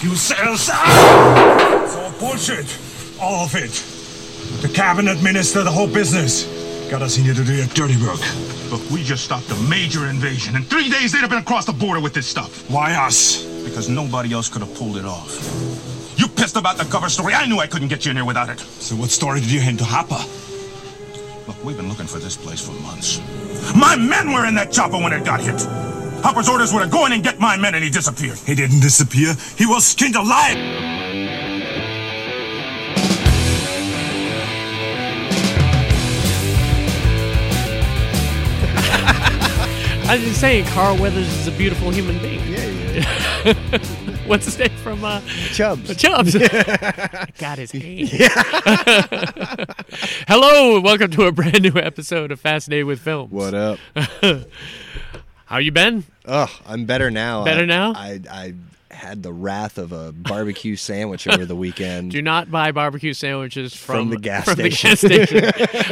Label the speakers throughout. Speaker 1: You cells out! It's all bullshit. All of it. The cabinet minister, the whole business. Got us in here to do your dirty work.
Speaker 2: Look, we just stopped a major invasion, and three days they'd have been across the border with this stuff.
Speaker 1: Why us?
Speaker 2: Because nobody else could have pulled it off. You pissed about the cover story. I knew I couldn't get you in here without it.
Speaker 1: So what story did you hand to Hopper?
Speaker 2: Look, we've been looking for this place for months. My men were in that chopper when it got hit. Hopper's orders were to go in and get my men, and he disappeared.
Speaker 1: He didn't disappear. He was skinned alive.
Speaker 3: I'm just saying, Carl Weathers is a beautiful human being.
Speaker 4: Yeah, yeah.
Speaker 3: What's his name from uh,
Speaker 4: Chubbs.
Speaker 3: Chubbs? I got his name. Hello, and welcome to a brand new episode of Fascinated with Films.
Speaker 4: What up?
Speaker 3: How you been?
Speaker 4: Ugh, I'm better now.
Speaker 3: Better
Speaker 4: I,
Speaker 3: now?
Speaker 4: I I had the wrath of a barbecue sandwich over the weekend.
Speaker 3: Do not buy barbecue sandwiches from,
Speaker 4: From the gas
Speaker 3: from the gas station.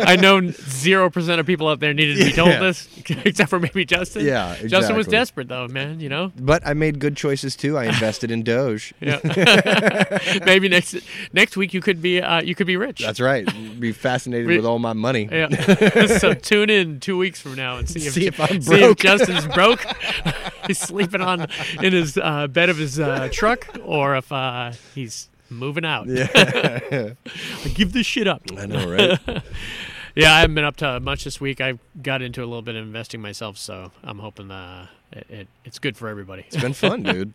Speaker 3: I know zero percent of people out there needed to be told
Speaker 4: Yeah.
Speaker 3: this, except for maybe Justin.
Speaker 4: Yeah,
Speaker 3: Justin was
Speaker 4: exactly.
Speaker 3: desperate though, man. You know,
Speaker 4: But I made good choices too. I invested in Doge.
Speaker 3: maybe next next week you could be uh, you could be rich.
Speaker 4: That's right. Be fascinated
Speaker 3: We-
Speaker 4: with all my money.
Speaker 3: Yeah. so tune in two weeks from now and see if,
Speaker 4: See if I'm
Speaker 3: see if
Speaker 4: broke.
Speaker 3: Justin's broke. he's sleeping on in his uh, bed of his uh, truck, or if uh, he's moving out. Give this shit up.
Speaker 4: I know, right?
Speaker 3: Yeah, I haven't been up to much this week. I got into a little bit of investing myself, so I'm hoping uh, it, it, it's good for everybody.
Speaker 4: It's been fun, dude.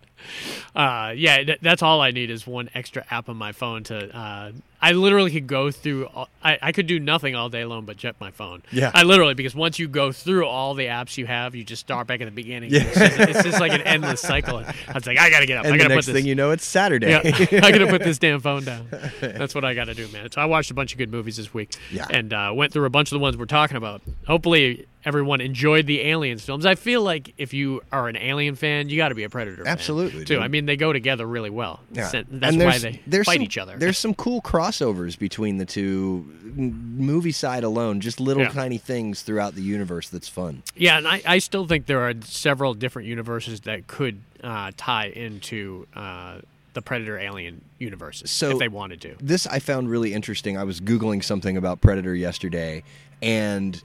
Speaker 3: Uh, yeah, th- that's all I need is one extra app on my phone to. Uh, I literally could go through. All, I I could do nothing all day long but check my phone.
Speaker 4: Yeah.
Speaker 3: I literally because once you go through all the apps you have, you just start back at the beginning. It's, just, it's just like an endless cycle. I was like, I gotta get up. I
Speaker 4: And the
Speaker 3: gotta
Speaker 4: next
Speaker 3: put this.
Speaker 4: thing you know, it's Saturday.
Speaker 3: yeah, I gotta put this damn phone down. That's what I gotta do, man. So I watched a bunch of good movies this week,
Speaker 4: Yeah.
Speaker 3: and uh, went through a bunch of the ones we're talking about. Hopefully, everyone enjoyed the Aliens films. I feel like if you are an Alien fan, you got to be a Predator. fan,
Speaker 4: Absolutely,
Speaker 3: too.
Speaker 4: dude.
Speaker 3: I mean, they go together really well.
Speaker 4: Yeah.
Speaker 3: So that's
Speaker 4: And
Speaker 3: why
Speaker 4: there's-
Speaker 3: they
Speaker 4: there's
Speaker 3: fight
Speaker 4: some-
Speaker 3: each other.
Speaker 4: There's some cool crossovers between the two m- movie side alone, just little
Speaker 3: Yeah.
Speaker 4: tiny things throughout the universe that's fun.
Speaker 3: Yeah, and I, I still think there are several different universes that could uh, tie into uh, the Predator Alien universes
Speaker 4: So-
Speaker 3: if they wanted to.
Speaker 4: This I found really interesting. I was googling something about Predator yesterday and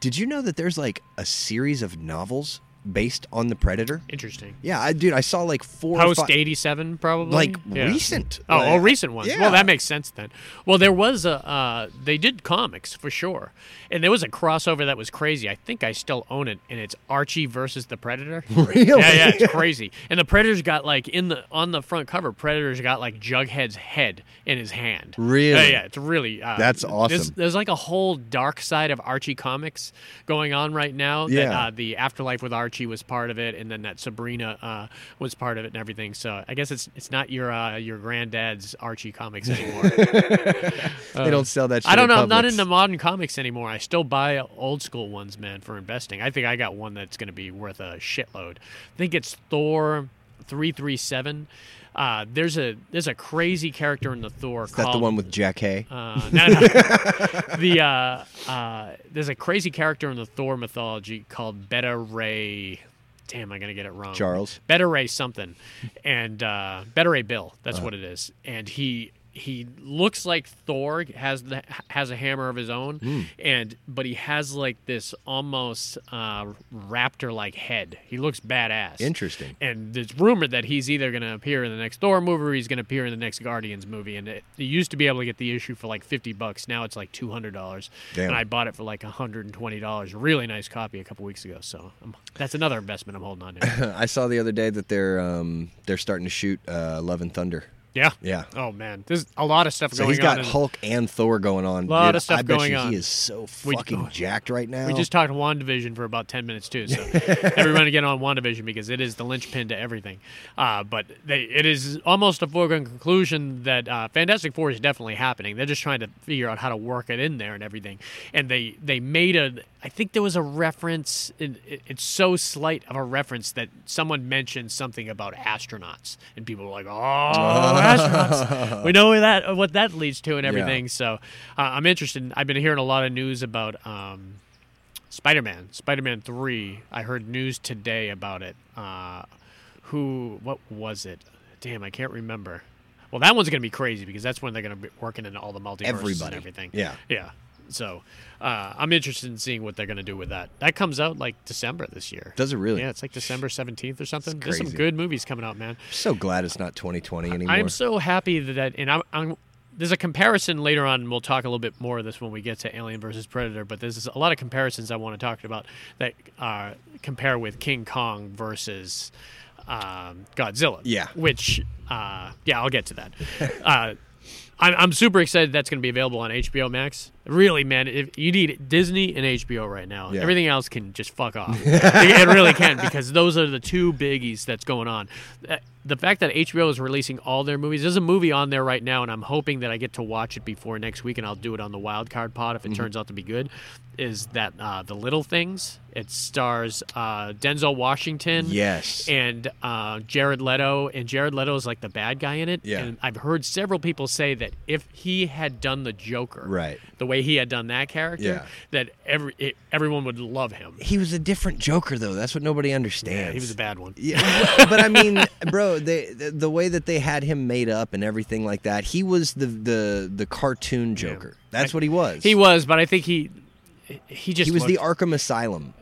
Speaker 4: did you know that there's like a series of novels based on the Predator?
Speaker 3: Interesting.
Speaker 4: Yeah, I dude, I saw like four or
Speaker 3: post
Speaker 4: fi-
Speaker 3: eighty seven, probably
Speaker 4: like
Speaker 3: Yeah.
Speaker 4: recent.
Speaker 3: Oh,
Speaker 4: like-
Speaker 3: oh, recent ones.
Speaker 4: Yeah.
Speaker 3: Well, that makes sense then. Well, there was a uh, they did comics for sure, and there was a crossover that was crazy. I think I still own it, and it's Archie versus the Predator.
Speaker 4: Really?
Speaker 3: Yeah, yeah, it's crazy. And the Predator's got like in the on the front cover, Predator's got like Jughead's head in his hand.
Speaker 4: Really?
Speaker 3: Yeah, yeah, it's really uh,
Speaker 4: That's
Speaker 3: there's-
Speaker 4: awesome.
Speaker 3: There's like a whole dark side of Archie comics going on right now. That,
Speaker 4: Yeah.
Speaker 3: uh, the Afterlife with Archie was part of it, and then that Sabrina uh, was part of it, and everything. So I guess it's it's not your uh, your granddad's Archie comics anymore.
Speaker 4: they don't sell that shit
Speaker 3: I don't
Speaker 4: at
Speaker 3: know. I'm not
Speaker 4: Publix.
Speaker 3: into modern comics anymore. I still buy old school ones, man, for investing. I think I got one that's going to be worth a shitload. I think it's Thor three three seven. Uh, there's a there's a crazy character in the Thor
Speaker 4: Is that the
Speaker 3: called-
Speaker 4: one with Jack Hay?
Speaker 3: uh, no, no. the uh, uh, there's a crazy character in the Thor mythology called Beta Ray. Damn, I'm gonna get it wrong.
Speaker 4: Charles.
Speaker 3: Beta Ray something, and uh, Beta Ray Bill. That's
Speaker 4: Uh-huh.
Speaker 3: what it is. And he he looks like Thor has the has a hammer of his own,
Speaker 4: Hmm.
Speaker 3: and but he has like this almost uh, raptor like head. He looks badass.
Speaker 4: Interesting.
Speaker 3: And it's rumored that he's either going to appear in the next Thor movie or he's going to appear in the next Guardians movie. And it, you used to be able to get the issue for like fifty bucks. Now it's like two hundred dollars.
Speaker 4: Damn.
Speaker 3: And I bought it for like hundred and twenty dollars. Really nice copy a couple weeks ago. So i that's another investment I'm holding on to.
Speaker 4: I saw the other day that they're um, they're starting to shoot uh, Love and Thunder.
Speaker 3: yeah.
Speaker 4: Yeah.
Speaker 3: Oh man, there's a lot of stuff
Speaker 4: So
Speaker 3: going
Speaker 4: he's got
Speaker 3: on. in-
Speaker 4: Hulk and Thor going on.
Speaker 3: Lot
Speaker 4: dude.
Speaker 3: of stuff
Speaker 4: I bet
Speaker 3: going
Speaker 4: you
Speaker 3: on.
Speaker 4: He is so
Speaker 3: We-
Speaker 4: fucking jacked right now.
Speaker 3: we just talked WandaVision for about 10 minutes, too. So everyone get on WandaVision because it is the linchpin to everything. Uh, but they, it is almost a foregone conclusion that uh, Fantastic Four is definitely happening. They're just trying to figure out how to work it in there and everything. And they, they made a, I think there was a reference, it, it, it's so slight of a reference that someone mentioned something about astronauts. And people were like, oh, astronauts. We know where that, what that leads to and everything. So uh, I'm interested. I've been hearing a lot of news about. Um, Spider Man, Spider Man Three. I heard news today about it. Uh, who? What was it? Damn, I can't remember. Well, that one's going to be crazy because that's when they're going to be working into all the multiverses and
Speaker 4: Everybody.
Speaker 3: everything.
Speaker 4: Yeah.
Speaker 3: Yeah. So uh, I'm interested in seeing what they're going to do with that. That comes out like December this year.
Speaker 4: Does it really?
Speaker 3: Yeah, it's like December 17th or something. There's some
Speaker 4: crazy.
Speaker 3: good movies coming out, man.
Speaker 4: So glad it's not 2020 anymore.
Speaker 3: I'm so happy that, and I'm, I'm there's a comparison later on. and We'll talk a little bit more of this when we get to Alien versus Predator, but there's a lot of comparisons I want to talk about that uh, compare with King Kong versus um, Godzilla.
Speaker 4: Yeah.
Speaker 3: which uh, yeah, I'll get to that. uh, I'm, I'm super excited that's going to be available on HBO Max. Really, man, if you need Disney and HBO right now,
Speaker 4: Yeah.
Speaker 3: everything else can just fuck off. it it really can because those are the two biggies that's going on. Uh, The fact that HBO is releasing all their movies, there's a movie on there right now, and I'm hoping that I get to watch it before next week, and I'll do it on the wild card pod if it
Speaker 4: Mm-hmm.
Speaker 3: turns out to be good. Is that uh, the Little Things? It stars uh, Denzel Washington,
Speaker 4: Yes.
Speaker 3: and uh, Jared Leto, and Jared Leto is like the bad guy in it.
Speaker 4: Yeah.
Speaker 3: And I've heard several people say that if he had done the Joker,
Speaker 4: Right.
Speaker 3: the way he had done that character,
Speaker 4: Yeah.
Speaker 3: that every it, everyone would love him.
Speaker 4: he was a different Joker though. That's what nobody understands.
Speaker 3: Yeah, he was a bad one.
Speaker 4: Yeah, but I mean, bro, they, the, the way that they had him made up and everything like that, he was the the the cartoon Joker. That's what he was.
Speaker 3: He was, but I think he he just
Speaker 4: He was the
Speaker 3: looked-
Speaker 4: Arkham Asylum.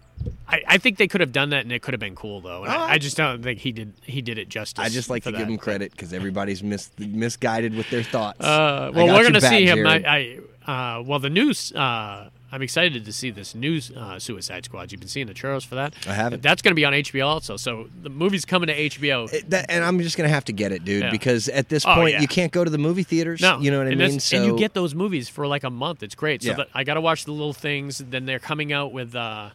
Speaker 3: I, I think they could have done that, and it could have been cool though. And I, I just don't think he did he did it justice.
Speaker 4: Uh-huh. I just like
Speaker 3: for
Speaker 4: to give
Speaker 3: that.
Speaker 4: him credit because everybody's mis- misguided with their thoughts.
Speaker 3: Uh,
Speaker 4: I
Speaker 3: well,
Speaker 4: got
Speaker 3: we're
Speaker 4: you
Speaker 3: gonna
Speaker 4: back,
Speaker 3: see him.
Speaker 4: Jared.
Speaker 3: I, I uh, well, the news. Uh, I'm excited to see this new uh, Suicide Squad. You've been seeing the churros for that.
Speaker 4: I haven't.
Speaker 3: That's going to be on HBO also. So the movie's coming to HBO.
Speaker 4: It- that- and I'm just gonna have to get it, dude,
Speaker 3: Yeah.
Speaker 4: because at this
Speaker 3: Oh,
Speaker 4: point
Speaker 3: yeah.
Speaker 4: you can't go to the movie theaters.
Speaker 3: no,
Speaker 4: you know what I
Speaker 3: and that's-
Speaker 4: mean. So
Speaker 3: and you get those movies for like a month. It's great. So
Speaker 4: Yeah.
Speaker 3: that, I got to watch the little things. Then they're coming out with. Uh,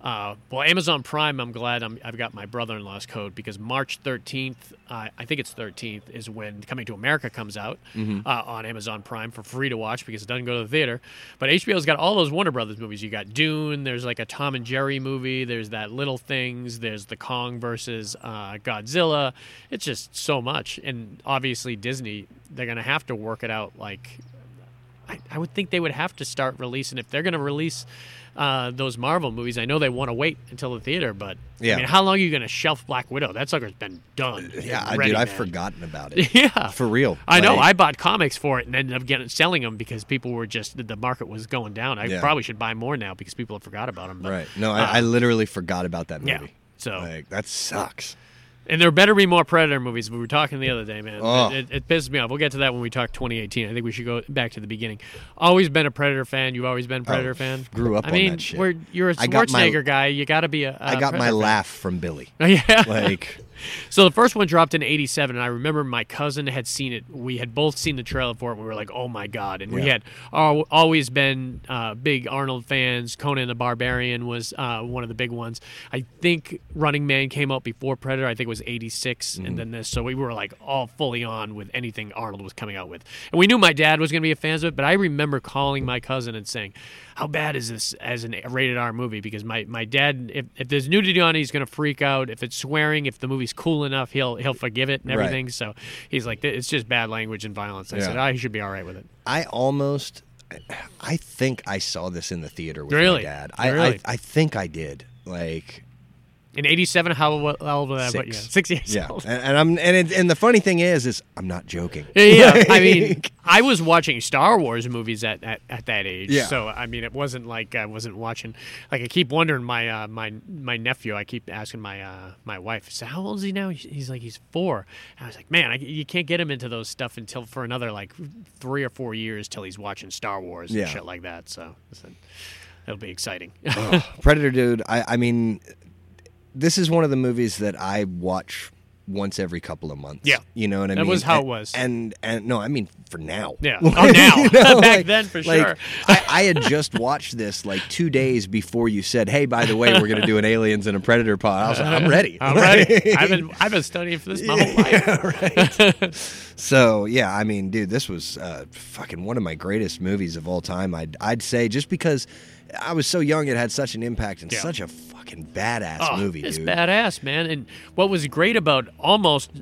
Speaker 3: uh, well, Amazon Prime. I'm glad I'm, I've got my brother-in-law's code because March 13th, uh, I think it's 13th, is when Coming to America comes out uh, on Amazon Prime for free to watch because it doesn't go to the theater. But HBO's got all those Warner Brothers movies. You got Dune. There's like a Tom and Jerry movie. There's that Little Things. There's the Kong versus uh, Godzilla. It's just so much, and obviously Disney. They're gonna have to work it out like I, I would think they would have to start releasing if they're going to release uh, those Marvel movies. I know they want to wait until the theater, but I
Speaker 4: Yeah. Uh,
Speaker 3: mean, how long are you going to shelf Black Widow? That sucker's been done.
Speaker 4: yeah, I-
Speaker 3: and ready,
Speaker 4: dude, I've
Speaker 3: man.
Speaker 4: forgotten about it.
Speaker 3: Yeah,
Speaker 4: For real.
Speaker 3: I know.
Speaker 4: Like-
Speaker 3: I bought comics for it and ended up getting selling them because people were just the market was going down. I
Speaker 4: Yeah.
Speaker 3: probably should buy more now because people have forgot about them. But,
Speaker 4: Right. No, I,
Speaker 3: uh,
Speaker 4: I literally forgot about that movie.
Speaker 3: yeah. So
Speaker 4: like that sucks.
Speaker 3: and there better be more Predator movies. We were talking the other day, man.
Speaker 4: Oh.
Speaker 3: It, it, it pisses me off. We'll get to that when we talk 2018. I think we should go back to the beginning. Always been a Predator fan. You've always been a Predator
Speaker 4: Oh,
Speaker 3: fan.
Speaker 4: grew up
Speaker 3: I
Speaker 4: on
Speaker 3: mean,
Speaker 4: that shit.
Speaker 3: We're, you're a
Speaker 4: I got my-
Speaker 3: Schwarzenegger guy. You got to be a. a
Speaker 4: I got my
Speaker 3: Predator
Speaker 4: laugh from Billy.
Speaker 3: fan. yeah.
Speaker 4: Like,
Speaker 3: So the first one dropped in '87, and I remember my cousin had seen it. We had both seen the trailer for it. And we were like, "Oh my god!" And we
Speaker 4: Yeah.
Speaker 3: had al- always been uh, big Arnold fans. Conan the Barbarian was uh, one of the big ones. I think Running Man came out before Predator. I think it was '86,
Speaker 4: Mm.
Speaker 3: and then this. So we were like all fully on with anything Arnold was coming out with, and we knew my dad was going to be a fan of it. But I remember calling my cousin and saying, "How bad is this as an rated R movie?" Because my my dad, if, if there's nudity on, it, he's going to freak out. If it's swearing, if the movie's cool enough, he'll he'll forgive it and
Speaker 4: Right.
Speaker 3: everything. So he's like, "It's just bad language and violence." I said,
Speaker 4: Yeah.
Speaker 3: "Ah, he should be all right with it."
Speaker 4: I almost, I think I saw this in the theater with
Speaker 3: Really?
Speaker 4: my dad. I,
Speaker 3: Really?
Speaker 4: I, I think I did. Like,
Speaker 3: In '87, how old how old was that? What, yeah,
Speaker 4: Six.
Speaker 3: six years
Speaker 4: yeah.
Speaker 3: old.
Speaker 4: And, and I'm, and it, and the funny thing is, is I'm not joking.
Speaker 3: Yeah, yeah. I mean, I was watching Star Wars movies at, at, at that age.
Speaker 4: Yeah.
Speaker 3: So I mean, it wasn't like I wasn't watching. Like I keep wondering my uh, my my nephew. I keep asking my uh, my wife. So how old is he now? He's- He's like he's four. And I was like, man, I, you can't get him into those stuff until for another like three or four years till he's watching Star Wars
Speaker 4: Yeah. Oh,
Speaker 3: and shit like that. So listen, it'll be exciting.
Speaker 4: Predator, dude. I, I mean, this is one of the movies that I watch once every couple of months.
Speaker 3: Yeah.
Speaker 4: you know what I
Speaker 3: That
Speaker 4: mean.
Speaker 3: was how it
Speaker 4: And-
Speaker 3: was.
Speaker 4: And and no, I mean for now.
Speaker 3: Yeah. Oh, now. Back then, for
Speaker 4: like,
Speaker 3: sure.
Speaker 4: I, I had just watched this like two days before you said, "Hey, by the way, we're going to do an Aliens and a Predator pod." I was like, "I'm ready."
Speaker 3: I'm ready. I've been I've been studying for this my whole life.
Speaker 4: So yeah, I mean, dude, this was uh, fucking one of my greatest movies of all time. I'd I'd say just because I was so young, it had such an impact and
Speaker 3: Yeah.
Speaker 4: such a fucking badass
Speaker 3: Oh,
Speaker 4: movie,
Speaker 3: It's
Speaker 4: dude.
Speaker 3: badass, man. And what was great about almost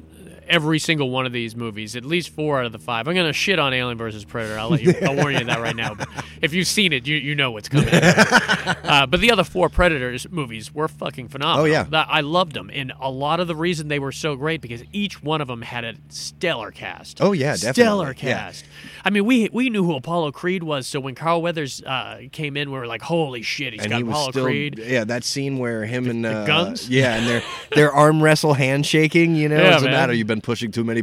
Speaker 3: every single one of these movies, at least four out of the five, I'm gonna shit on Alien versus Predator. I'll let you. I'll warn you that right now. But if you've seen it, you you know what's coming. uh, but the other four Predators movies were fucking phenomenal.
Speaker 4: Oh, yeah.
Speaker 3: That- I loved them, and a lot of the reason they were so great because each one of them had a stellar cast.
Speaker 4: Oh, yeah, definitely.
Speaker 3: stellar
Speaker 4: Yeah.
Speaker 3: cast. I mean, we we knew who Apollo Creed was, so when Carl Weathers uh, came in, we were like, holy shit, he's
Speaker 4: and
Speaker 3: got
Speaker 4: he was
Speaker 3: Apollo
Speaker 4: still
Speaker 3: Creed.
Speaker 4: yeah that scene where him and
Speaker 3: the
Speaker 4: uh,
Speaker 3: guns?
Speaker 4: yeah and their their arm wrestle handshaking you know
Speaker 3: Yeah,
Speaker 4: doesn't
Speaker 3: man.
Speaker 4: matter you've been pushing too many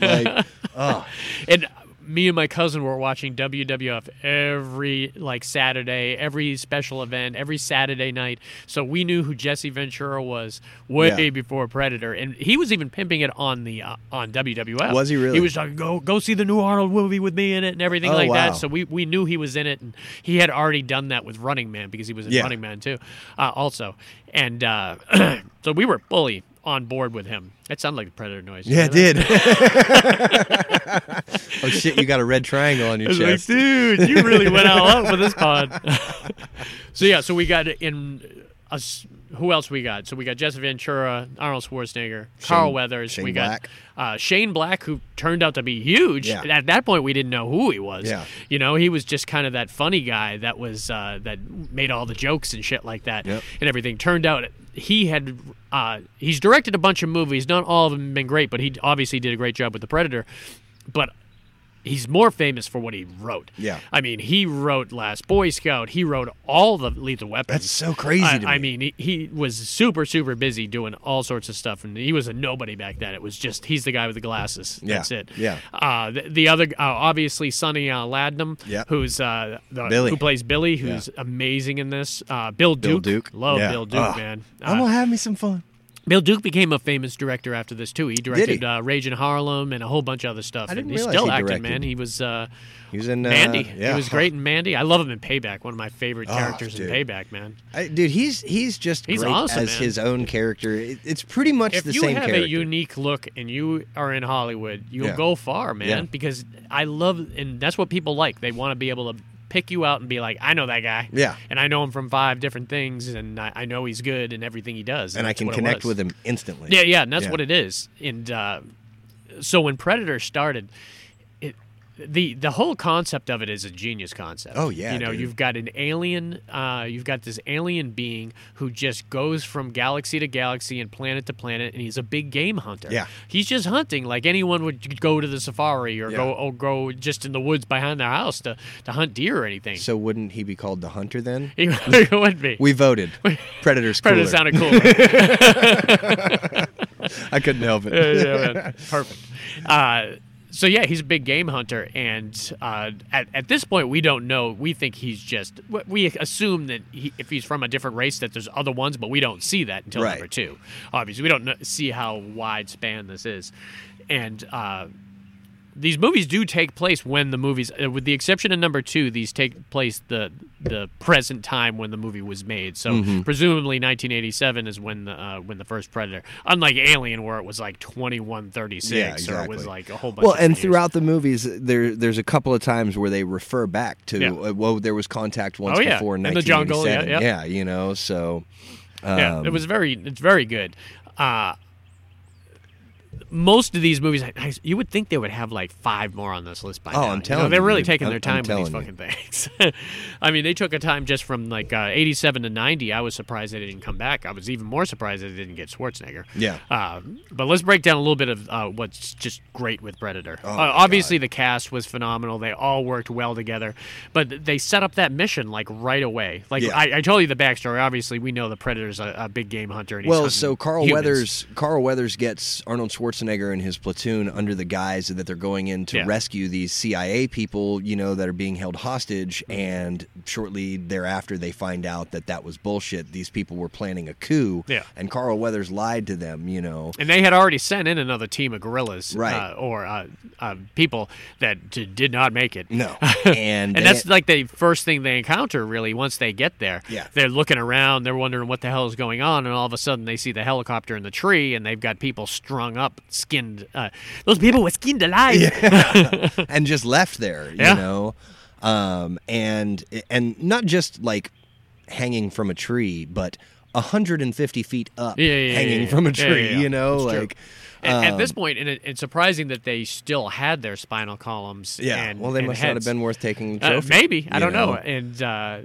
Speaker 4: like oh
Speaker 3: And me and my cousin were watching WWF every like Saturday, every special event, every Saturday night. So we knew who Jesse Ventura was way
Speaker 4: Yeah.
Speaker 3: before Predator, and he was even pimping it on the uh, on WWF.
Speaker 4: Was he really?
Speaker 3: He was like, "Go go see the new Arnold movie with me in it and everything
Speaker 4: Oh,
Speaker 3: like
Speaker 4: wow.
Speaker 3: that." So we we knew he was in it, and he had already done that with Running Man because he was in
Speaker 4: Yeah.
Speaker 3: Running Man too, uh, also. And uh, so we were fully on board with him. That sounded like the Predator noise.
Speaker 4: yeah it
Speaker 3: Didn't it?
Speaker 4: did oh shit you got a red triangle on your
Speaker 3: I was
Speaker 4: chest
Speaker 3: like, dude, you really went all out for this pod. so yeah, so we got in. Us, who else we got? So we got Jesse Ventura, Arnold Schwarzenegger, Carl Weathers.
Speaker 4: Shane
Speaker 3: we got
Speaker 4: Black.
Speaker 3: Uh, Shane Black, who turned out to be huge.
Speaker 4: Yeah.
Speaker 3: At that point, we didn't know who he was.
Speaker 4: Yeah.
Speaker 3: You know, he was just kind of that funny guy that was uh, that made all the jokes and shit like that
Speaker 4: Yep.
Speaker 3: and everything. Turned out he had uh, he's directed a bunch of movies. Not all of them have been great, but he obviously did a great job with The Predator. But he's more famous for what he wrote.
Speaker 4: Yeah.
Speaker 3: I mean, he wrote Last Boy Scout. He wrote all the Lethal Weapons.
Speaker 4: That's so crazy
Speaker 3: I,
Speaker 4: to
Speaker 3: I
Speaker 4: me.
Speaker 3: mean, he, he was super, super busy doing all sorts of stuff, and he was a nobody back then. It was just he's the guy with the glasses.
Speaker 4: Yeah,
Speaker 3: That's it.
Speaker 4: yeah.
Speaker 3: Uh, the, the other, uh, obviously, Sonny uh, Ladnam,
Speaker 4: Yeah.
Speaker 3: who's uh, the,
Speaker 4: Billy.
Speaker 3: who plays Billy, who's amazing in this. Uh, Bill Duke.
Speaker 4: Bill Duke.
Speaker 3: Love
Speaker 4: Yeah.
Speaker 3: Bill Duke,
Speaker 4: Ugh.
Speaker 3: man.
Speaker 4: I'm
Speaker 3: Uh,
Speaker 4: gonna have me some fun
Speaker 3: Bill Duke became a famous director after this too. He directed
Speaker 4: he?
Speaker 3: Uh, Rage in Harlem and a whole bunch of other stuff.
Speaker 4: I
Speaker 3: and
Speaker 4: didn't
Speaker 3: he's
Speaker 4: realize
Speaker 3: still
Speaker 4: he
Speaker 3: acting,
Speaker 4: directed.
Speaker 3: man. He was uh,
Speaker 4: he was in uh,
Speaker 3: Mandy.
Speaker 4: yeah.
Speaker 3: He was great in Mandy. I love him in Payback. One of my favorite
Speaker 4: Oh,
Speaker 3: characters in
Speaker 4: dude.
Speaker 3: Payback, man.
Speaker 4: I, dude he's he's just
Speaker 3: He's
Speaker 4: great
Speaker 3: awesome,
Speaker 4: as
Speaker 3: man.
Speaker 4: his own character It- it's pretty much
Speaker 3: If
Speaker 4: the
Speaker 3: you
Speaker 4: same
Speaker 3: have
Speaker 4: character
Speaker 3: a unique look and you are in Hollywood, you'll
Speaker 4: Yeah.
Speaker 3: go far, man.
Speaker 4: Yeah.
Speaker 3: Because I love, and that's what people like. They want to be able to pick you out and be like, I know that guy.
Speaker 4: Yeah.
Speaker 3: And I know him from five different things, and I, I know he's good in everything he does.
Speaker 4: and I
Speaker 3: that's
Speaker 4: can
Speaker 3: what it was.
Speaker 4: connect with him instantly
Speaker 3: Yeah, yeah, and that's
Speaker 4: Yeah.
Speaker 3: what it is. And uh, so when Predator started, it, the the whole concept of it is a genius concept.
Speaker 4: Oh, yeah,
Speaker 3: you know
Speaker 4: dude.
Speaker 3: you've got an alien, uh, you've got this alien being who just goes from galaxy to galaxy and planet to planet, and he's a big game hunter.
Speaker 4: Yeah.
Speaker 3: he's just hunting like anyone would go to the safari or go or go just in the woods behind their house to to hunt deer or anything.
Speaker 4: so wouldn't he be called the hunter then
Speaker 3: he would be.
Speaker 4: we voted predators cooler.
Speaker 3: Predator sounded cool.
Speaker 4: I couldn't help it
Speaker 3: yeah, man. Perfect. Uh, so yeah, he's a big game hunter, and uh, at, at this point, we don't know. We think he's just. we- We assume that he, if he's from a different race, that there's other ones, but we don't see that until
Speaker 4: Right.
Speaker 3: number two. Obviously, we don't kn- see how wide span this is, and. Uh, these movies do take place when the movies, uh, with the exception of number two, these take place the the present time when the movie was made. So
Speaker 4: Mm-hmm.
Speaker 3: presumably 1987 is when the uh, when the first Predator, unlike Alien, where it was like 2136 or it was like a whole bunch.
Speaker 4: Well,
Speaker 3: of
Speaker 4: and
Speaker 3: years.
Speaker 4: throughout the movies, there there's a couple of times where they refer back to
Speaker 3: Yeah.
Speaker 4: uh, well, there was contact once
Speaker 3: Oh, yeah.
Speaker 4: before
Speaker 3: In the jungle, yeah,
Speaker 4: 1987. yeah, you know, so
Speaker 3: yeah, it
Speaker 4: Um,
Speaker 3: was very it's very good. Uh, most of these movies, I- I- you would think they would have like five more on this list by
Speaker 4: Oh,
Speaker 3: now.
Speaker 4: I'm
Speaker 3: You know,
Speaker 4: telling
Speaker 3: they're
Speaker 4: you,
Speaker 3: really
Speaker 4: dude.
Speaker 3: taking
Speaker 4: I'm-
Speaker 3: their
Speaker 4: I'm
Speaker 3: time with these
Speaker 4: telling
Speaker 3: fucking things. I mean, they took a time just from like uh, 87 to 90. I was surprised they didn't come back. I was even more surprised they didn't get Schwarzenegger.
Speaker 4: Yeah.
Speaker 3: Uh, but let's break down a little bit of uh, what's just great with Predator. uh,
Speaker 4: Oh, my
Speaker 3: obviously, the cast was phenomenal. They all worked well together, but they set up that mission like right away. Like
Speaker 4: Yeah.
Speaker 3: I, I told you the backstory. Obviously, we know the Predator's a, a big game hunter. And he's
Speaker 4: well,
Speaker 3: hunting
Speaker 4: so Carl
Speaker 3: humans.
Speaker 4: Weathers Carl Weathers gets Arnold Schwarzenegger and his platoon under the guise that they're going in to
Speaker 3: Yeah.
Speaker 4: rescue these CIA people, you know, that are being held hostage and shortly thereafter they find out that that was bullshit. These people were planning a coup
Speaker 3: Yeah.
Speaker 4: and Carl Weathers lied to them, you know.
Speaker 3: And they had already sent in another team of gorillas,
Speaker 4: Right.
Speaker 3: uh, or uh, uh, people that d- did not make it.
Speaker 4: No. And,
Speaker 3: And
Speaker 4: they-
Speaker 3: that's like the first thing they encounter, really, once they get there.
Speaker 4: Yeah.
Speaker 3: They're looking around, they're wondering what the hell is going on, and all of a sudden they see the helicopter in the tree, and they've got people strung up, skinned. Uh, those people were skinned alive.
Speaker 4: and just left there, you
Speaker 3: Yeah.
Speaker 4: know. Um, and and not just like hanging from a tree, but 150 feet up,
Speaker 3: Yeah, yeah, yeah,
Speaker 4: hanging
Speaker 3: yeah.
Speaker 4: from a
Speaker 3: Yeah, yeah,
Speaker 4: tree,
Speaker 3: yeah.
Speaker 4: you know,
Speaker 3: That's true.
Speaker 4: like
Speaker 3: At, at this point, and it, it's surprising that they still had their spinal columns.
Speaker 4: Yeah.
Speaker 3: and-
Speaker 4: well, they
Speaker 3: and
Speaker 4: must not have
Speaker 3: heads.
Speaker 4: been worth taking. The
Speaker 3: Uh,
Speaker 4: trophy,
Speaker 3: maybe I
Speaker 4: you
Speaker 3: don't know. And uh,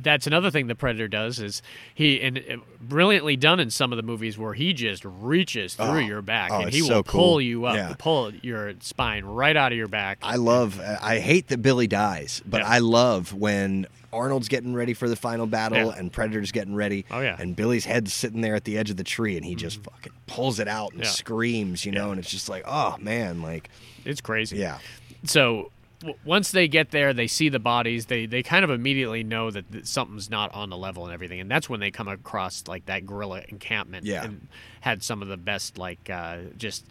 Speaker 3: that's another thing the Predator does is he and uh, brilliantly done in some of the movies where he just reaches through your back
Speaker 4: oh,
Speaker 3: and
Speaker 4: it's
Speaker 3: he
Speaker 4: so
Speaker 3: will
Speaker 4: cool.
Speaker 3: pull you up,
Speaker 4: Yeah.
Speaker 3: pull your spine right out of your back.
Speaker 4: I love. I hate that Billy dies, but
Speaker 3: Yeah.
Speaker 4: I love when Arnold's getting ready for the final battle
Speaker 3: Yeah.
Speaker 4: and Predator's getting ready.
Speaker 3: Oh, yeah. Mm-hmm.
Speaker 4: and Billy's head's sitting there at the edge of the tree, and he just fucking pulls it out and
Speaker 3: Yeah.
Speaker 4: screams, you know. And it's just like, oh man, like
Speaker 3: it's crazy.
Speaker 4: yeah,
Speaker 3: So w- once they get there, they see the bodies. They they kind of immediately know that th- something's not on the level and everything. And that's when they come across like that guerrilla encampment.
Speaker 4: Yeah.
Speaker 3: And had some of the best like uh, just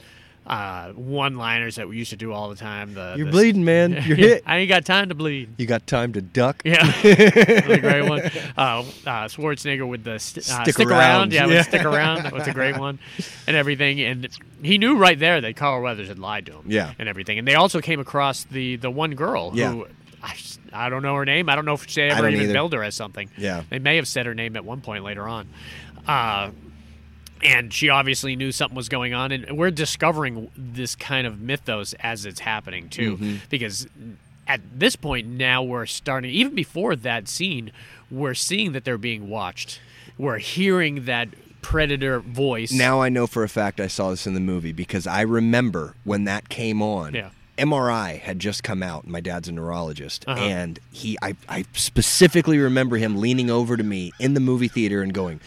Speaker 3: uh, one liners that we used to do all the time. The
Speaker 4: you're
Speaker 3: the-
Speaker 4: bleeding, man. You're hit.
Speaker 3: I ain't got time to bleed.
Speaker 4: You got time to duck.
Speaker 3: Yeah, That was a great one. Uh, uh, Schwarzenegger with the st- uh,
Speaker 4: Stick
Speaker 3: stick,
Speaker 4: around.
Speaker 3: around. yeah, with
Speaker 4: Yeah.
Speaker 3: stick around. That was a great one, and everything. And he knew right there that Carl Weathers had lied to him.
Speaker 4: Yeah.
Speaker 3: and everything. And they also came across the the one girl
Speaker 4: Yeah.
Speaker 3: who I, s- I don't know her name. I don't know if she ever
Speaker 4: don't
Speaker 3: even
Speaker 4: either.
Speaker 3: billed her as something.
Speaker 4: Yeah.
Speaker 3: they may have said her name at one point later on. Uh, and she obviously knew something was going on and we're discovering this kind of mythos as it's happening too because at this point now we're starting even before that scene we're seeing that they're being watched we're hearing that predator voice
Speaker 4: Now I know for a fact I saw this in the movie because I remember when that came on.
Speaker 3: Yeah.
Speaker 4: MRI had just come out. and My dad's a neurologist,
Speaker 3: Uh-huh.
Speaker 4: and he, I, I specifically remember him leaning over to me in the movie theater and going,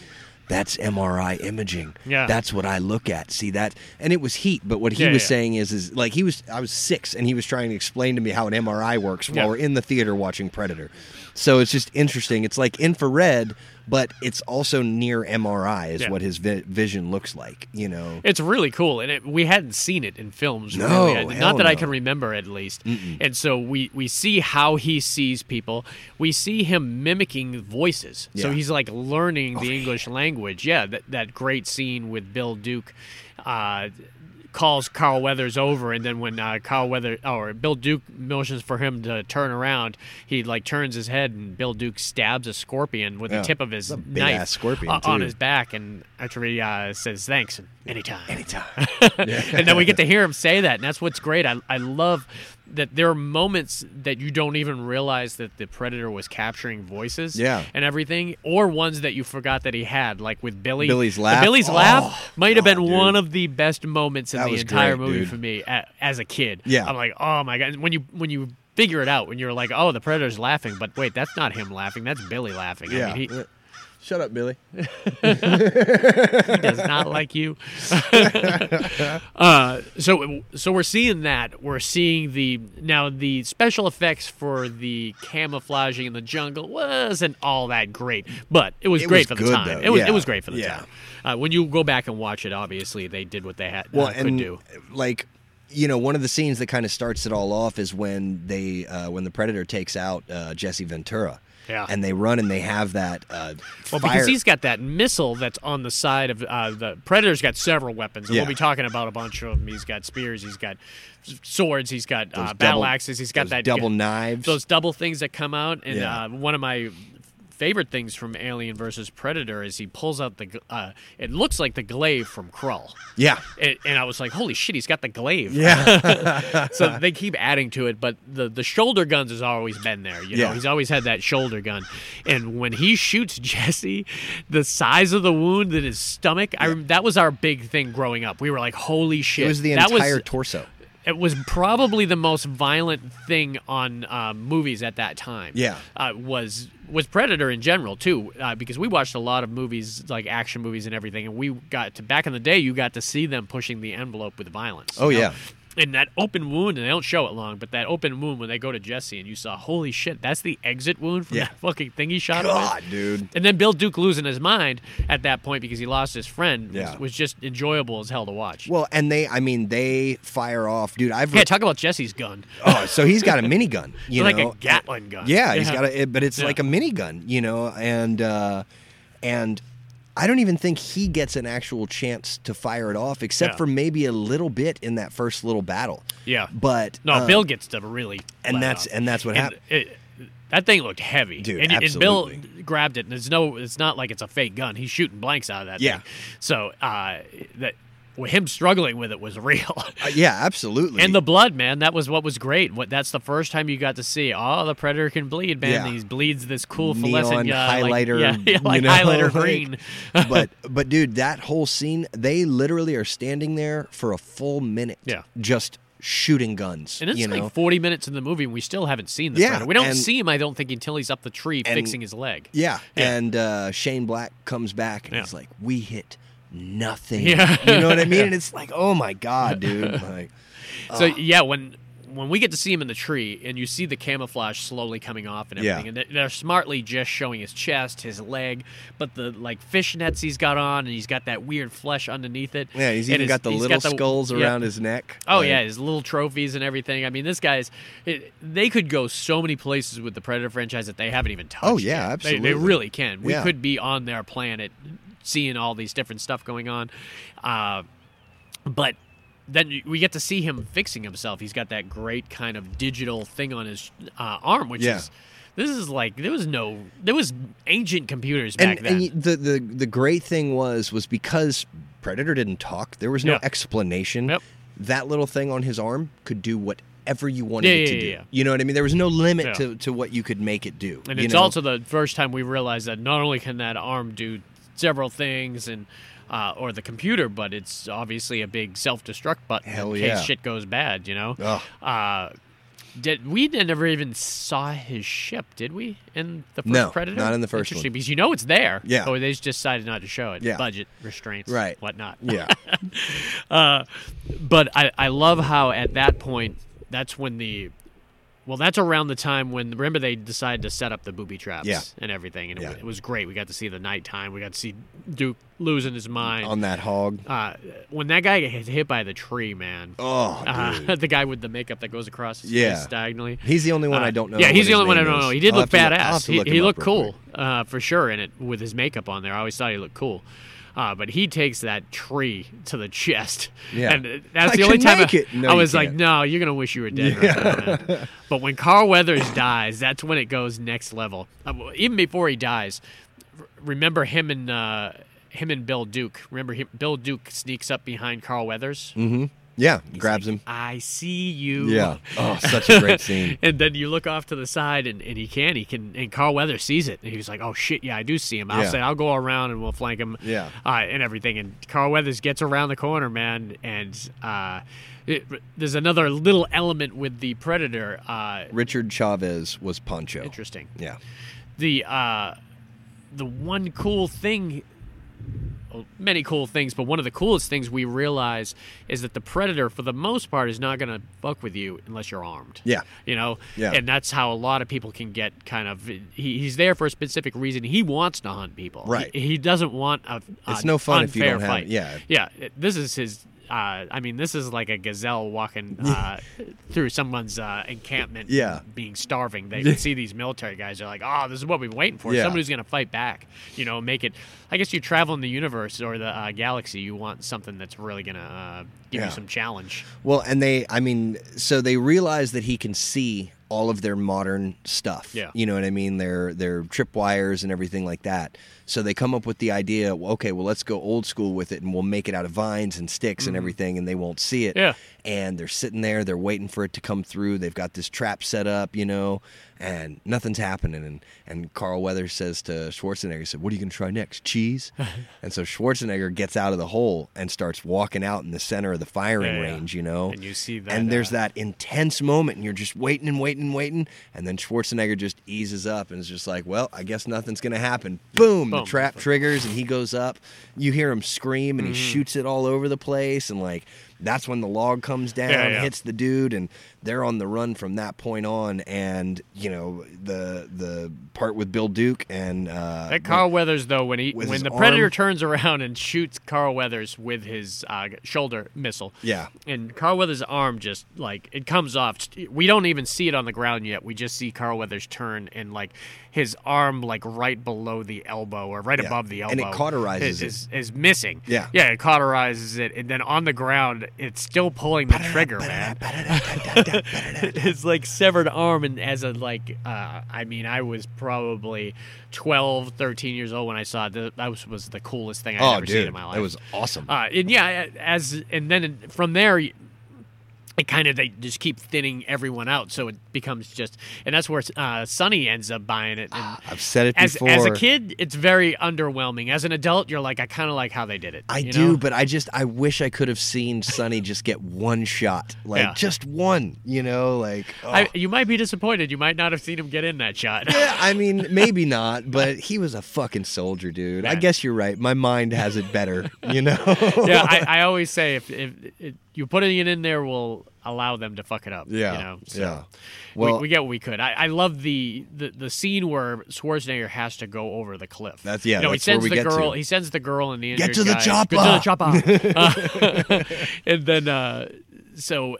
Speaker 4: "That's MRI imaging.
Speaker 3: Yeah.
Speaker 4: that's what I look at. See that?" And it was heat, but what he
Speaker 3: Yeah,
Speaker 4: was
Speaker 3: yeah.
Speaker 4: saying is, is like he was, I was six, and he was trying to explain to me how an MRI works while
Speaker 3: Yeah.
Speaker 4: we're in the theater watching Predator. So it's just interesting. It's like infrared, but it's also near MRI, is
Speaker 3: Yeah.
Speaker 4: what his vi- vision looks like. You know,
Speaker 3: It's really cool, and it, we hadn't seen it in films.
Speaker 4: No,
Speaker 3: really. I-
Speaker 4: hell
Speaker 3: not that I
Speaker 4: no.
Speaker 3: can remember, at least. And so we we see how he sees people. We see him mimicking voices. So
Speaker 4: Yeah. Oh,
Speaker 3: he's like learning the English language. Yeah, that that great scene with Bill Duke. Uh, calls Carl Weathers over and then when uh, Carl Weather or Bill Duke motions for him to turn around he like turns his head and Bill Duke stabs a scorpion with
Speaker 4: Yeah.
Speaker 3: the tip of his
Speaker 4: It's a big
Speaker 3: knife
Speaker 4: ass scorpion,
Speaker 3: o- on
Speaker 4: too.
Speaker 3: his back and Archery uh, says thanks and anytime
Speaker 4: anytime.
Speaker 3: and then we get to hear him say that, and that's what's great. I, I love that there are moments that you don't even realize that the predator was capturing voices,
Speaker 4: Yeah.
Speaker 3: and everything, or ones that you forgot that he had, like with Billy.
Speaker 4: Billy's
Speaker 3: The
Speaker 4: laugh.
Speaker 3: Billy's
Speaker 4: Oh,
Speaker 3: laugh might have
Speaker 4: God,
Speaker 3: been
Speaker 4: dude.
Speaker 3: one of the best moments in
Speaker 4: That
Speaker 3: the
Speaker 4: was
Speaker 3: entire
Speaker 4: great,
Speaker 3: movie
Speaker 4: dude.
Speaker 3: for me a, as a kid.
Speaker 4: Yeah.
Speaker 3: I'm like, oh my god, when you when you. Figure it out when you're like, oh, the predator's laughing, but wait, that's not him laughing. That's Billy laughing. I
Speaker 4: yeah.
Speaker 3: mean, he,
Speaker 4: Shut up, Billy.
Speaker 3: does not like you. uh, so so we're seeing that. We're seeing the now the special effects for the camouflaging in the jungle wasn't all that great, but it was
Speaker 4: It
Speaker 3: great
Speaker 4: was
Speaker 3: for
Speaker 4: good,
Speaker 3: the time.
Speaker 4: though.
Speaker 3: It was
Speaker 4: Yeah.
Speaker 3: it was great for the
Speaker 4: Yeah.
Speaker 3: time. Uh, when you go back and watch it, obviously they did what they had
Speaker 4: well,
Speaker 3: uh, could
Speaker 4: and
Speaker 3: do.
Speaker 4: like you know, one of the scenes that kind of starts it all off is when they uh, when the predator takes out uh, Jesse Ventura.
Speaker 3: Yeah.
Speaker 4: and they run and they have that. Uh,
Speaker 3: Well,
Speaker 4: fire.
Speaker 3: because he's got that missile that's on the side of uh, the Predator's got several weapons. And
Speaker 4: Yeah.
Speaker 3: We'll be talking about a bunch of them. He's got spears. He's got s- swords. He's got uh,
Speaker 4: Those
Speaker 3: battle
Speaker 4: double-
Speaker 3: axes. He's got
Speaker 4: those
Speaker 3: that
Speaker 4: double knives.
Speaker 3: Those double things that come out. And
Speaker 4: Yeah.
Speaker 3: uh, one of my favorite things from Alien versus Predator is he pulls out the. gl- Uh, it looks like the glaive from Krull.
Speaker 4: yeah,
Speaker 3: And, and I was like, "Holy shit, he's got the glaive!"
Speaker 4: yeah,
Speaker 3: so they keep adding to it, but the the shoulder guns has always been there. You know,
Speaker 4: Yeah.
Speaker 3: he's always had that shoulder gun, and when he shoots Jesse, the size of the wound in his stomach, I rem that was our big thing growing up. We were like, "Holy shit!"
Speaker 4: it was the
Speaker 3: that
Speaker 4: entire
Speaker 3: Was,
Speaker 4: torso.
Speaker 3: it was probably the most violent thing on uh, movies at that time.
Speaker 4: Yeah.
Speaker 3: uh, was was Predator in general too, uh, because we watched a lot of movies like action movies and everything, and we got to back in the day, you got to see them pushing the envelope with violence.
Speaker 4: Oh,
Speaker 3: you know?
Speaker 4: yeah.
Speaker 3: And that open wound, and they don't show it long, but that open wound when they go to Jesse and you saw, holy shit, that's the exit wound from
Speaker 4: Yeah.
Speaker 3: that fucking thing he shot. him with?
Speaker 4: God, dude.
Speaker 3: And then Bill Duke losing his mind at that point because he lost his friend was,
Speaker 4: Yeah.
Speaker 3: was just enjoyable as hell to watch.
Speaker 4: Well, and they, I mean, they fire off, dude. I've
Speaker 3: yeah, talk about Jesse's gun.
Speaker 4: Oh, so he's got a minigun, you
Speaker 3: like
Speaker 4: know,
Speaker 3: a Gatling gun.
Speaker 4: Yeah, he's got a, it- but it's
Speaker 3: Yeah.
Speaker 4: like a minigun, you know, and uh, and I don't even think he gets an actual chance to fire it off, except
Speaker 3: Yeah.
Speaker 4: for maybe a little bit in that first little battle.
Speaker 3: Yeah.
Speaker 4: but
Speaker 3: No,
Speaker 4: uh,
Speaker 3: Bill gets to really.
Speaker 4: and
Speaker 3: let
Speaker 4: that's-
Speaker 3: off.
Speaker 4: and that's what happened.
Speaker 3: it- that thing looked heavy,
Speaker 4: Dude,
Speaker 3: And, and
Speaker 4: absolutely.
Speaker 3: Bill grabbed it, and it's no, it's not like it's a fake gun. He's shooting blanks out of that
Speaker 4: Yeah.
Speaker 3: thing. So uh, that him struggling with it was real.
Speaker 4: Uh, yeah, absolutely.
Speaker 3: And the blood, man, that was what was great. What that's the first time you got to see. Oh, the predator can bleed, man.
Speaker 4: Yeah.
Speaker 3: He bleeds this cool
Speaker 4: Neon
Speaker 3: fluorescent uh, like-
Speaker 4: highlighter,
Speaker 3: yeah, yeah,
Speaker 4: you
Speaker 3: like
Speaker 4: know,
Speaker 3: highlighter
Speaker 4: like-
Speaker 3: green.
Speaker 4: but but dude, that whole scene, they literally are standing there for a full minute,
Speaker 3: Yeah.
Speaker 4: just shooting guns.
Speaker 3: And it's
Speaker 4: you
Speaker 3: like
Speaker 4: know?
Speaker 3: 40 minutes in the movie, and we still haven't seen the
Speaker 4: Yeah,
Speaker 3: predator. We don't
Speaker 4: and-
Speaker 3: see him, I don't think, until he's up the tree
Speaker 4: And-
Speaker 3: fixing his leg.
Speaker 4: Yeah.
Speaker 3: Yeah.
Speaker 4: And uh, Shane Black comes back and
Speaker 3: Yeah.
Speaker 4: he's like, we hit nothing.
Speaker 3: Yeah.
Speaker 4: You know what I mean? And it's like, oh my God, dude. Like,
Speaker 3: So yeah, when when we get to see him in the tree and you see the camouflage slowly coming off and
Speaker 4: Yeah.
Speaker 3: everything, and they're, they're smartly just showing his chest, his leg, but the like fishnets he's got on, and he's got that weird flesh underneath it.
Speaker 4: yeah, he's
Speaker 3: and
Speaker 4: even
Speaker 3: his-
Speaker 4: got the
Speaker 3: he's
Speaker 4: little
Speaker 3: got the-
Speaker 4: skulls
Speaker 3: yeah.
Speaker 4: around his neck.
Speaker 3: Oh
Speaker 4: Like,
Speaker 3: yeah, his little trophies and everything. I mean, this guy's it, they could go so many places with the Predator franchise that they haven't even touched.
Speaker 4: Oh, yeah,
Speaker 3: yet. They- They,
Speaker 4: absolutely.
Speaker 3: really can. We
Speaker 4: Yeah.
Speaker 3: could be on their planet, seeing all these different stuff going on. Uh, but then you- we get to see him fixing himself. He's got that great kind of digital thing on his uh, arm, which
Speaker 4: Yeah.
Speaker 3: is this is like there was no there was ancient computers back
Speaker 4: And,
Speaker 3: then.
Speaker 4: and the, the, the great thing was, was because Predator didn't talk, there was no
Speaker 3: Yeah.
Speaker 4: explanation.
Speaker 3: Yep.
Speaker 4: That little thing on his arm could do whatever you wanted
Speaker 3: Yeah,
Speaker 4: it
Speaker 3: yeah,
Speaker 4: to do.
Speaker 3: yeah, yeah.
Speaker 4: You know what I mean? There was no limit
Speaker 3: Yeah.
Speaker 4: to, to what you could make it do.
Speaker 3: And
Speaker 4: you
Speaker 3: it's
Speaker 4: know?
Speaker 3: also the first time we realize that not only can that arm do several things and uh, or the computer, but it's obviously a big self-destruct button
Speaker 4: Hell
Speaker 3: in
Speaker 4: yeah.
Speaker 3: case shit goes bad. You know,
Speaker 4: Ugh.
Speaker 3: uh, did we never even saw his ship? Did we in the first
Speaker 4: No,
Speaker 3: Predator?
Speaker 4: not in the first
Speaker 3: Interesting,
Speaker 4: one.
Speaker 3: because you know it's there.
Speaker 4: Yeah.
Speaker 3: or they just decided not to show it.
Speaker 4: Yeah.
Speaker 3: budget restraints,
Speaker 4: Right.
Speaker 3: Whatnot.
Speaker 4: Yeah.
Speaker 3: Uh, but I, I love how at that point, that's when the, well, that's around the time when remember they decided to set up the booby traps
Speaker 4: Yeah.
Speaker 3: and everything, and it,
Speaker 4: Yeah.
Speaker 3: wa- it was great. We got to see the nighttime. We got to see Duke losing his mind.
Speaker 4: on that hog.
Speaker 3: uh, when that guy gets hit by the tree, man.
Speaker 4: Oh, dude.
Speaker 3: Uh, the guy with the makeup that goes across his
Speaker 4: Yeah.
Speaker 3: face diagonally.
Speaker 4: He's the only one
Speaker 3: Uh,
Speaker 4: I don't know.
Speaker 3: Yeah,
Speaker 4: what
Speaker 3: he's the
Speaker 4: his
Speaker 3: only one I
Speaker 4: name
Speaker 3: don't
Speaker 4: is.
Speaker 3: know. He did
Speaker 4: I'll
Speaker 3: look
Speaker 4: have to I'll have
Speaker 3: badass.
Speaker 4: to
Speaker 3: He,
Speaker 4: look
Speaker 3: he
Speaker 4: him up
Speaker 3: looked
Speaker 4: real
Speaker 3: cool
Speaker 4: quick.
Speaker 3: uh, for sure in it with his makeup on there. I always thought he looked cool. Uh, but he takes that tree to the chest.
Speaker 4: Yeah.
Speaker 3: And uh, that's
Speaker 4: I
Speaker 3: the only
Speaker 4: can
Speaker 3: time
Speaker 4: make
Speaker 3: I,
Speaker 4: it. No,
Speaker 3: I
Speaker 4: you
Speaker 3: was like,
Speaker 4: can't.
Speaker 3: no, you're going to wish you were dead. right now, man." but when Carl Weathers dies, that's when it goes next level. Uh, well, even before he dies, r- remember him and. Uh, him and Bill Duke. Remember, him, Bill Duke sneaks up behind Carl Weathers.
Speaker 4: Yeah, grabs him.
Speaker 3: I see you.
Speaker 4: Mm-hmm. Yeah. Oh, such a great scene.
Speaker 3: And then you look off to the side, and, and he can, he can, and Carl Weather sees it, and he's like, "Oh shit, yeah, I do see him." I'll
Speaker 4: Yeah.
Speaker 3: say, "I'll go around and we'll flank him."
Speaker 4: Yeah.
Speaker 3: uh, and everything. And Carl Weathers gets around the corner, man, and uh, it, there's another little element with the predator. Uh,
Speaker 4: Richard Chavez was Poncho.
Speaker 3: interesting.
Speaker 4: Yeah.
Speaker 3: The uh, the one cool thing. well, Many cool things, but one of the coolest things we realize is that the predator, for the most part, is not going to fuck with you unless you're armed
Speaker 4: Yeah.
Speaker 3: you know
Speaker 4: Yeah.
Speaker 3: and that's how a lot of people can get kind of he, he's there for a specific reason he wants to hunt people
Speaker 4: Right.
Speaker 3: he, he doesn't want a, a
Speaker 4: It's no fun if you
Speaker 3: unfair
Speaker 4: don't have-
Speaker 3: fight
Speaker 4: yeah.
Speaker 3: yeah it- this is his uh, I mean, this is like a gazelle walking uh, through someone's uh, encampment,
Speaker 4: Yeah.
Speaker 3: being starving. They would see these military guys. They're like, "Oh, this is what we've been waiting for.
Speaker 4: Yeah.
Speaker 3: Someone who's going to fight back." You know, make it. I guess you travel in the universe or the uh, galaxy. You want something that's really going to uh, give
Speaker 4: Yeah.
Speaker 3: you some challenge.
Speaker 4: Well, and they, I mean, so they realize that he can see all of their modern stuff.
Speaker 3: Yeah.
Speaker 4: You know what I mean? Their their tripwires and everything like that. So they come up with the idea, well, okay, well, let's go old school with it and we'll make it out of vines and sticks and everything and they won't see it.
Speaker 3: Mm-hmm. Yeah.
Speaker 4: And they're sitting there, they're waiting for it to come through. They've got this trap set up, you know, and nothing's happening. And and Carl Weathers says to Schwarzenegger, he said, What are you gonna try next? Cheese? and so Schwarzenegger gets out of the hole and starts walking out in the center of the firing
Speaker 3: Yeah, yeah.
Speaker 4: range, you know.
Speaker 3: And you see that,
Speaker 4: And there's
Speaker 3: uh,
Speaker 4: that intense moment, and you're just waiting and waiting and waiting. And then Schwarzenegger just eases up and is just like, well, I guess nothing's going to happen. Boom,
Speaker 3: Boom.
Speaker 4: The trap triggers, and he goes up. You hear him scream, and he
Speaker 3: Mm-hmm.
Speaker 4: shoots it all over the place. And like, that's when the log comes down,
Speaker 3: Yeah, yeah.
Speaker 4: hits the dude, and they're on the run from that point on. And, you know, the the part with Bill Duke and. Uh,
Speaker 3: That Carl Weathers though, when he
Speaker 4: with
Speaker 3: when
Speaker 4: his
Speaker 3: the predator
Speaker 4: arm.
Speaker 3: turns around and shoots Carl Weathers with his uh, shoulder missile,
Speaker 4: Yeah.
Speaker 3: and Carl Weathers' arm just like it comes off. We don't even see it on the ground yet. We just see Carl Weathers turn and like his arm like right below the elbow or right
Speaker 4: Yeah.
Speaker 3: above the elbow,
Speaker 4: And it cauterizes
Speaker 3: is,
Speaker 4: it.
Speaker 3: is is missing.
Speaker 4: Yeah.
Speaker 3: yeah, it cauterizes it, and then on the ground it's still pulling the trigger, man. It's like severed arm, and as a like, uh, I mean, I was probably 12, 13 years old when I saw it. That that was, was the coolest thing I've
Speaker 4: Oh,
Speaker 3: ever seen
Speaker 4: dude,
Speaker 3: in my life.
Speaker 4: it was awesome.
Speaker 3: Uh, and yeah, as and then from there, it kind of they just keep thinning everyone out, so it becomes just, and that's where uh, Sonny ends up buying it. And
Speaker 4: I've said it
Speaker 3: as
Speaker 4: before.
Speaker 3: as a kid, it's very underwhelming. As an adult, you're like, I kind of like how they did it.
Speaker 4: I
Speaker 3: you
Speaker 4: do,
Speaker 3: know?
Speaker 4: but I just I wish I could have seen Sonny just get one shot, like
Speaker 3: Yeah.
Speaker 4: just one. You know, like oh.
Speaker 3: I, you might be disappointed. You might not have seen him get in that shot.
Speaker 4: Yeah, I mean, maybe not, but he was a fucking soldier, dude. I
Speaker 3: Man.
Speaker 4: guess you're right. My mind has it better, you know.
Speaker 3: yeah, I, I always say if, if, if you putting it in there will allow them to fuck it up.
Speaker 4: Yeah,
Speaker 3: you know? so
Speaker 4: yeah.
Speaker 3: we-
Speaker 4: Well,
Speaker 3: we, get what we could. I, I love the, the the scene where Schwarzenegger has to go over the cliff.
Speaker 4: That's- yeah,
Speaker 3: You know,
Speaker 4: that's
Speaker 3: he
Speaker 4: where
Speaker 3: sends
Speaker 4: we
Speaker 3: the
Speaker 4: get to.
Speaker 3: girl. He sends the girl and the
Speaker 4: Get
Speaker 3: injured
Speaker 4: to the
Speaker 3: guy, Get to the chopper. Uh, and then uh, so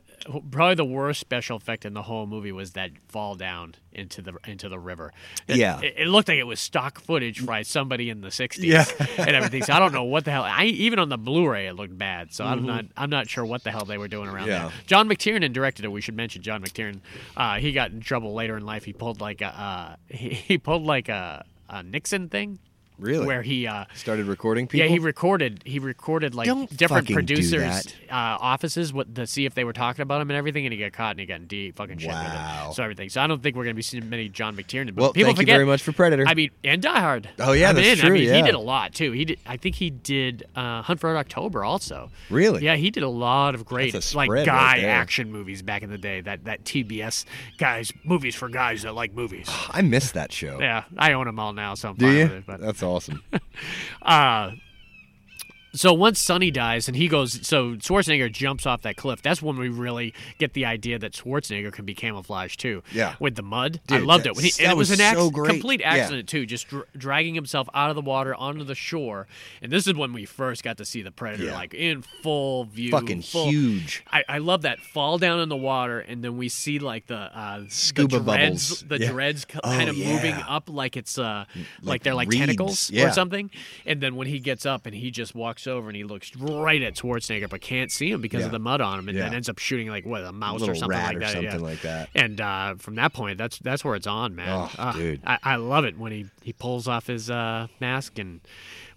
Speaker 3: probably the worst special effect in the whole movie was that fall down into the into the river. It-
Speaker 4: Yeah.
Speaker 3: it, it looked like it was stock footage by somebody in the '60s
Speaker 4: Yeah.
Speaker 3: and everything. So I don't know what the hell. I even on the Blu-ray it looked bad. So
Speaker 4: Mm-hmm.
Speaker 3: I'm not I'm not sure what the hell they were doing around
Speaker 4: Yeah.
Speaker 3: there. John McTiernan directed it. We should mention John McTiernan. Uh, he got in trouble later in life. He pulled like a uh, he, he pulled like a, a Nixon thing.
Speaker 4: Really?
Speaker 3: Where he uh,
Speaker 4: started recording people.
Speaker 3: yeah, he recorded. He recorded like
Speaker 4: Don't
Speaker 3: different
Speaker 4: fucking do
Speaker 3: producers'
Speaker 4: that.
Speaker 3: uh, offices what, to see if they were talking about him and everything, and he got caught and he got in D fucking shit. with it.
Speaker 4: Wow.
Speaker 3: So everything. So I don't think we're gonna be seeing many John McTiernan. But
Speaker 4: Well,
Speaker 3: people
Speaker 4: thank you
Speaker 3: forget-
Speaker 4: very much for Predator.
Speaker 3: I mean, and Die Hard.
Speaker 4: Oh, yeah,
Speaker 3: I'm
Speaker 4: that's
Speaker 3: in. I
Speaker 4: true,
Speaker 3: mean, he
Speaker 4: yeah.
Speaker 3: did a lot too. He did. I think he did uh, Hunt for Red October also.
Speaker 4: Really?
Speaker 3: Yeah, he did a lot of great
Speaker 4: That's a
Speaker 3: like
Speaker 4: spread right
Speaker 3: guy
Speaker 4: there.
Speaker 3: action movies back in the day. That that TBS guys movies for guys that like movies.
Speaker 4: I missed that show.
Speaker 3: yeah, I own them all now, so I'm
Speaker 4: Do
Speaker 3: fine
Speaker 4: you?
Speaker 3: with it. But
Speaker 4: That's awesome.
Speaker 3: uh so once Sonny dies and he goes, so Schwarzenegger jumps off that cliff. That's when we really get the idea that Schwarzenegger can be camouflaged too.
Speaker 4: Yeah.
Speaker 3: with the mud, I
Speaker 4: Dude,
Speaker 3: loved
Speaker 4: that-
Speaker 3: it. When he,
Speaker 4: that
Speaker 3: and it was,
Speaker 4: was
Speaker 3: an
Speaker 4: so
Speaker 3: acc-
Speaker 4: great.
Speaker 3: complete
Speaker 4: Yeah.
Speaker 3: accident too, just dr- dragging himself out of the water onto the shore. And this is when we first got to see the predator
Speaker 4: Yeah.
Speaker 3: like in full view,
Speaker 4: Fucking
Speaker 3: full-
Speaker 4: huge.
Speaker 3: I, I love that fall down in the water, and then we see like the uh,
Speaker 4: Scuba
Speaker 3: the dreads,
Speaker 4: bubbles.
Speaker 3: the
Speaker 4: Yeah.
Speaker 3: dreads co-
Speaker 4: Oh,
Speaker 3: kind of moving
Speaker 4: yeah. Mm,
Speaker 3: up like it's uh like,
Speaker 4: like
Speaker 3: they're like
Speaker 4: reeds.
Speaker 3: tentacles
Speaker 4: Yeah.
Speaker 3: or something. And then when he gets up and he just walks over and he looks right at Schwarzenegger but can't see him because of
Speaker 4: Yeah.
Speaker 3: the mud on him, and then
Speaker 4: Yeah.
Speaker 3: ends up shooting like what a mouse or
Speaker 4: little
Speaker 3: something
Speaker 4: rat
Speaker 3: like
Speaker 4: or
Speaker 3: that. yeah.
Speaker 4: something like that.
Speaker 3: And uh, from that point, that's that's where it's on, man.
Speaker 4: Oh,
Speaker 3: Uh,
Speaker 4: dude.
Speaker 3: I, I love it when he he pulls off his uh, mask and.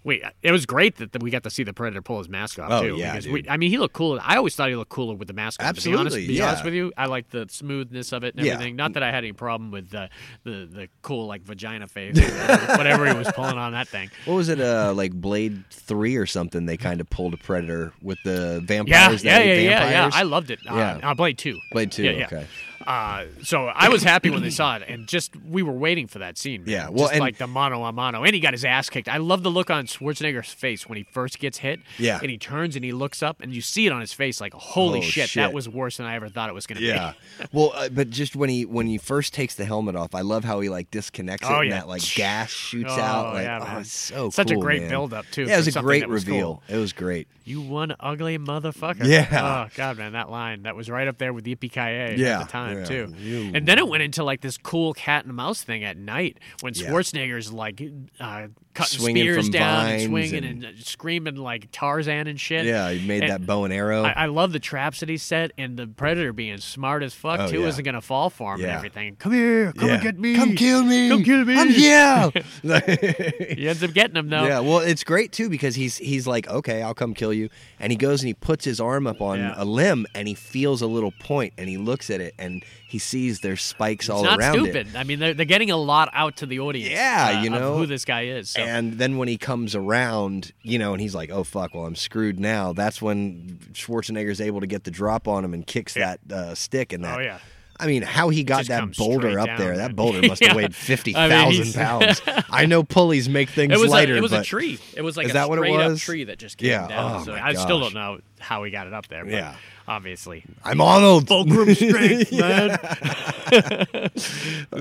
Speaker 3: Wait, it was great that, that we got to see the predator pull his mask off
Speaker 4: Oh,
Speaker 3: too.
Speaker 4: yeah,
Speaker 3: because we-
Speaker 4: dude.
Speaker 3: I mean, he looked cool. I always thought he looked cooler with the mask on. to be honest,
Speaker 4: Absolutely,
Speaker 3: be honest
Speaker 4: yeah.
Speaker 3: with you, I like the smoothness of it and
Speaker 4: Yeah.
Speaker 3: everything. Not that I had any problem with the the, the cool like vagina face, or whatever he was pulling on that thing.
Speaker 4: What was it? Uh, like Blade Three or something? They kind of pulled a Predator with the
Speaker 3: Yeah,
Speaker 4: vampires.
Speaker 3: yeah,
Speaker 4: that
Speaker 3: yeah,
Speaker 4: ate
Speaker 3: yeah, yeah.
Speaker 4: vampires.
Speaker 3: I loved it. Uh,
Speaker 4: Yeah.
Speaker 3: uh, Blade Two.
Speaker 4: Blade Two.
Speaker 3: Yeah, yeah.
Speaker 4: Okay.
Speaker 3: Uh, so I was happy when they saw it, and just we were waiting for that scene. man.
Speaker 4: Yeah, well,
Speaker 3: just
Speaker 4: and-
Speaker 3: like the mano a mano, and he got his ass kicked. I love the look on Schwarzenegger's face when he first gets hit.
Speaker 4: Yeah.
Speaker 3: and he turns and he looks up, and you see it on his face, like, holy
Speaker 4: Oh,
Speaker 3: shit,
Speaker 4: shit.
Speaker 3: that was worse than I ever thought it was going to
Speaker 4: Yeah. well, uh, but just when he when he first takes the helmet off, I love how he like disconnects it
Speaker 3: Oh,
Speaker 4: and
Speaker 3: yeah.
Speaker 4: that like gas shoots
Speaker 3: Oh,
Speaker 4: out. Like,
Speaker 3: yeah,
Speaker 4: oh,
Speaker 3: man.
Speaker 4: it's so
Speaker 3: Such a
Speaker 4: cool,
Speaker 3: great
Speaker 4: man.
Speaker 3: build-up, too,
Speaker 4: Yeah, it
Speaker 3: for
Speaker 4: was a
Speaker 3: something
Speaker 4: great
Speaker 3: that was
Speaker 4: reveal. It was great.
Speaker 3: be. You one ugly motherfucker.
Speaker 4: Yeah.
Speaker 3: Oh god, man, that line that was right up there with Yippee Ki
Speaker 4: Yeah,
Speaker 3: at the time
Speaker 4: yeah.
Speaker 3: too.
Speaker 4: You-
Speaker 3: And then it went into like this cool cat and mouse thing at night when
Speaker 4: Yeah.
Speaker 3: Schwarzenegger's like uh, cutting
Speaker 4: Swinging
Speaker 3: spears
Speaker 4: from
Speaker 3: down, and
Speaker 4: vines
Speaker 3: swinging and, uh,
Speaker 4: and-
Speaker 3: screaming like Tarzan and shit.
Speaker 4: Yeah, he made
Speaker 3: And-
Speaker 4: that bow and arrow.
Speaker 3: I, I love the traps that he set and the predator being smart as fuck
Speaker 4: Oh,
Speaker 3: too
Speaker 4: yeah.
Speaker 3: isn't gonna fall for him and
Speaker 4: Yeah.
Speaker 3: everything. Come here, come and
Speaker 4: Yeah.
Speaker 3: get me.
Speaker 4: Come kill me.
Speaker 3: Come kill me.
Speaker 4: I'm here.
Speaker 3: He ends up getting him though.
Speaker 4: Yeah, well, it's great too because he's he's like, okay, I'll come kill you, and he goes and he puts his arm up on
Speaker 3: Yeah.
Speaker 4: a limb and he feels a little point and he looks at it and he sees there's spikes all
Speaker 3: it's not
Speaker 4: around
Speaker 3: stupid.
Speaker 4: it.
Speaker 3: I mean, they're, they're getting a lot out to the audience.
Speaker 4: Yeah,
Speaker 3: uh,
Speaker 4: you
Speaker 3: of
Speaker 4: know.
Speaker 3: who this guy is. So.
Speaker 4: And then when he comes around, you know, and he's like, "Oh fuck, well I'm screwed now." That's when Schwarzenegger's able to get the drop on him and kicks that uh, stick and that.
Speaker 3: Oh, yeah.
Speaker 4: I mean, how he got
Speaker 3: Just
Speaker 4: that
Speaker 3: comes
Speaker 4: boulder
Speaker 3: straight
Speaker 4: up
Speaker 3: down,
Speaker 4: there?
Speaker 3: man.
Speaker 4: That boulder must have
Speaker 3: Yeah.
Speaker 4: weighed fifty
Speaker 3: I mean,
Speaker 4: thousand
Speaker 3: he's-
Speaker 4: pounds. I know pulleys make things
Speaker 3: it was
Speaker 4: lighter.
Speaker 3: a, it was a
Speaker 4: but-
Speaker 3: tree. It was like
Speaker 4: Is
Speaker 3: a
Speaker 4: that what it
Speaker 3: straight up
Speaker 4: was?
Speaker 3: tree that just came
Speaker 4: Yeah.
Speaker 3: down.
Speaker 4: Oh,
Speaker 3: so
Speaker 4: my
Speaker 3: I still don't know
Speaker 4: gosh.
Speaker 3: how he got it up there. But
Speaker 4: Yeah.
Speaker 3: obviously.
Speaker 4: I'm Arnold.
Speaker 3: Fulcrum strength, man.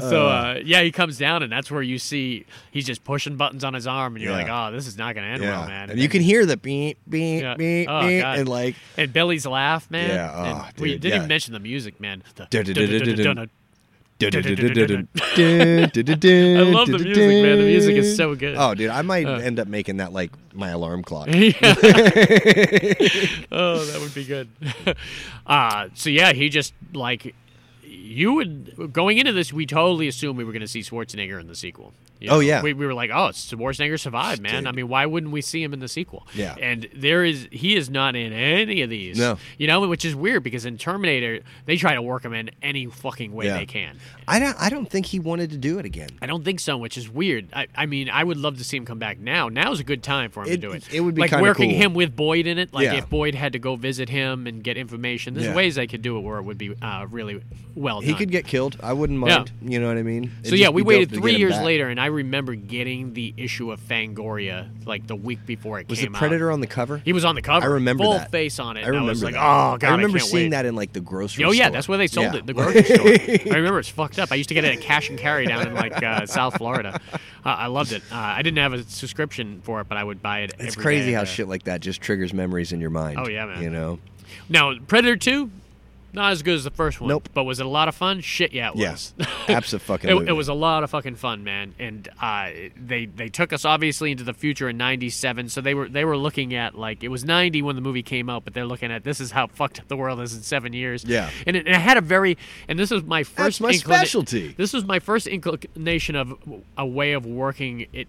Speaker 3: so uh, yeah, he comes down, and that's where you see he's just pushing buttons on his arm, and you're
Speaker 4: Yeah.
Speaker 3: like, oh, this is not going to end well, man.
Speaker 4: And you can hear the beep, beep,
Speaker 3: Yeah.
Speaker 4: beep,
Speaker 3: Oh,
Speaker 4: beep,
Speaker 3: God.
Speaker 4: and like,
Speaker 3: And Billy's laugh, man.
Speaker 4: Yeah, oh,
Speaker 3: And we
Speaker 4: dude,
Speaker 3: didn't
Speaker 4: yeah.
Speaker 3: even mention the music, man. The
Speaker 4: Dun, dun, dun, dun, dun, dun.
Speaker 3: dun, dun, dun,
Speaker 4: I love
Speaker 3: love
Speaker 4: the
Speaker 3: the music, man. The music is so good. Uh.
Speaker 4: Oh, dude, I might end up making that like my alarm clock.
Speaker 3: oh, that would be good. uh, so yeah, he just like you would going into this, we totally assumed we were going to see Schwarzenegger in the sequel. You
Speaker 4: Oh, yeah.
Speaker 3: we, we were like, oh, Schwarzenegger survived, man. I mean, why wouldn't we see him in the sequel?
Speaker 4: Yeah.
Speaker 3: and there is he is not in any of these.
Speaker 4: No.
Speaker 3: you know, which is weird because in Terminator they try to work him in any fucking way
Speaker 4: Yeah.
Speaker 3: they can.
Speaker 4: I don't. I don't think he wanted to do it again.
Speaker 3: I don't think so, which is weird. I, I mean, I would love to see him come back now. Now's a good time for him
Speaker 4: It-
Speaker 3: to do it.
Speaker 4: it would be
Speaker 3: like
Speaker 4: kinda
Speaker 3: working
Speaker 4: cool.
Speaker 3: him with Boyd in it. Like
Speaker 4: Yeah.
Speaker 3: if Boyd had to go visit him and get information, there's
Speaker 4: Yeah.
Speaker 3: ways they could do it where it would be uh, really well
Speaker 4: He
Speaker 3: done.
Speaker 4: could get killed. I wouldn't
Speaker 3: Yeah.
Speaker 4: mind. You know what I mean? It'd
Speaker 3: so yeah,
Speaker 4: just
Speaker 3: we
Speaker 4: be dope
Speaker 3: waited
Speaker 4: to get
Speaker 3: three
Speaker 4: him
Speaker 3: years
Speaker 4: back.
Speaker 3: later, and I remember getting the issue of Fangoria like the week before it
Speaker 4: Was the
Speaker 3: came out.
Speaker 4: Predator on the cover?
Speaker 3: He was on the cover.
Speaker 4: I remember
Speaker 3: full
Speaker 4: that.
Speaker 3: face on it.
Speaker 4: I
Speaker 3: and
Speaker 4: remember
Speaker 3: was like,
Speaker 4: that.
Speaker 3: oh god,
Speaker 4: I remember
Speaker 3: can't
Speaker 4: seeing
Speaker 3: wait.
Speaker 4: that in like the grocery.
Speaker 3: Oh yeah,
Speaker 4: store.
Speaker 3: that's where they sold
Speaker 4: Yeah.
Speaker 3: it, the grocery store. I remember it's fucked up. I used to get it at Cash and Carry down in like uh, South Florida. Uh, I loved it. Uh, I didn't have a subscription for it, but I would buy it.
Speaker 4: It's
Speaker 3: every
Speaker 4: crazy
Speaker 3: day
Speaker 4: how
Speaker 3: there.
Speaker 4: shit like that just triggers memories in your mind.
Speaker 3: Oh, yeah, man.
Speaker 4: You know?
Speaker 3: Now Predator Two, not as good as the first one.
Speaker 4: Nope.
Speaker 3: But was it a lot of fun? Shit, yeah, it was.
Speaker 4: Yes. Absolutely.
Speaker 3: It, it was a lot of fucking fun, man. And uh, they they took us obviously into the future in '97, so they were they were looking at like it was '90 when the movie came out, but they're looking at this is how fucked up the world is in seven years.
Speaker 4: Yeah.
Speaker 3: and it, and it had a very and this was my first
Speaker 4: my
Speaker 3: inclina-
Speaker 4: specialty.
Speaker 3: This was my first inclination of a way of working it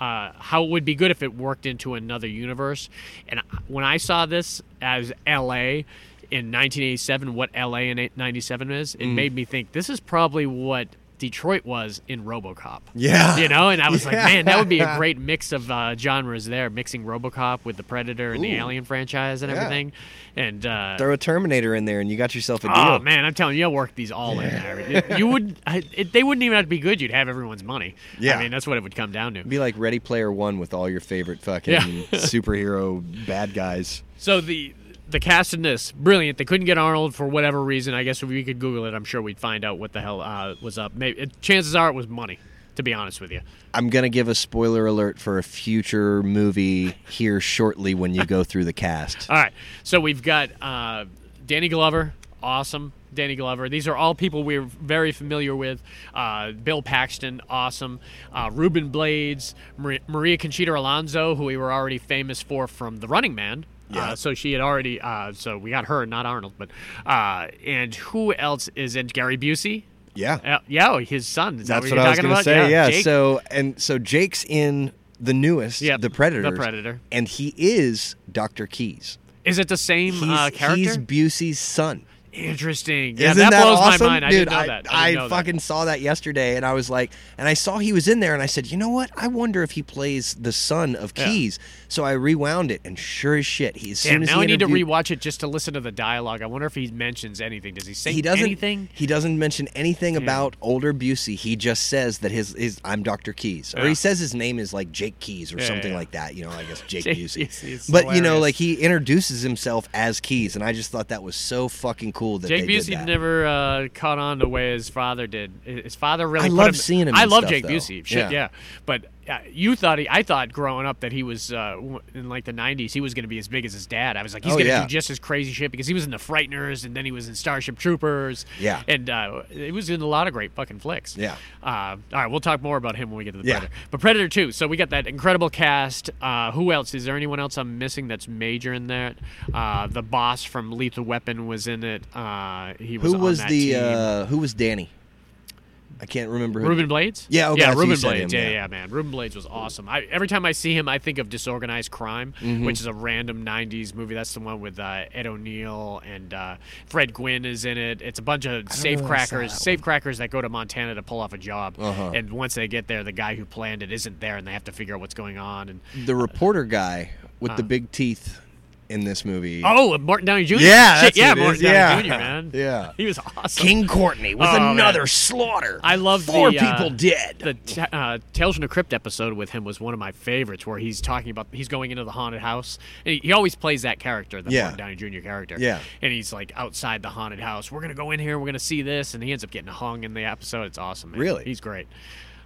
Speaker 3: uh, how it would be good if it worked into another universe. And I- when I saw this as LA in 1987, what LA in eight- 97 is,
Speaker 4: Mm.
Speaker 3: it made me think this is probably what Detroit was in RoboCop.
Speaker 4: Yeah.
Speaker 3: You know, and I was like,
Speaker 4: Yeah.
Speaker 3: man, that would be a great mix of uh, genres there, mixing RoboCop with the Predator and the Alien franchise and
Speaker 4: Yeah.
Speaker 3: everything. And uh,
Speaker 4: Throw a Terminator in there and you got yourself a deal.
Speaker 3: Oh man, I'm telling you, I work these all in there. You would, I, it, they wouldn't even have to be good. You'd have everyone's money.
Speaker 4: Yeah.
Speaker 3: I mean that's what it would come down to.
Speaker 4: Be like Ready Player One with all your favorite fucking
Speaker 3: Yeah.
Speaker 4: superhero bad guys.
Speaker 3: So the the cast in this brilliant. They couldn't get Arnold for whatever reason. I guess if we could Google it, I'm sure we'd find out what the hell uh, was up. Maybe it, chances are it was money. To be honest with you,
Speaker 4: I'm gonna give a spoiler alert for a future movie here shortly when you go through the cast.
Speaker 3: all right. So we've got uh, Danny Glover, awesome. Danny Glover. These are all people we're very familiar with. Uh, Bill Paxton, awesome. Uh, Ruben Blades, Maria, Maria Conchita Alonso, who we were already famous for from The Running Man. Uh, so she had already. Uh, so we got her, not Arnold, but uh, and who else is in Gary Busey?
Speaker 4: Yeah.
Speaker 3: Uh, yeah, his son. Is that
Speaker 4: That's
Speaker 3: what,
Speaker 4: what I was
Speaker 3: you're
Speaker 4: gonna
Speaker 3: talking about?
Speaker 4: say. Yeah.
Speaker 3: Jake.
Speaker 4: So and so Jake's in the newest,
Speaker 3: Yep,
Speaker 4: the Predator.
Speaker 3: The Predator.
Speaker 4: And he is Dr. Keys.
Speaker 3: is it the same
Speaker 4: He's,
Speaker 3: uh,
Speaker 4: he's
Speaker 3: character?
Speaker 4: Busey's son.
Speaker 3: Interesting. Yeah,
Speaker 4: Isn't
Speaker 3: that,
Speaker 4: that,
Speaker 3: blows
Speaker 4: awesome?
Speaker 3: my mind. I
Speaker 4: Dude,
Speaker 3: didn't know that. I,
Speaker 4: I,
Speaker 3: didn't know that.
Speaker 4: fucking saw that yesterday and I was like, and I saw he was in there and I said, you know what? I wonder if he plays the son of
Speaker 3: Yeah.
Speaker 4: Keys. So I rewound it and sure as shit, he, as
Speaker 3: Damn,
Speaker 4: soon as
Speaker 3: now
Speaker 4: he
Speaker 3: I need to
Speaker 4: interviewed-
Speaker 3: rewatch it just to listen to the dialogue. I wonder if he mentions anything. Does he say
Speaker 4: He doesn't.
Speaker 3: anything? Hmm.
Speaker 4: He doesn't mention anything about older Busey. He just says that his is I'm Dr. Keys, or
Speaker 3: Yeah.
Speaker 4: he says his name is like Jake Keys or
Speaker 3: yeah,
Speaker 4: something
Speaker 3: yeah.
Speaker 4: like that. You know, I guess Jake,
Speaker 3: Jake
Speaker 4: Busey.
Speaker 3: Busey is
Speaker 4: but you know,
Speaker 3: hilarious.
Speaker 4: like he introduces himself as Keys, and I just thought that was so fucking cool that
Speaker 3: Jake
Speaker 4: they
Speaker 3: Busey
Speaker 4: did that.
Speaker 3: never uh, caught on the way his father did. His father really.
Speaker 4: I
Speaker 3: put
Speaker 4: love
Speaker 3: him,
Speaker 4: seeing him
Speaker 3: I
Speaker 4: in
Speaker 3: love
Speaker 4: stuff,
Speaker 3: Jake
Speaker 4: though.
Speaker 3: Busey. Shit, yeah.
Speaker 4: Yeah.
Speaker 3: But uh, you thought he? I thought growing up that he was uh, w- in like the '90s. He was going to be as big as his dad. I was like, he's
Speaker 4: Oh,
Speaker 3: going to
Speaker 4: yeah.
Speaker 3: do just as crazy shit because he was in the Frighteners and then he was in Starship Troopers.
Speaker 4: Yeah.
Speaker 3: And uh, he was in a lot of great fucking flicks.
Speaker 4: Yeah.
Speaker 3: Uh, all right, we'll talk more about him when we get to the
Speaker 4: Yeah.
Speaker 3: Predator. But Predator Two. So we got that incredible cast. Uh, who else? Is there anyone else I'm missing that's major in that? Uh, the boss from Lethal Weapon was in it. Uh, he was
Speaker 4: Who
Speaker 3: on
Speaker 4: was
Speaker 3: that
Speaker 4: the
Speaker 3: team.
Speaker 4: uh, Who was Danny? I can't remember. Who
Speaker 3: Ruben Blades?
Speaker 4: Yeah, okay,
Speaker 3: yeah,
Speaker 4: that's who you
Speaker 3: Ruben
Speaker 4: said
Speaker 3: Blades.
Speaker 4: him,
Speaker 3: yeah, yeah,
Speaker 4: yeah.
Speaker 3: man. Ruben Blades was awesome. I, every time I see him, I think of Disorganized Crime,
Speaker 4: Mm-hmm.
Speaker 3: which is a random '90s movie. That's the one with uh, Ed O'Neill and uh, Fred Gwynn is in it. It's a bunch of safecrackers, safecrackers that go to Montana to pull off a job,
Speaker 4: Uh-huh.
Speaker 3: and once they get there, the guy who planned it isn't there, and they have to figure out what's going on. And
Speaker 4: the reporter guy with the big teeth in this movie.
Speaker 3: oh, Martin Downey Jr.
Speaker 4: Yeah,
Speaker 3: Shit,
Speaker 4: that's who
Speaker 3: yeah,
Speaker 4: it is.
Speaker 3: Martin
Speaker 4: Yeah.
Speaker 3: Downey Jr. Man,
Speaker 4: Yeah.
Speaker 3: he was awesome.
Speaker 4: King Courtney was
Speaker 3: Oh, man.
Speaker 4: another slaughter.
Speaker 3: I love
Speaker 4: four
Speaker 3: the, uh,
Speaker 4: people dead.
Speaker 3: The t- uh, Tales from the Crypt episode with him was one of my favorites, where he's talking about he's going into the haunted house. And he, he always plays that character, the
Speaker 4: Yeah.
Speaker 3: Martin Downey Jr. character.
Speaker 4: Yeah.
Speaker 3: and he's like outside the haunted house. We're gonna go in here. We're gonna see this, and he ends up getting hung in the episode. It's awesome. man.
Speaker 4: Really?
Speaker 3: he's great.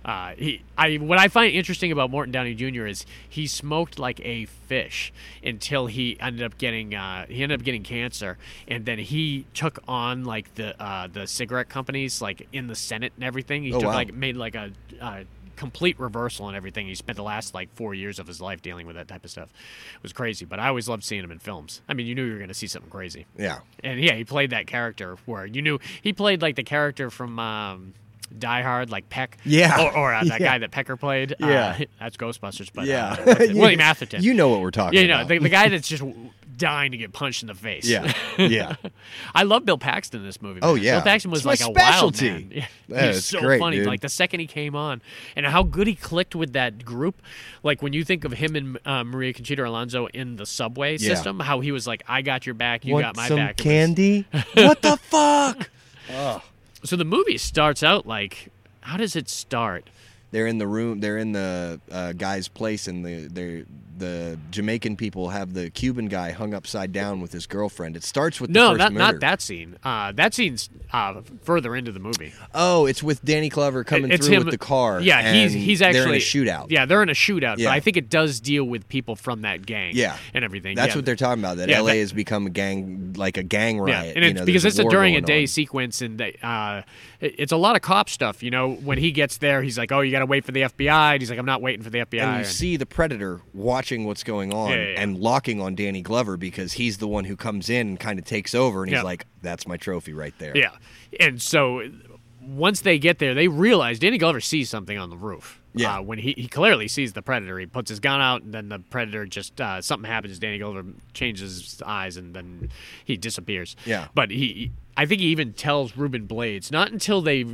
Speaker 3: Uh, he, I, what I find interesting about Morton Downey Jr. is he smoked like a fish until he ended up getting, uh, he ended up getting cancer, and then he took on like the uh, the cigarette companies, like in the Senate and everything. He
Speaker 4: Oh,
Speaker 3: took
Speaker 4: wow.
Speaker 3: like made like a. Uh, complete reversal and everything he spent the last like four years of his life dealing with that type of stuff it was crazy but i always loved seeing him in films i mean you knew you were going to see something crazy
Speaker 4: Yeah.
Speaker 3: and yeah, he played that character where you knew he played like the character from um, Die Hard, like Peck.
Speaker 4: Yeah.
Speaker 3: Or, or uh, that
Speaker 4: Yeah.
Speaker 3: guy that Pecker played. Uh,
Speaker 4: Yeah.
Speaker 3: that's Ghostbusters, but
Speaker 4: Yeah.
Speaker 3: yeah. Uh, what's it? William Atherton.
Speaker 4: You know what we're talking
Speaker 3: yeah, you know,
Speaker 4: about.
Speaker 3: the, the guy that's just dying to get punched in the face.
Speaker 4: yeah. Yeah.
Speaker 3: I love Bill Paxton in this movie.
Speaker 4: Oh,
Speaker 3: man.
Speaker 4: yeah.
Speaker 3: Bill Paxton was
Speaker 4: It's my
Speaker 3: like a
Speaker 4: specialty.
Speaker 3: wild man.
Speaker 4: Yeah,
Speaker 3: He's
Speaker 4: it's
Speaker 3: so
Speaker 4: great,
Speaker 3: funny.
Speaker 4: dude.
Speaker 3: Like the second he came on, and how good he clicked with that group. Like when you think of him and uh, Maria Conchita Alonso in the subway system, how he was like, "I got your back, you
Speaker 4: Want
Speaker 3: got my
Speaker 4: some
Speaker 3: back." It was-
Speaker 4: candy? what the fuck?
Speaker 3: So the movie starts out like, how does it start?
Speaker 4: They're in the room. They're in the uh, guy's place, and the they're, the Jamaican people have the Cuban guy hung upside down with his girlfriend. It starts with the
Speaker 3: No,
Speaker 4: first
Speaker 3: not
Speaker 4: murder.
Speaker 3: not that scene. Uh, that scene's uh, further into the movie.
Speaker 4: Oh, it's with Danny Glover coming
Speaker 3: it's
Speaker 4: through
Speaker 3: him
Speaker 4: with the car.
Speaker 3: Yeah, he's
Speaker 4: and
Speaker 3: he's
Speaker 4: they're in
Speaker 3: actually
Speaker 4: a shootout.
Speaker 3: Yeah, they're in a shootout.
Speaker 4: Yeah.
Speaker 3: But I think it does deal with people from that gang.
Speaker 4: Yeah.
Speaker 3: and everything.
Speaker 4: That's
Speaker 3: Yeah.
Speaker 4: what they're talking about. That
Speaker 3: Yeah,
Speaker 4: LA
Speaker 3: that-
Speaker 4: has become a gang, like a gang riot.
Speaker 3: Yeah,
Speaker 4: you
Speaker 3: and it's
Speaker 4: know,
Speaker 3: because
Speaker 4: there's
Speaker 3: it's a
Speaker 4: war
Speaker 3: during a
Speaker 4: going
Speaker 3: day
Speaker 4: on.
Speaker 3: sequence, and they, uh, it- it's a lot of cop stuff. You know, when he gets there, he's like, "Oh, you got to wait for the FBI," and he's like, "I'm not waiting for the FBI."
Speaker 4: And you
Speaker 3: And-
Speaker 4: see the predator watching what's going on
Speaker 3: Yeah, yeah, yeah.
Speaker 4: and locking on Danny Glover because he's the one who comes in and kind of takes over, and he's
Speaker 3: Yeah.
Speaker 4: like, "That's my trophy right there."
Speaker 3: Yeah. And so once they get there, they realize Danny Glover sees something on the roof.
Speaker 4: Yeah.
Speaker 3: Uh, when he, he clearly sees the predator, he puts his gun out, and then the predator just uh, something happens. Danny Glover changes his eyes, and then he disappears.
Speaker 4: Yeah.
Speaker 3: But he, I think he even tells Ruben Blades not until they,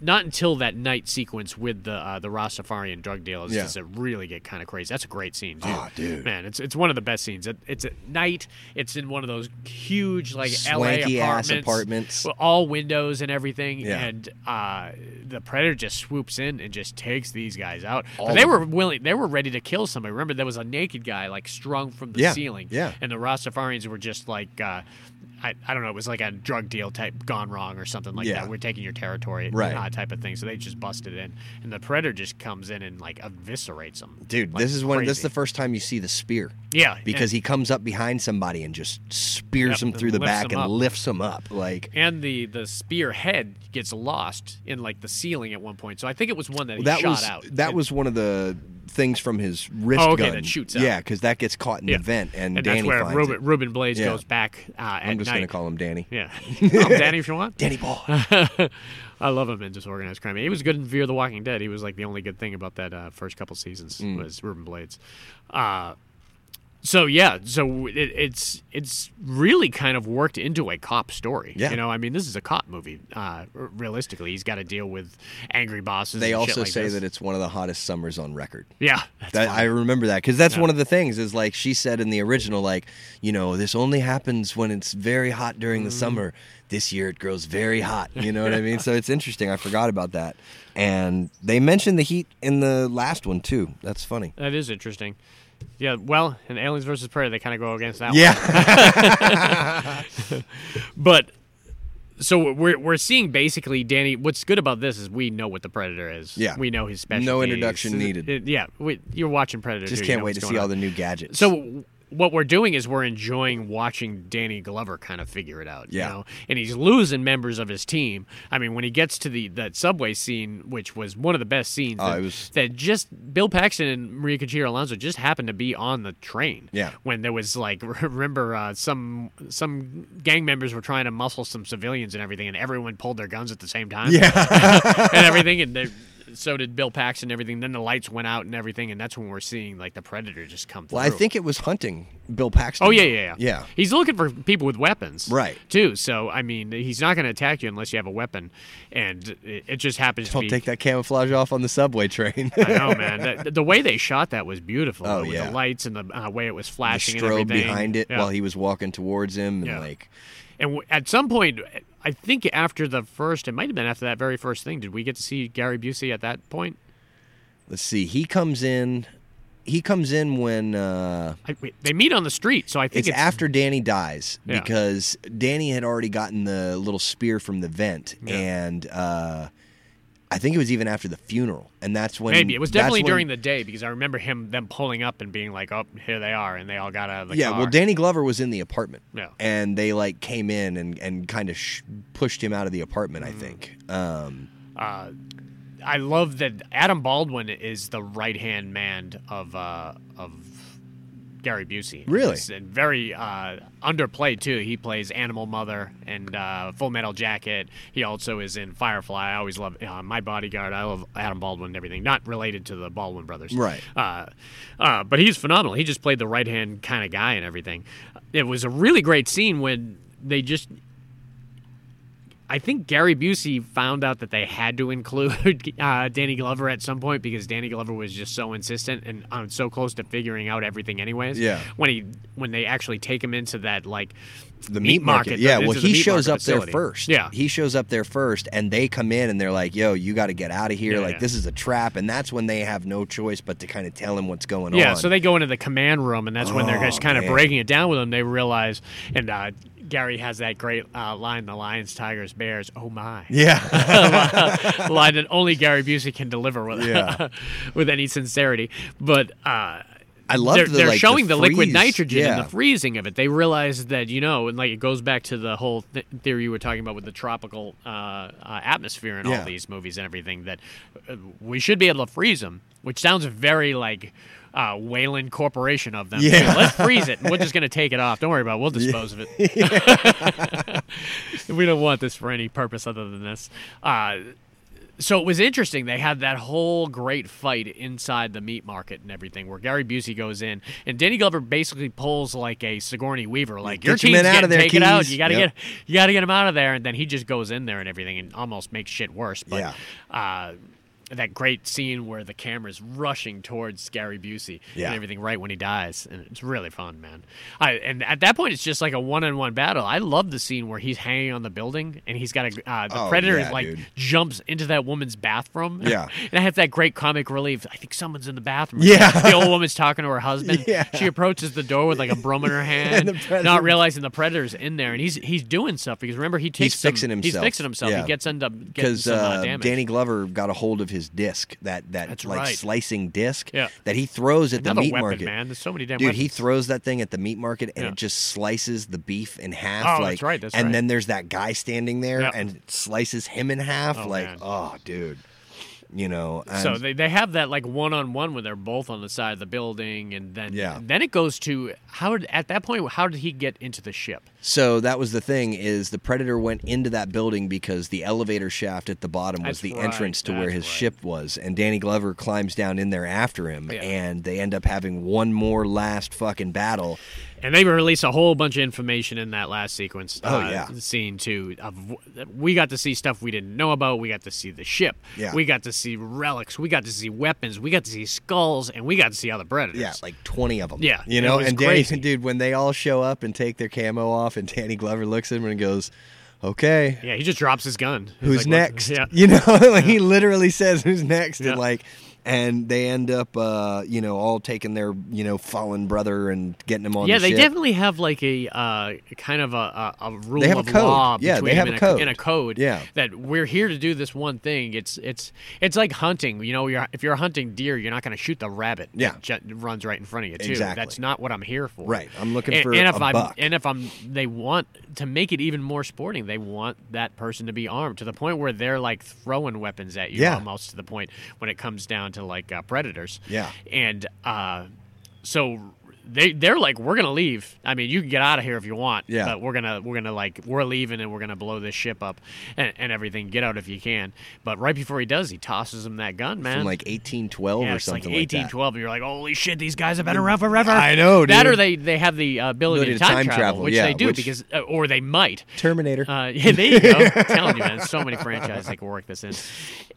Speaker 3: not until that night sequence with the uh, the Rastafarian drug dealers
Speaker 4: Yeah.
Speaker 3: does it really get kind of crazy. That's a great scene. Too.
Speaker 4: Ah, dude.
Speaker 3: man, it's it's one of the best scenes. It, it's at night. It's in one of those huge like
Speaker 4: Swanky
Speaker 3: LA
Speaker 4: ass
Speaker 3: apartments,
Speaker 4: apartments.
Speaker 3: with all windows and everything.
Speaker 4: Yeah.
Speaker 3: And uh, the predator just swoops in and just takes these guys out.
Speaker 4: All
Speaker 3: But they
Speaker 4: of
Speaker 3: were willing. They were ready to kill somebody. Remember, there was a naked guy like strung from the
Speaker 4: Yeah,
Speaker 3: ceiling.
Speaker 4: yeah.
Speaker 3: And the Rastafarians were just like. Uh, I, I don't know. It was like a drug deal type gone wrong or something like
Speaker 4: Yeah.
Speaker 3: that. We're taking your territory,
Speaker 4: Right.
Speaker 3: uh, type of thing. So they just busted in, and the predator just comes in and like eviscerates them.
Speaker 4: dude,
Speaker 3: Like,
Speaker 4: this is when this is
Speaker 3: crazy.
Speaker 4: the first time you see the spear.
Speaker 3: yeah
Speaker 4: because
Speaker 3: and,
Speaker 4: he comes up behind somebody and just spears
Speaker 3: Yep,
Speaker 4: him
Speaker 3: and
Speaker 4: through the
Speaker 3: lifts
Speaker 4: back
Speaker 3: him
Speaker 4: and
Speaker 3: up.
Speaker 4: lifts him up. Like
Speaker 3: and the the spear head gets lost in like the ceiling at one point. So I think it was one that he
Speaker 4: that
Speaker 3: shot
Speaker 4: was
Speaker 3: out.
Speaker 4: that
Speaker 3: And-
Speaker 4: was one of the things from his wrist
Speaker 3: Oh, okay,
Speaker 4: gun.
Speaker 3: that shoots out.
Speaker 4: yeah, because that gets caught in
Speaker 3: Yeah.
Speaker 4: the vent and, Danny
Speaker 3: that's where
Speaker 4: finds
Speaker 3: Ruben,
Speaker 4: it.
Speaker 3: Ruben Blades
Speaker 4: Yeah.
Speaker 3: goes back uh, at
Speaker 4: I'm just
Speaker 3: night.
Speaker 4: gonna call him Danny.
Speaker 3: Yeah, Call him Danny if you want.
Speaker 4: Danny Ball.
Speaker 3: I love him in Disorganized Crime. He was good in Fear the Walking Dead. He was like the only good thing about that uh, first couple seasons
Speaker 4: Mm.
Speaker 3: was Ruben Blades. Uh, so yeah, so it, it's it's really kind of worked into a cop story.
Speaker 4: Yeah.
Speaker 3: you know, I mean, this is a cop movie. Uh, r- realistically, he's got to deal with angry bosses.
Speaker 4: They
Speaker 3: and shit
Speaker 4: also
Speaker 3: like
Speaker 4: say
Speaker 3: this.
Speaker 4: that it's one of the hottest summers on record.
Speaker 3: yeah, that's
Speaker 4: That,
Speaker 3: fine.
Speaker 4: I remember that because that's one of the things is like she said in the original, like you know, this only happens when it's very hot during
Speaker 3: Mm-hmm.
Speaker 4: the summer. This year it grows very hot. You know what I mean? So it's interesting. I forgot about that, and they mentioned the heat in the last one too. That's funny.
Speaker 3: that is interesting. Yeah, well, in Aliens versus Predator, they kind of go against that. one.
Speaker 4: Yeah,
Speaker 3: But so we're we're seeing basically Danny. What's good about this is we know what the Predator is.
Speaker 4: Yeah.
Speaker 3: we know his specialty.
Speaker 4: No introduction needed.
Speaker 3: yeah, we, you're watching Predator.
Speaker 4: just
Speaker 3: too, you
Speaker 4: can't
Speaker 3: know
Speaker 4: wait
Speaker 3: what's
Speaker 4: to
Speaker 3: going
Speaker 4: see all
Speaker 3: on.
Speaker 4: the new gadgets.
Speaker 3: So w- what we're doing is we're enjoying watching Danny Glover kind of figure it out.
Speaker 4: Yeah.
Speaker 3: You know? And he's losing members of his team. I mean, when he gets to the that subway scene, which was one of the best scenes
Speaker 4: Oh,
Speaker 3: that,
Speaker 4: it was-
Speaker 3: that just Bill Paxton and Maria Conchita Alonso just happened to be on the train.
Speaker 4: Yeah.
Speaker 3: When there was like remember uh, some some gang members were trying to muscle some civilians and everything and everyone pulled their guns at the same time. Yeah and everything, and they, so did Bill Paxton and everything. Then the lights went out and everything, and that's when we're seeing like the predator just come through.
Speaker 4: well, I think it was hunting Bill Paxton.
Speaker 3: Oh yeah, yeah, yeah.
Speaker 4: yeah.
Speaker 3: He's looking for people with weapons,
Speaker 4: Right.
Speaker 3: Too. So I mean, he's not going to attack you unless you have a weapon, and it, it just happens to
Speaker 4: Don't
Speaker 3: be.
Speaker 4: take that camouflage off on the subway train.
Speaker 3: I know, man. The, the way they shot that was beautiful.
Speaker 4: Oh,
Speaker 3: though, with
Speaker 4: yeah.
Speaker 3: the lights and the uh, way it was
Speaker 4: The
Speaker 3: flashing and
Speaker 4: strobe
Speaker 3: everything
Speaker 4: behind it
Speaker 3: Yeah.
Speaker 4: while he was walking towards him, and
Speaker 3: Yeah.
Speaker 4: like
Speaker 3: And w- at some point, I think after the first, it might have been after that very first thing. Did we get to see Gary Busey at that point?
Speaker 4: let's see, he comes in. He comes in when. Uh,
Speaker 3: I, wait, they meet on the street, so I think
Speaker 4: it's,
Speaker 3: it's,
Speaker 4: after Danny dies
Speaker 3: Yeah.
Speaker 4: because Danny had already gotten the little spear from the vent, and uh, I think it was even after the funeral, and that's when
Speaker 3: Maybe it was definitely
Speaker 4: that's when-
Speaker 3: during the day because I remember him them pulling up and being like, "Oh, here they are," and they all got out of the
Speaker 4: yeah,
Speaker 3: car.
Speaker 4: well, Danny Glover was in the apartment.
Speaker 3: Yeah.
Speaker 4: And they like came in and, and kind of sh- pushed him out of the apartment,
Speaker 3: Mm.
Speaker 4: I think. Um,
Speaker 3: I love that Adam Baldwin is the right hand man of uh, of Gary Busey.
Speaker 4: Really?
Speaker 3: It's- and very uh, underplayed too. He plays Animal Mother and uh, Full Metal Jacket. He also is in Firefly. I always love uh, My Bodyguard. I love Adam Baldwin and everything. Not related to the Baldwin brothers,
Speaker 4: Right.
Speaker 3: Uh, uh, but he's phenomenal. He just played the right hand kind of guy and everything. It was a really great scene when they just I think Gary Busey found out that they had to include uh, Danny Glover at some point because Danny Glover was just so insistent and um, so close to figuring out everything, anyways.
Speaker 4: Yeah.
Speaker 3: When he when they actually take him into that like
Speaker 4: the meat, market. Yeah,
Speaker 3: the-
Speaker 4: well,
Speaker 3: into the
Speaker 4: he
Speaker 3: meat
Speaker 4: shows
Speaker 3: market
Speaker 4: up there
Speaker 3: facility.
Speaker 4: first.
Speaker 3: Yeah.
Speaker 4: He shows up there first, and they come in and they're like, yo, you got to get out of here.
Speaker 3: Yeah,
Speaker 4: like,
Speaker 3: yeah.
Speaker 4: this is a trap. And that's when they have no choice but to kind of tell him what's going on.
Speaker 3: Yeah, so they go into the command room, and that's when they're
Speaker 4: Oh,
Speaker 3: just kind of
Speaker 4: man.
Speaker 3: breaking it down with them. They realize, and uh, Gary has that great uh, line: "The lions, tigers, bears. Oh my!"
Speaker 4: Yeah.
Speaker 3: line that only Gary Busey can deliver with
Speaker 4: Yeah.
Speaker 3: with any sincerity. But uh,
Speaker 4: I loved
Speaker 3: they're,
Speaker 4: the,
Speaker 3: they're
Speaker 4: like, the
Speaker 3: showing the, liquid
Speaker 4: freeze.
Speaker 3: nitrogen
Speaker 4: Yeah.
Speaker 3: and the freezing of it. They realize that you know, and like it goes back to the whole th- theory you were talking about with the tropical uh, uh, atmosphere in
Speaker 4: Yeah.
Speaker 3: all these movies and everything that uh, we should be able to freeze them, which sounds very like. Uh, Wayland Corporation of them.
Speaker 4: Yeah.
Speaker 3: Like, Let's freeze it. and We're just going to take it off. Don't worry about it. We'll dispose of it. we don't want this for any purpose other than this. Uh, so it was interesting. They had that whole great fight inside the meat market and everything, where Gary Busey goes in and Danny Glover basically pulls like a Sigourney Weaver, like
Speaker 4: Get
Speaker 3: your
Speaker 4: your
Speaker 3: team's
Speaker 4: men
Speaker 3: getting
Speaker 4: out of there,
Speaker 3: taken out.
Speaker 4: Keys."
Speaker 3: You gotta
Speaker 4: Yep.
Speaker 3: get, you gotta get him out of there. And then he just goes in there and everything, and almost makes shit worse. But uh, that great scene where the camera's rushing towards Gary Busey
Speaker 4: Yeah.
Speaker 3: and everything right when he dies, and it's really fun, man. I, and at that point, it's just like a one-on-one battle. I love the scene where he's hanging on the building and he's got a uh, the
Speaker 4: Oh,
Speaker 3: predator
Speaker 4: yeah,
Speaker 3: like
Speaker 4: dude.
Speaker 3: jumps into that woman's bathroom.
Speaker 4: Yeah.
Speaker 3: and I have that great comic relief. I think someone's in the bathroom.
Speaker 4: Yeah.
Speaker 3: the old woman's talking to her husband.
Speaker 4: Yeah.
Speaker 3: She approaches the door with like a broom in her hand,
Speaker 4: the predator-
Speaker 3: not realizing the predator's in there, and he's he's doing stuff because remember he takes some-
Speaker 4: fixing
Speaker 3: He's
Speaker 4: himself.
Speaker 3: fixing himself.
Speaker 4: Yeah.
Speaker 3: He gets end up getting
Speaker 4: Because
Speaker 3: some uh,
Speaker 4: uh,
Speaker 3: damage.
Speaker 4: Danny Glover got a hold of his disc, that, that
Speaker 3: That's
Speaker 4: like
Speaker 3: right.
Speaker 4: slicing disc
Speaker 3: Yeah.
Speaker 4: that he throws at
Speaker 3: Another
Speaker 4: the meat
Speaker 3: weapon,
Speaker 4: market.
Speaker 3: man. There's so many damn
Speaker 4: Dude,
Speaker 3: weapons.
Speaker 4: he throws that thing at the meat market and
Speaker 3: Yeah.
Speaker 4: it just slices the beef in half.
Speaker 3: Oh,
Speaker 4: like,
Speaker 3: that's right, that's
Speaker 4: and
Speaker 3: right.
Speaker 4: then there's that guy standing there
Speaker 3: Yeah.
Speaker 4: and it slices him in half.
Speaker 3: Oh,
Speaker 4: like,
Speaker 3: man.
Speaker 4: oh, dude. You know.
Speaker 3: So
Speaker 4: and-
Speaker 3: they, they have that like one on one when they're both on the side of the building, and then
Speaker 4: Yeah.
Speaker 3: then it goes to how did at that point how did he get into the ship?
Speaker 4: so that was the thing is the predator went into that building because the elevator shaft at the bottom was
Speaker 3: That's
Speaker 4: the
Speaker 3: right,
Speaker 4: entrance to where
Speaker 3: that's
Speaker 4: his
Speaker 3: right.
Speaker 4: ship was, and Danny Glover climbs down in there after him,
Speaker 3: Yeah.
Speaker 4: and they end up having one more last fucking battle.
Speaker 3: And they release a whole bunch of information in that last sequence. uh,
Speaker 4: Oh, yeah.
Speaker 3: scene too. Of, w- we got to see stuff we didn't know about. We got to see the ship.
Speaker 4: Yeah.
Speaker 3: We got to see relics. We got to see weapons. We got to see skulls, and we got to see other predators.
Speaker 4: Yeah, like twenty of them.
Speaker 3: Yeah,
Speaker 4: you
Speaker 3: it
Speaker 4: know.
Speaker 3: was
Speaker 4: And Danny,
Speaker 3: crazy.
Speaker 4: dude, when they all show up and take their camo off, and Danny Glover looks at him and goes, "Okay,
Speaker 3: yeah. He just drops his gun. He's
Speaker 4: who's
Speaker 3: like, what-
Speaker 4: next?"
Speaker 3: Yeah.
Speaker 4: You know, like he literally says, "Who's next?"
Speaker 3: Yeah.
Speaker 4: And like, and they end up, uh, you know, all taking their, you know, fallen brother and getting him on.
Speaker 3: yeah,
Speaker 4: the
Speaker 3: they
Speaker 4: ship.
Speaker 3: definitely have like a uh, kind of a, a, a rule
Speaker 4: They have a
Speaker 3: of
Speaker 4: code.
Speaker 3: law
Speaker 4: Yeah,
Speaker 3: between
Speaker 4: they have
Speaker 3: them
Speaker 4: a
Speaker 3: and co-
Speaker 4: code.
Speaker 3: and a code.
Speaker 4: Yeah.
Speaker 3: that we're here to do this one thing. It's it's it's like hunting. You know, you're, if you're hunting deer, you're not going to shoot the rabbit.
Speaker 4: Yeah.
Speaker 3: that ju- runs right in front of you too.
Speaker 4: Exactly.
Speaker 3: That's not what I'm here for.
Speaker 4: Right, I'm looking
Speaker 3: and,
Speaker 4: for
Speaker 3: and if
Speaker 4: a
Speaker 3: I'm
Speaker 4: buck.
Speaker 3: and if I'm they want to make it even more sporting. They want that person to be armed to the point where they're like throwing weapons at you
Speaker 4: Yeah.
Speaker 3: almost to the point when it comes down to like uh, predators.
Speaker 4: Yeah.
Speaker 3: and. uh so they they're like we're gonna leave i mean you can get out of here if you want
Speaker 4: Yeah.
Speaker 3: but we're gonna we're gonna like we're leaving and we're gonna blow this ship up and, and everything get out if you can but right before he does he tosses him that gun man
Speaker 4: from like 1812
Speaker 3: yeah,
Speaker 4: or
Speaker 3: it's like
Speaker 4: something
Speaker 3: 1812 you're like holy shit these guys have been around forever
Speaker 4: I know,
Speaker 3: that
Speaker 4: dude.
Speaker 3: or they they have the uh, ability,
Speaker 4: Ability
Speaker 3: to
Speaker 4: to
Speaker 3: time,
Speaker 4: time
Speaker 3: travel,
Speaker 4: travel,
Speaker 3: which
Speaker 4: yeah,
Speaker 3: they do
Speaker 4: which-
Speaker 3: because uh, or they might
Speaker 4: that. Terminator.
Speaker 3: uh, yeah, there you go. I'm telling you, man, so many franchises they can work this in.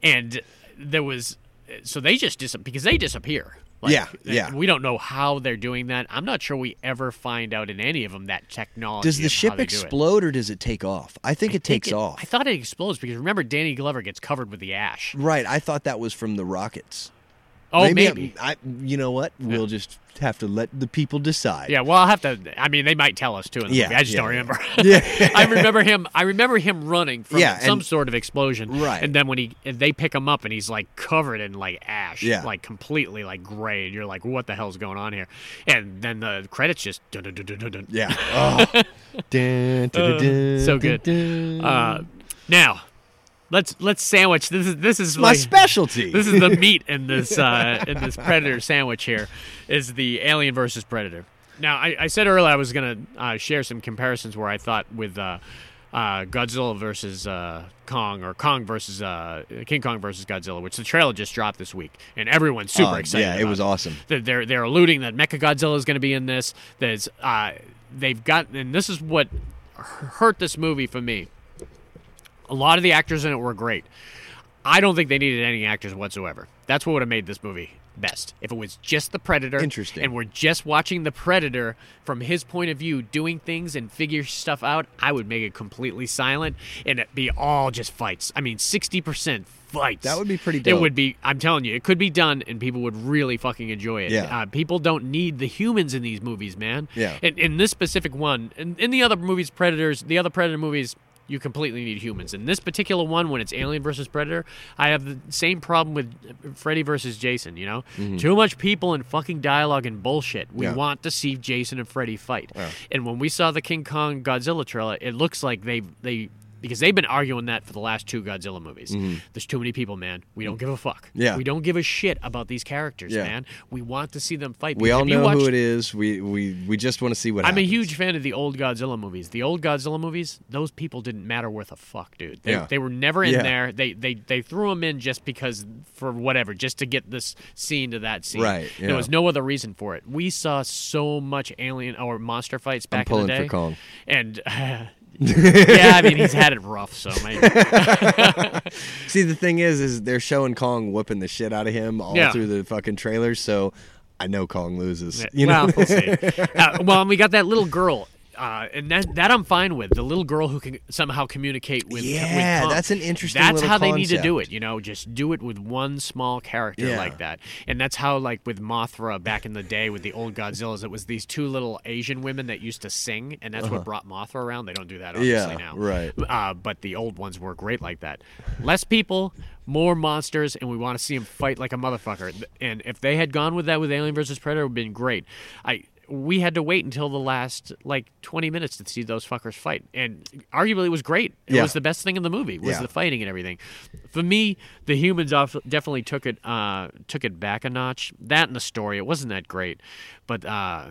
Speaker 3: And there was, so they just dis- because they disappear.
Speaker 4: Yeah, yeah.
Speaker 3: We don't know how they're doing that. I'm not sure we ever find out in any of them that technology.
Speaker 4: does the
Speaker 3: of how
Speaker 4: ship
Speaker 3: they do it.
Speaker 4: explode or does it take off? I think
Speaker 3: I think
Speaker 4: it takes
Speaker 3: it-
Speaker 4: off.
Speaker 3: I thought it explodes because remember Danny Glover gets covered with the ash.
Speaker 4: right, I thought that was from the rockets.
Speaker 3: Oh, maybe.
Speaker 4: I, you know what? We'll just have to let the people decide.
Speaker 3: Yeah, well, I'll have to. I mean, they might tell us too. In the
Speaker 4: Yeah,
Speaker 3: movie. I just
Speaker 4: yeah,
Speaker 3: don't
Speaker 4: yeah.
Speaker 3: remember.
Speaker 4: Yeah.
Speaker 3: I remember him. I remember him running from
Speaker 4: Yeah,
Speaker 3: some
Speaker 4: and-
Speaker 3: sort of explosion.
Speaker 4: Right.
Speaker 3: And then when he and they pick him up and he's like covered in like ash.
Speaker 4: Yeah.
Speaker 3: Like completely like gray, and you're like, what the hell's going on here? And then the credits just dun dun dun dun dun. dun.
Speaker 4: Yeah. Oh. Dun, dun, dun, dun,
Speaker 3: Uh, so good.
Speaker 4: dun, dun.
Speaker 3: Uh, now, let's let's sandwich. This is this is
Speaker 4: My
Speaker 3: like-
Speaker 4: specialty.
Speaker 3: This is the meat in this uh, in this predator sandwich here is the alien versus predator. Now I, I said earlier I was gonna uh, share some comparisons where I thought with uh, uh, Godzilla versus uh, Kong or Kong versus uh, King Kong versus Godzilla, which the trailer just dropped this week, and everyone's super
Speaker 4: Oh,
Speaker 3: excited.
Speaker 4: Yeah, it
Speaker 3: about
Speaker 4: was awesome.
Speaker 3: that they're they're alluding that Mechagodzilla is going to be in this. There's uh, they've got, and this is what hurt this movie for me. A lot of the actors in it were great. I don't think they needed any actors whatsoever. That's what would have made this movie best if it was just the predator.
Speaker 4: Interesting.
Speaker 3: And we're just watching the predator from his point of view, doing things and figure stuff out. I would make it completely silent and it be all just fights. I mean, sixty percent fights.
Speaker 4: That would be pretty
Speaker 3: It
Speaker 4: dope.
Speaker 3: would be. I'm telling you, it could be done, and people would really fucking enjoy it.
Speaker 4: Yeah.
Speaker 3: Uh, people don't need the humans in these movies, man.
Speaker 4: Yeah.
Speaker 3: In, in this specific one, in, in the other movies, Predators, the other Predator movies, you completely need humans. In this particular one, when it's Alien versus Predator, I have the same problem with Freddy versus Jason. You know, too much people and fucking dialogue and bullshit. We
Speaker 4: Mm-hmm. Yeah.
Speaker 3: want to see Jason and Freddy fight. And when we saw the King Kong Godzilla trailer, it looks like they they. Because they've been arguing that for the last two Godzilla movies. There's too many people, man. We don't give a fuck.
Speaker 4: Mm-hmm. Yeah.
Speaker 3: We don't give a shit about these characters,
Speaker 4: Yeah.
Speaker 3: man. We want to see them fight.
Speaker 4: We
Speaker 3: Because
Speaker 4: all
Speaker 3: if you
Speaker 4: know
Speaker 3: watch-
Speaker 4: who it is. We we we just want to see what.
Speaker 3: I'm a
Speaker 4: happens.
Speaker 3: huge fan of the old Godzilla movies. The old Godzilla movies, those people didn't matter worth a fuck, dude. They,
Speaker 4: Yeah.
Speaker 3: they were never in
Speaker 4: Yeah.
Speaker 3: there. They, they they threw them in just because for whatever, just to get this scene to that scene.
Speaker 4: Right, yeah.
Speaker 3: There was no other reason for it. We saw so much alien or monster fights back in the
Speaker 4: pulling
Speaker 3: day.
Speaker 4: for Kong.
Speaker 3: And yeah, I mean he's had it rough, so maybe.
Speaker 4: See, the thing is, is they're showing Kong whooping the shit out of him all
Speaker 3: Yeah.
Speaker 4: through the fucking trailer. So I know Kong loses.
Speaker 3: You
Speaker 4: You know.
Speaker 3: Well, we'll see. Uh, well, and we got that little girl, uh, and that that I'm fine with. The little girl who can somehow communicate with. with
Speaker 4: Yeah,
Speaker 3: Kong.
Speaker 4: that's an interesting
Speaker 3: That's
Speaker 4: little
Speaker 3: how they need to do
Speaker 4: concept.
Speaker 3: it. You know, just do it with one small character
Speaker 4: Yeah.
Speaker 3: like that, and that's how like with Mothra back in the day with the old Godzillas, it was these two little Asian women that used to sing, and that's what brought Mothra around. They don't do that obviously
Speaker 4: Uh-huh. Yeah,
Speaker 3: now,
Speaker 4: right.
Speaker 3: Uh, but the old ones were great like that. Less people, more monsters, and we want to see them fight like a motherfucker. Th- And if they had gone with that with Alien versus Predator, it would have been great. I we had to wait until the last like 20 minutes to see those fuckers fight, and arguably it was great. It
Speaker 4: Yeah.
Speaker 3: was the best thing in the movie was
Speaker 4: Yeah.
Speaker 3: the fighting and everything. For me, the humans off, definitely took it uh, took it back a notch. That and the story, it wasn't that great, but. Uh,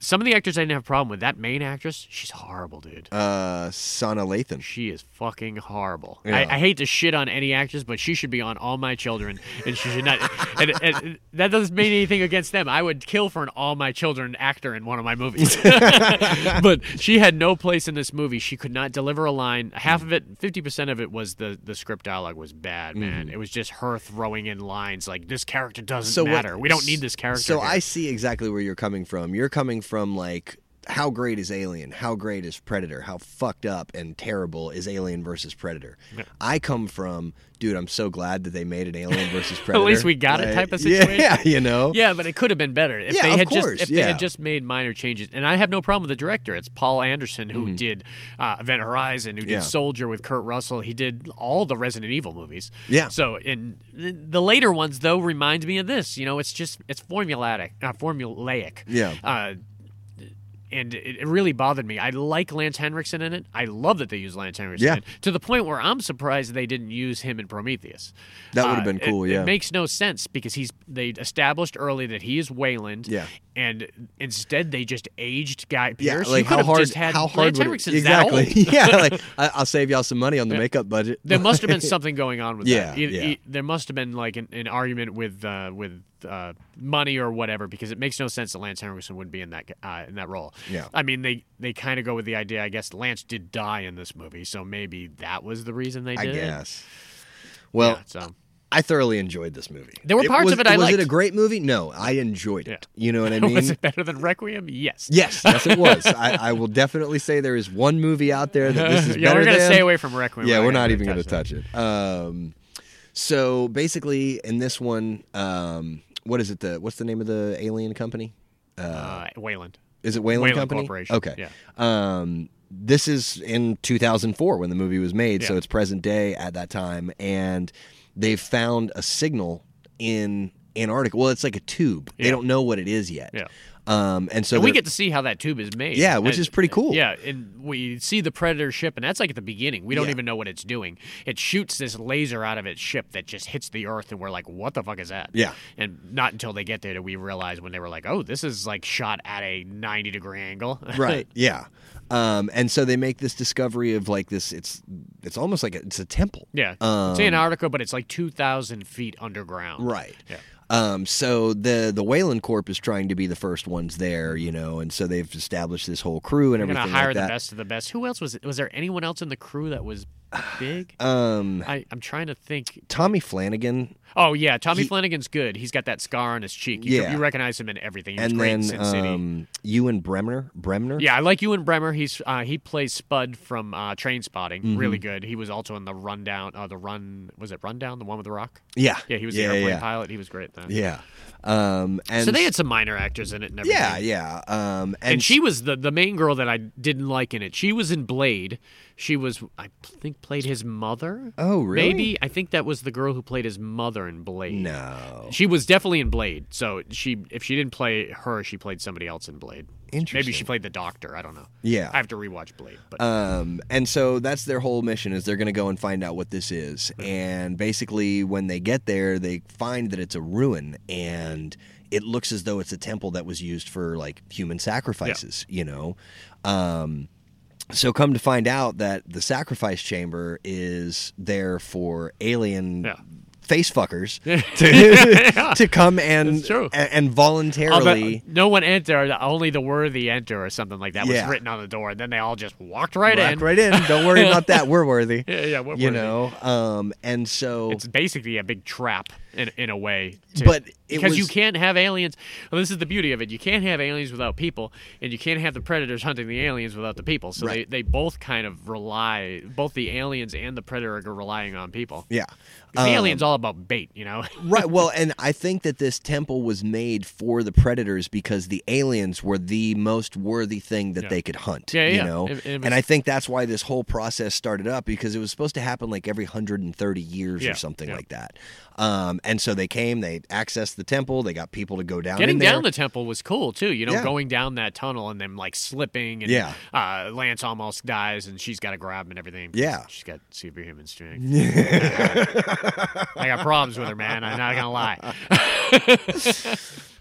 Speaker 3: some of the actors I didn't have a problem with. That main actress, she's horrible, dude.
Speaker 4: Uh, Sana Lathan.
Speaker 3: She is fucking horrible.
Speaker 4: Yeah.
Speaker 3: I, I hate to shit on any actress, but she should be on All My Children, and she should not. and, and that doesn't mean anything against them. I would kill for an All My Children actor in one of my movies. but she had no place in this movie. She could not deliver a line. Half of it, fifty percent of it, was the the script dialogue was bad, man. It was just her throwing in lines like this character doesn't
Speaker 4: Mm-hmm. So what-
Speaker 3: matter. we don't need this character.
Speaker 4: So
Speaker 3: here."
Speaker 4: I see exactly where you're coming from. You're coming from like. How great is Alien? How great is Predator? How fucked up and terrible is Alien versus Predator? I come from, dude. I'm so glad that they made an Alien versus Predator.
Speaker 3: least we got it type of
Speaker 4: Yeah,
Speaker 3: situation.
Speaker 4: you know.
Speaker 3: Yeah, but it could have been better if
Speaker 4: Yeah,
Speaker 3: they
Speaker 4: of
Speaker 3: had
Speaker 4: course,
Speaker 3: just if they
Speaker 4: yeah.
Speaker 3: had just made minor changes. And I have no problem with the director. It's Paul Anderson who did uh, Event Horizon, who did
Speaker 4: Mm-hmm. Yeah.
Speaker 3: Soldier with Kurt Russell. He did all the Resident Evil movies.
Speaker 4: Yeah.
Speaker 3: So in th- the later ones though remind me of this. You know, it's just it's formulatic, uh, formulaic.
Speaker 4: Yeah.
Speaker 3: Uh, and it, it really bothered me. I like Lance Henriksen in it. I love that they use Lance Henriksen
Speaker 4: Yeah.
Speaker 3: in it, to the point where I'm surprised they didn't use him in Prometheus. Uh,
Speaker 4: That would've been
Speaker 3: it-
Speaker 4: cool,
Speaker 3: It
Speaker 4: yeah.
Speaker 3: makes no sense because he's they established early that he is Wayland.
Speaker 4: Yeah.
Speaker 3: And instead, they just aged Guy
Speaker 4: Yeah,
Speaker 3: Pierce.
Speaker 4: like
Speaker 3: you could
Speaker 4: how
Speaker 3: have
Speaker 4: hard?
Speaker 3: Just had
Speaker 4: how hard
Speaker 3: Lance
Speaker 4: would it-
Speaker 3: Henriksen's
Speaker 4: exactly?
Speaker 3: That old.
Speaker 4: yeah, like I, I'll save y'all some money on the makeup budget.
Speaker 3: There must have been something going on with
Speaker 4: Yeah,
Speaker 3: that. E-
Speaker 4: yeah.
Speaker 3: e- there must have been like an, an argument with uh, with uh, money or whatever because it makes no sense that Lance Henriksen would be in that uh, in that role.
Speaker 4: Yeah.
Speaker 3: I mean they they kind of go with the idea. I guess Lance did die in this movie, so maybe that was the reason they
Speaker 4: I
Speaker 3: did. it.
Speaker 4: guess. Well,
Speaker 3: Yeah, so.
Speaker 4: I thoroughly enjoyed this movie.
Speaker 3: There were parts
Speaker 4: was,
Speaker 3: of it I
Speaker 4: was it
Speaker 3: liked.
Speaker 4: a great movie? No, I enjoyed it. You know what I mean?
Speaker 3: was it better than Requiem? Yes.
Speaker 4: Yes, yes, it was. I, I will definitely say there is one movie out there that this is
Speaker 3: yeah,
Speaker 4: better
Speaker 3: we're gonna
Speaker 4: than.
Speaker 3: stay away from Requiem.
Speaker 4: yeah, we're not
Speaker 3: gonna
Speaker 4: even going to
Speaker 3: that.
Speaker 4: touch it. Um, So basically, in this one, um, what is it? The what's the name of the alien company?
Speaker 3: uh, Wayland.
Speaker 4: Is it Wayland,
Speaker 3: Wayland
Speaker 4: Company?
Speaker 3: Corporation,
Speaker 4: Okay.
Speaker 3: yeah.
Speaker 4: Um, this is in 2004 when the movie was made, so
Speaker 3: Yeah.
Speaker 4: it's present day at that time, and they found a signal in Antarctica. Well, it's like a tube. They
Speaker 3: Yeah.
Speaker 4: don't know what it is yet.
Speaker 3: Yeah.
Speaker 4: Um, and so
Speaker 3: And we
Speaker 4: they're-
Speaker 3: get to see how that tube is made.
Speaker 4: Yeah, which
Speaker 3: And-
Speaker 4: is pretty cool.
Speaker 3: Yeah, and we see the Predator ship, and that's like at the beginning. We don't even know what it's doing. It shoots this laser out of its ship that just hits the Earth, and we're like, "What the fuck is that?"
Speaker 4: Yeah.
Speaker 3: And not until they get there do we realize when they were like, "Oh, this is like shot at a ninety degree angle."
Speaker 4: right yeah um, and so they make this discovery of like this it's it's almost like a, it's a temple
Speaker 3: yeah.
Speaker 4: um,
Speaker 3: it's Antarctica, but it's like two thousand feet underground.
Speaker 4: right
Speaker 3: Yeah.
Speaker 4: um, so the the Wayland Corp is trying to be the first ones there, you know, and so they've established this whole crew and
Speaker 3: They're
Speaker 4: everything
Speaker 3: gonna hire
Speaker 4: like
Speaker 3: the
Speaker 4: that.
Speaker 3: best of the best. Who else was? Was there anyone else in the crew that was big?
Speaker 4: Um,
Speaker 3: I, I'm trying to think.
Speaker 4: Tommy Flanagan,
Speaker 3: Oh yeah, Tommy
Speaker 4: He-
Speaker 3: Flanagan's good. He's got that scar on his cheek. You,
Speaker 4: Yeah.
Speaker 3: you recognize him in everything. He was
Speaker 4: and
Speaker 3: great in
Speaker 4: then
Speaker 3: Sin City.
Speaker 4: um, Ewan Bremner, Bremner,
Speaker 3: yeah, I like Ewan Bremer. He's uh, he plays Spud from uh, Train Spotting.
Speaker 4: Mm-hmm.
Speaker 3: Really good. He was also in the Rundown. Uh, the Run was it Rundown? The one with the rock.
Speaker 4: yeah,
Speaker 3: Yeah, he was
Speaker 4: yeah,
Speaker 3: the airplane
Speaker 4: yeah.
Speaker 3: pilot. He was great then.
Speaker 4: Yeah, um, and
Speaker 3: So they had some minor actors in it. And everything.
Speaker 4: yeah, yeah, um, and,
Speaker 3: And, she was the, the main girl that I didn't like in it. She was in Blade. She was, I think, played his mother.
Speaker 4: Oh, really?
Speaker 3: Maybe I think that was the girl who played his mother in Blade.
Speaker 4: no,
Speaker 3: She was definitely in Blade. So she, if she didn't play her, she played somebody else in Blade. Maybe she
Speaker 4: Interesting.
Speaker 3: played the Doctor. I don't know.
Speaker 4: Yeah.
Speaker 3: I have to rewatch Blade. But
Speaker 4: Um, and so that's their whole mission is they're going to go and find out what this is. And basically, when they get there, they find that it's a ruin, and it looks as though it's a temple that was used for like human sacrifices. You know, um, so come to find out that the sacrifice chamber is there for alien.
Speaker 3: Yeah.
Speaker 4: Face fuckers to, to come and,
Speaker 3: It's true.
Speaker 4: a- and
Speaker 3: Oh, but
Speaker 4: voluntarily
Speaker 3: no one enter. Only the worthy enter, or something like that
Speaker 4: Yeah.
Speaker 3: was written on the door. And then they all just walked right
Speaker 4: Rock
Speaker 3: in.
Speaker 4: right in. Don't worry about that. We're worthy.
Speaker 3: Yeah, yeah, we're
Speaker 4: you
Speaker 3: worthy.
Speaker 4: know, um, and so
Speaker 3: It's basically a big trap in, in a way. to-
Speaker 4: But it
Speaker 3: because you
Speaker 4: was-
Speaker 3: can't have aliens. Well, this is the beauty of it. You can't have aliens without people, and you can't have the predators hunting the aliens without the people. So
Speaker 4: Right.
Speaker 3: they, they both kind of rely, both the aliens and the predator are relying on people.
Speaker 4: yeah,
Speaker 3: 'Cause the alien's
Speaker 4: Um,
Speaker 3: all about bait, you know?
Speaker 4: right. Well, and I think that this temple was made for the predators because the aliens were the most worthy thing that they could hunt.
Speaker 3: Yeah,
Speaker 4: you
Speaker 3: yeah.
Speaker 4: know,
Speaker 3: It- it was-
Speaker 4: and I think that's why this whole process started up because it was supposed to happen like every hundred and thirty years
Speaker 3: Yeah,
Speaker 4: or something
Speaker 3: yeah.
Speaker 4: like that. Um, and so they came, they accessed the temple, they got people to go down.
Speaker 3: Getting
Speaker 4: in there.
Speaker 3: down the temple was cool too. You know,
Speaker 4: Yeah.
Speaker 3: going down that tunnel and them like slipping and
Speaker 4: Yeah.
Speaker 3: uh, Lance almost dies and she's got to grab him and everything.
Speaker 4: Yeah.
Speaker 3: she's got superhuman strength. I got problems with her, man. I'm not gonna lie.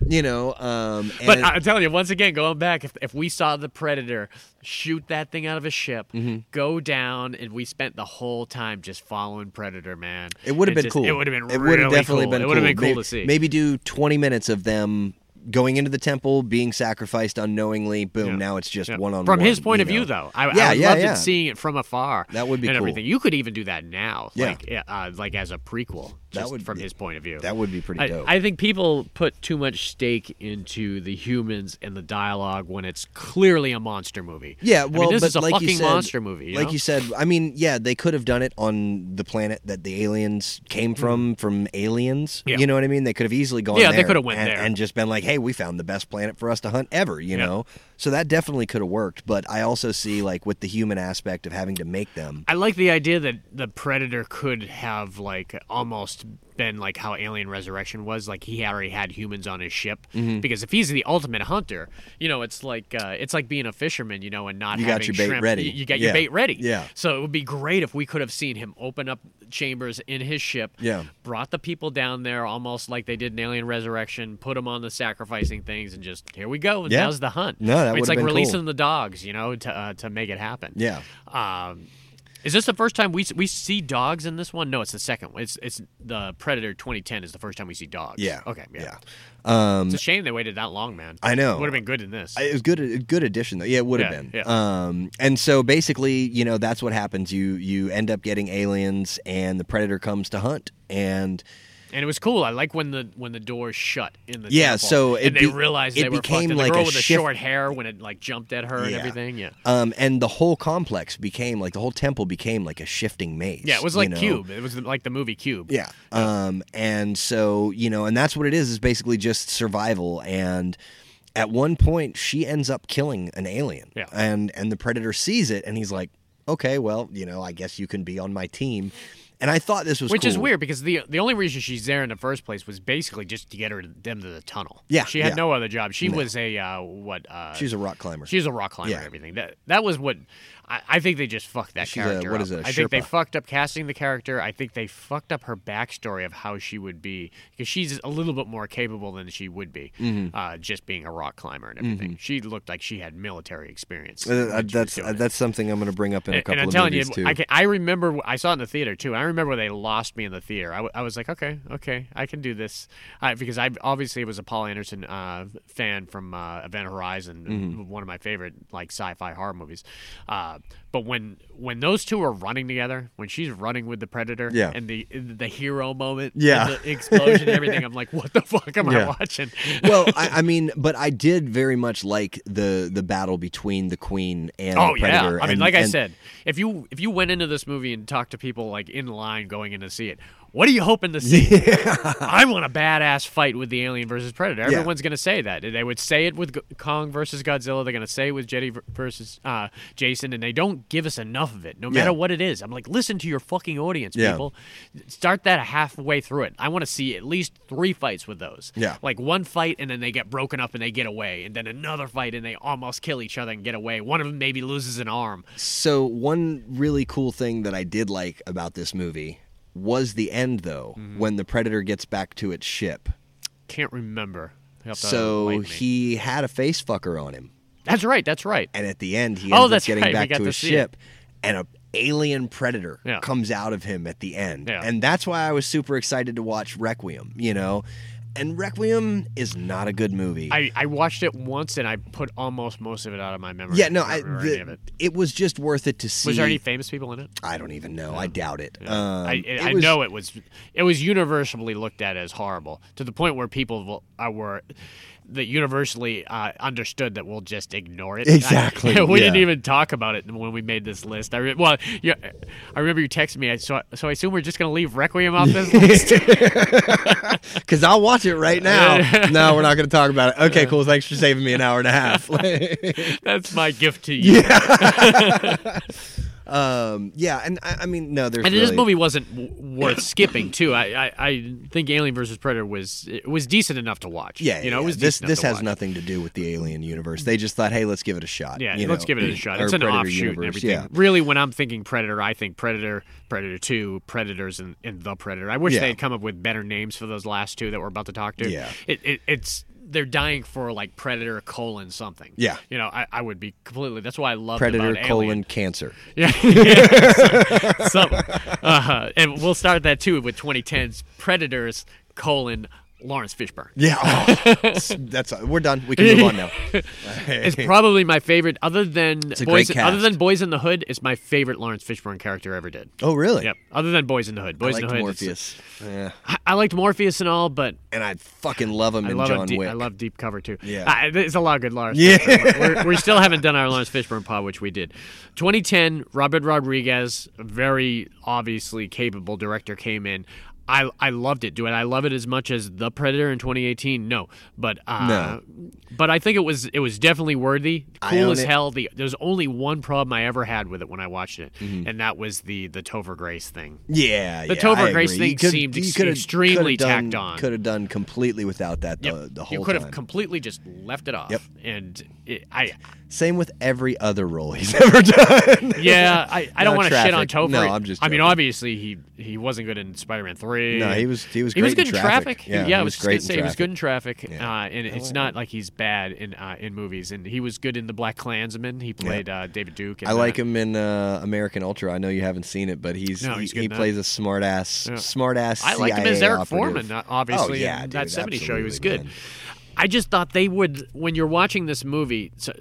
Speaker 4: you know, um, and
Speaker 3: But I'm telling you, once again, going back, if, if we saw the Predator shoot that thing out of a ship,
Speaker 4: Mm-hmm.
Speaker 3: go down, and we spent the whole time just following Predator, man,
Speaker 4: It would have
Speaker 3: It's
Speaker 4: been
Speaker 3: just-
Speaker 4: cool.
Speaker 3: It would have been.
Speaker 4: It
Speaker 3: would have
Speaker 4: definitely
Speaker 3: cool.
Speaker 4: been.
Speaker 3: It would have been cool
Speaker 4: maybe,
Speaker 3: to see.
Speaker 4: Maybe do twenty minutes of them going into the temple, being sacrificed unknowingly. Boom!
Speaker 3: Yeah.
Speaker 4: Now it's just
Speaker 3: Yeah.
Speaker 4: one on.
Speaker 3: From his point
Speaker 4: you
Speaker 3: of view,
Speaker 4: know?
Speaker 3: though, I,
Speaker 4: Yeah,
Speaker 3: I
Speaker 4: yeah,
Speaker 3: loved
Speaker 4: yeah.
Speaker 3: it seeing it from afar.
Speaker 4: That would be
Speaker 3: and
Speaker 4: cool.
Speaker 3: everything. You could even do that now,
Speaker 4: Yeah.
Speaker 3: like yeah, uh, like as a prequel.
Speaker 4: That
Speaker 3: just
Speaker 4: would-
Speaker 3: from his point of view.
Speaker 4: that would be pretty
Speaker 3: I,
Speaker 4: dope.
Speaker 3: I think people put too much stake into the humans and the dialogue when it's clearly a monster movie.
Speaker 4: Yeah,
Speaker 3: I mean,
Speaker 4: well,
Speaker 3: this
Speaker 4: but
Speaker 3: is a
Speaker 4: like
Speaker 3: fucking
Speaker 4: you said,
Speaker 3: monster movie. You
Speaker 4: like
Speaker 3: know?
Speaker 4: you said, I mean, yeah, they could have done it on the planet that the aliens came from, from aliens.
Speaker 3: Mm-hmm. Yeah.
Speaker 4: You know what I mean? They could have easily gone.
Speaker 3: Yeah, they
Speaker 4: there
Speaker 3: could have went
Speaker 4: and,
Speaker 3: there.
Speaker 4: and just been like, "Hey, we found the best planet for us to hunt ever." You
Speaker 3: Yeah.
Speaker 4: know, so that definitely could have worked. But I also see like with the human aspect of having to make them.
Speaker 3: I like the idea that the Predator could have like almost been like how Alien Resurrection was. Like he already had humans on his ship
Speaker 4: Mm-hmm.
Speaker 3: because if he's the ultimate hunter, you know, it's like uh, it's like being a fisherman, you know, and not
Speaker 4: You got
Speaker 3: having
Speaker 4: your bait
Speaker 3: shrimp.
Speaker 4: ready.
Speaker 3: You, you got
Speaker 4: Yeah.
Speaker 3: your bait ready.
Speaker 4: Yeah.
Speaker 3: So it would be great if we could have seen him open up chambers in his ship.
Speaker 4: Yeah.
Speaker 3: Brought the people down there almost like they did in Alien Resurrection. Put them on the sacrificing things and just here we go. And
Speaker 4: Yeah.
Speaker 3: Now's the hunt.
Speaker 4: No, that
Speaker 3: I mean,
Speaker 4: would've
Speaker 3: it's like
Speaker 4: been cool.
Speaker 3: releasing the dogs, you know, to uh, to make it happen.
Speaker 4: Yeah.
Speaker 3: Um, is this the first time we we see dogs in this one? No, it's the second one. It's it's the Predator 2010 is the first time we see dogs.
Speaker 4: Yeah.
Speaker 3: Okay. Yeah.
Speaker 4: Yeah. Um,
Speaker 3: it's a shame they waited that long, man.
Speaker 4: I know.
Speaker 3: Would have been good in this.
Speaker 4: I- Uh, It was good. A good addition, though. Yeah, it would have
Speaker 3: Yeah,
Speaker 4: been.
Speaker 3: yeah.
Speaker 4: Um, and so basically, you know, that's what happens. You you end up getting aliens, and the predator comes to hunt, and
Speaker 3: And it was cool. I like when the when the door shut in the
Speaker 4: Yeah,
Speaker 3: temple,
Speaker 4: so it
Speaker 3: and they
Speaker 4: be-
Speaker 3: realized
Speaker 4: it
Speaker 3: they were
Speaker 4: became
Speaker 3: fucked. And
Speaker 4: like
Speaker 3: the girl
Speaker 4: a
Speaker 3: with the
Speaker 4: shift-
Speaker 3: short hair when it like jumped at her and
Speaker 4: Yeah.
Speaker 3: everything. Yeah,
Speaker 4: Um, and the whole complex became like the whole temple became like a shifting maze.
Speaker 3: yeah. It was
Speaker 4: you
Speaker 3: like
Speaker 4: know?
Speaker 3: Cube. It was like the movie Cube.
Speaker 4: Yeah. Um, and so, you know, and that's what it is, is basically just survival. And at one point she ends up killing an alien.
Speaker 3: Yeah.
Speaker 4: And and the predator sees it and he's like, Okay, well, you know, I guess you can be on my team. And I thought this was
Speaker 3: Which is
Speaker 4: cool.
Speaker 3: weird because the the only reason she's there in the first place was basically just to get her them to the tunnel.
Speaker 4: Yeah,
Speaker 3: she had
Speaker 4: yeah.
Speaker 3: no other job. She was a uh, what? Uh,
Speaker 4: She's a rock climber.
Speaker 3: she's a rock climber.
Speaker 4: Yeah.
Speaker 3: and Everything that that was what I, I think they just fucked that
Speaker 4: She's a-
Speaker 3: character.
Speaker 4: what
Speaker 3: up.
Speaker 4: is it, a
Speaker 3: I think they
Speaker 4: Sherpa?
Speaker 3: fucked up casting the character. I think they fucked up her backstory of how she would be because she's a little bit more capable than she would be
Speaker 4: Mm-hmm.
Speaker 3: uh, just being a rock climber and everything. She looked like she had military experience.
Speaker 4: Uh,
Speaker 3: when she
Speaker 4: uh,
Speaker 3: was
Speaker 4: that's
Speaker 3: doing
Speaker 4: uh,
Speaker 3: it.
Speaker 4: that's something I'm going to bring up in a
Speaker 3: And-
Speaker 4: couple
Speaker 3: and I'm
Speaker 4: of
Speaker 3: telling
Speaker 4: movies
Speaker 3: you,
Speaker 4: too.
Speaker 3: I, can, I remember I saw it in the theater too. I remember they lost me in the theater. I, w- I was like, okay, okay, I can do this I, because I obviously was a Paul Anderson uh, fan from uh, Event Horizon,
Speaker 4: Mm-hmm.
Speaker 3: one of my favorite like sci-fi horror movies. Uh, but when when those two are running together, when she's running with the predator,
Speaker 4: Yeah.
Speaker 3: and the the hero moment, and
Speaker 4: Yeah.
Speaker 3: the explosion, and everything, I'm like, what the fuck am
Speaker 4: Yeah.
Speaker 3: I watching?
Speaker 4: well, I, I mean, but I did very much like the the battle between the queen and
Speaker 3: Oh
Speaker 4: the predator.
Speaker 3: yeah, I mean,
Speaker 4: and-
Speaker 3: like I
Speaker 4: and-
Speaker 3: said, if you if you went into this movie and talked to people like in line going in to see it, what are you hoping to see? I want a badass fight with the alien versus predator.
Speaker 4: Yeah.
Speaker 3: Everyone's gonna say that. They would say it with G- Kong versus Godzilla. They're gonna say it with Jetty ver- versus uh, Jason, and they don't give us enough of it, no matter
Speaker 4: Yeah.
Speaker 3: what it is. I'm like, listen to your fucking audience,
Speaker 4: Yeah.
Speaker 3: people. Start that halfway through it. I want to see at least three fights with those.
Speaker 4: Yeah.
Speaker 3: Like one fight and then they get broken up and they get away, and then another fight and they almost kill each other and get away. One of them maybe loses an arm.
Speaker 4: So one really cool thing that I did like about this movie was the end, though,
Speaker 3: Mm-hmm.
Speaker 4: when the predator gets back to its ship.
Speaker 3: Can't remember. You'll have to
Speaker 4: So
Speaker 3: enlighten me.
Speaker 4: he had a face fucker on him,
Speaker 3: That's right. That's right.
Speaker 4: and at the end, he
Speaker 3: Oh,
Speaker 4: ends up
Speaker 3: that's
Speaker 4: getting
Speaker 3: right, we
Speaker 4: back
Speaker 3: got
Speaker 4: to
Speaker 3: to
Speaker 4: his
Speaker 3: see
Speaker 4: ship, and a alien predator
Speaker 3: Yeah.
Speaker 4: comes out of him at the end,
Speaker 3: Yeah.
Speaker 4: and that's why I was super excited to watch Requiem. You know, and Requiem is not a good movie.
Speaker 3: I, I watched it once and I put almost most of it out of my memory.
Speaker 4: yeah, no,
Speaker 3: I
Speaker 4: I,
Speaker 3: don't remember
Speaker 4: the,
Speaker 3: any of it.
Speaker 4: it was just worth it to see.
Speaker 3: Was there any famous people in it?
Speaker 4: I don't even know. I doubt it. Um,
Speaker 3: I,
Speaker 4: it
Speaker 3: I
Speaker 4: was-
Speaker 3: know it was it was universally looked at as horrible to the point where people will- uh, were that universally uh, understood that we'll just ignore it. I-
Speaker 4: Exactly,
Speaker 3: we didn't
Speaker 4: yeah.
Speaker 3: even talk about it when we made this list. I re- well, yeah, I remember you texted me. I- So I- so I assume we're just gonna leave Requiem off this list.
Speaker 4: Because I'll watch it right now. no, we're not going to talk about it. Okay, cool. Thanks for saving me an hour and a half.
Speaker 3: That's my gift to you.
Speaker 4: um, yeah, and I, I mean, no, there's.
Speaker 3: And
Speaker 4: really,
Speaker 3: this movie wasn't w- worth skipping too. I, I, I think Alien versus Predator was it was decent enough to watch.
Speaker 4: Yeah,
Speaker 3: you know,
Speaker 4: yeah,
Speaker 3: it was
Speaker 4: this.
Speaker 3: decent enough
Speaker 4: This
Speaker 3: to
Speaker 4: has
Speaker 3: watch.
Speaker 4: nothing to do with the alien universe. They just thought, hey, let's give it a shot.
Speaker 3: Yeah,
Speaker 4: you
Speaker 3: let's
Speaker 4: know,
Speaker 3: give it a shot.
Speaker 4: or
Speaker 3: It's an
Speaker 4: Predator
Speaker 3: offshoot and
Speaker 4: universe,
Speaker 3: everything. Really, when I'm thinking Predator, I think Predator, Predator Two, Predators, and, and the Predator. I wish
Speaker 4: Yeah.
Speaker 3: they had come up with better names for those last two that we're about to talk to.
Speaker 4: Yeah.
Speaker 3: it, it, it's they're dying for like Predator colon something.
Speaker 4: Yeah.
Speaker 3: you know, I, I would be completely. That's why I love
Speaker 4: Predator
Speaker 3: about
Speaker 4: colon
Speaker 3: Alien.
Speaker 4: cancer.
Speaker 3: Yeah. Yeah. so, so, uh, and we'll start that too with 2010's Predators colon Lawrence Fishburne.
Speaker 4: Yeah, oh, that's we're done. We can move on now.
Speaker 3: It's probably my favorite, other than
Speaker 4: a
Speaker 3: Boys,
Speaker 4: great
Speaker 3: other
Speaker 4: cast.
Speaker 3: than Boys in the Hood. It's my favorite Lawrence Fishburne character ever did.
Speaker 4: Oh, really?
Speaker 3: Yep. Other than Boys in the Hood,
Speaker 4: I
Speaker 3: Boys in
Speaker 4: liked
Speaker 3: the Hood. it's-
Speaker 4: Morpheus, yeah.
Speaker 3: I, I liked Morpheus and all, but
Speaker 4: and I fucking love him
Speaker 3: I
Speaker 4: in
Speaker 3: love a
Speaker 4: John
Speaker 3: deep,
Speaker 4: Wick.
Speaker 3: I love deep cover too.
Speaker 4: Yeah.
Speaker 3: Uh, there's a lot of good Lawrence.
Speaker 4: Yeah.
Speaker 3: Fishburne. We're- we still haven't done our Lawrence Fishburne pod, which we did. 2010, Robert Rodriguez, a very obviously capable director, came in. I, I loved it. Do it. I love it as much as The Predator in 2018. No, but uh,
Speaker 4: No.
Speaker 3: but I think it was it was definitely worthy.
Speaker 4: I
Speaker 3: Cool
Speaker 4: own
Speaker 3: as
Speaker 4: it.
Speaker 3: hell. The, there's only one problem I ever had with it when I watched it,
Speaker 4: Mm-hmm.
Speaker 3: and that was the the Tover Grace thing.
Speaker 4: Yeah,
Speaker 3: The
Speaker 4: yeah,
Speaker 3: Tover
Speaker 4: I
Speaker 3: Grace
Speaker 4: agree.
Speaker 3: thing
Speaker 4: You could-
Speaker 3: seemed
Speaker 4: you
Speaker 3: ex-
Speaker 4: coulda-
Speaker 3: extremely
Speaker 4: coulda
Speaker 3: tacked
Speaker 4: done,
Speaker 3: on.
Speaker 4: Could have done completely without that the, the whole
Speaker 3: you could
Speaker 4: time.
Speaker 3: have completely just left it off.
Speaker 4: Yep.
Speaker 3: And it, I,
Speaker 4: Same with every other role he's ever done.
Speaker 3: yeah, I, I don't
Speaker 4: No
Speaker 3: want to shit on Topher.
Speaker 4: traffic. No, I'm just
Speaker 3: I mean,
Speaker 4: joking.
Speaker 3: obviously he he wasn't good in Spider-Man Three.
Speaker 4: No, he was- he was
Speaker 3: he was
Speaker 4: great
Speaker 3: good
Speaker 4: in
Speaker 3: in
Speaker 4: traffic.
Speaker 3: traffic.
Speaker 4: Yeah, he
Speaker 3: I
Speaker 4: was
Speaker 3: was, just
Speaker 4: great
Speaker 3: gonna
Speaker 4: in
Speaker 3: say he was
Speaker 4: traffic.
Speaker 3: good in traffic.
Speaker 4: Yeah.
Speaker 3: Uh, and it's not like he's bad in uh, in movies. And he was good in The Black Klansman. He played uh, David Duke. in
Speaker 4: I like
Speaker 3: that.
Speaker 4: him in uh, American Ultra. I know you haven't seen it, but he's,
Speaker 3: No, he's
Speaker 4: he,
Speaker 3: good
Speaker 4: he
Speaker 3: in that.
Speaker 4: plays a smart ass, smart ass.
Speaker 3: I liked him as
Speaker 4: CIA
Speaker 3: Eric
Speaker 4: operative.
Speaker 3: Foreman, uh, obviously.
Speaker 4: Oh, yeah,
Speaker 3: in
Speaker 4: dude,
Speaker 3: that 70 show, he was
Speaker 4: absolutely,
Speaker 3: good.
Speaker 4: man.
Speaker 3: I just thought they would, when you're watching this movie, so,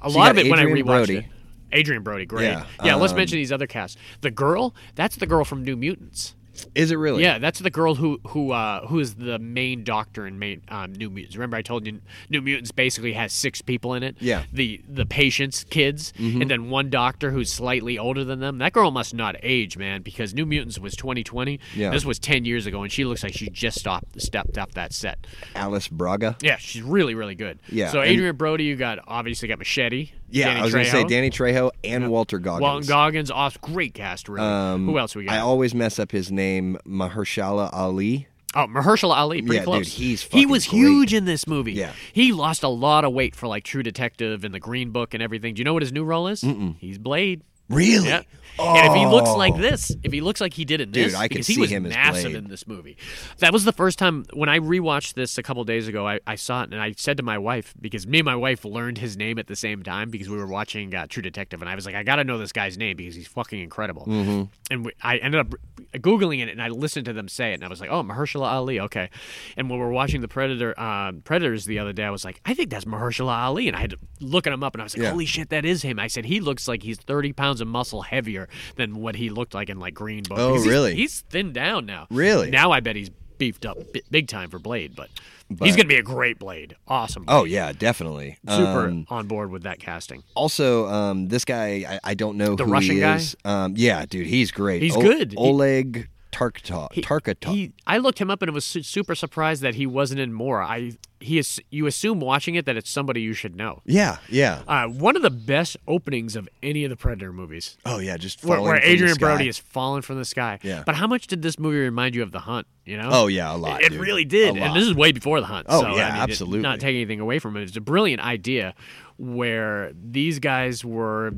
Speaker 3: a
Speaker 4: you
Speaker 3: lot of
Speaker 4: got
Speaker 3: it when I
Speaker 4: Adrian
Speaker 3: rewatched
Speaker 4: Brody.
Speaker 3: it. Adrian Brody, great.
Speaker 4: Yeah, um,
Speaker 3: Yeah, let's mention these other casts. The girl, that's the girl from New Mutants.
Speaker 4: Is it really?
Speaker 3: Yeah, that's the girl who who uh, who is the main doctor in main, um, New Mutants. Remember, I told you New Mutants basically has six people in it.
Speaker 4: Yeah. Mm-hmm.
Speaker 3: the the patients, kids, and then one doctor who's slightly older than them. That girl must not age, man, because New Mutants was 2020.
Speaker 4: Yeah.
Speaker 3: this was 10 years ago, and she looks like she just stopped stepped off that set.
Speaker 4: Alice Braga.
Speaker 3: Yeah, she's really really good.
Speaker 4: Yeah,
Speaker 3: So
Speaker 4: and-
Speaker 3: Adrian Brody, you got obviously got Machete.
Speaker 4: Yeah,
Speaker 3: Danny
Speaker 4: I was gonna say
Speaker 3: Trejo.
Speaker 4: Danny Trejo and Walter Goggins. Um,
Speaker 3: Walton Goggins, off great cast. Really. who else we got?
Speaker 4: I always mess up his name, Mahershala Ali.
Speaker 3: Oh, Mahershala Ali, pretty
Speaker 4: Yeah, dude,
Speaker 3: close.
Speaker 4: he's
Speaker 3: he
Speaker 4: fucking
Speaker 3: was
Speaker 4: great.
Speaker 3: huge in this movie.
Speaker 4: Yeah.
Speaker 3: he lost a lot of weight for like True Detective and The Green Book and everything. Do you know what his new role is? He's Blade.
Speaker 4: Really?
Speaker 3: Yeah. And if he looks
Speaker 4: Oh.
Speaker 3: like this, if he looks like he did in
Speaker 4: Dude,
Speaker 3: this,
Speaker 4: I could
Speaker 3: because he
Speaker 4: see
Speaker 3: was
Speaker 4: him as
Speaker 3: massive
Speaker 4: Blade.
Speaker 3: in this movie. That was the first time when I rewatched this a couple days ago. I, I saw it and I said to my wife because me and my wife learned his name at the same time because we were watching uh, True Detective and I was like, I got to know this guy's name because he's fucking incredible.
Speaker 4: Mm-hmm.
Speaker 3: And we, I ended up googling it and I listened to them say it and I was like, oh, Mahershala Ali, okay. And when we were watching the Predator um, Predators the other day, I was like, I think that's Mahershala Ali, and I had to look at him up and I was like,
Speaker 4: Yeah.
Speaker 3: holy shit, that is him. I said he looks like he's 30 pounds of muscle heavier than what he looked like in like Green Book.
Speaker 4: Oh,
Speaker 3: Because he's-
Speaker 4: really?
Speaker 3: He's, thinned down now.
Speaker 4: Really?
Speaker 3: Now I bet he's beefed up bi- big time for Blade, but, he's
Speaker 4: But-
Speaker 3: gonna be a great Blade. Awesome.
Speaker 4: Oh yeah, definitely.
Speaker 3: super
Speaker 4: Um,
Speaker 3: on board with that casting.
Speaker 4: also, um, this guy I, I don't know
Speaker 3: The
Speaker 4: who
Speaker 3: Russian
Speaker 4: he
Speaker 3: guy?
Speaker 4: is. Um, yeah, dude, he's great.
Speaker 3: He's good. He-
Speaker 4: Oleg Tarkatov.
Speaker 3: He-
Speaker 4: Tarkatov.
Speaker 3: He, I looked him up and was su- super surprised that he wasn't in more. I he is. You assume watching it that it's somebody you should know.
Speaker 4: yeah, yeah.
Speaker 3: Uh, one of the best openings of any of the Predator movies,
Speaker 4: Oh yeah, just
Speaker 3: where,
Speaker 4: falling
Speaker 3: where
Speaker 4: from the
Speaker 3: Adrian
Speaker 4: sky.
Speaker 3: Brody is falling from the sky.
Speaker 4: Yeah.
Speaker 3: But how much did this movie remind you of The Hunt? You know.
Speaker 4: Oh yeah, a lot.
Speaker 3: It
Speaker 4: dude.
Speaker 3: really
Speaker 4: A
Speaker 3: did,
Speaker 4: lot.
Speaker 3: and this is way before the hunt.
Speaker 4: Oh,
Speaker 3: so, I
Speaker 4: yeah,
Speaker 3: mean, it-
Speaker 4: absolutely.
Speaker 3: not taking anything away from it. It's a brilliant idea where these guys were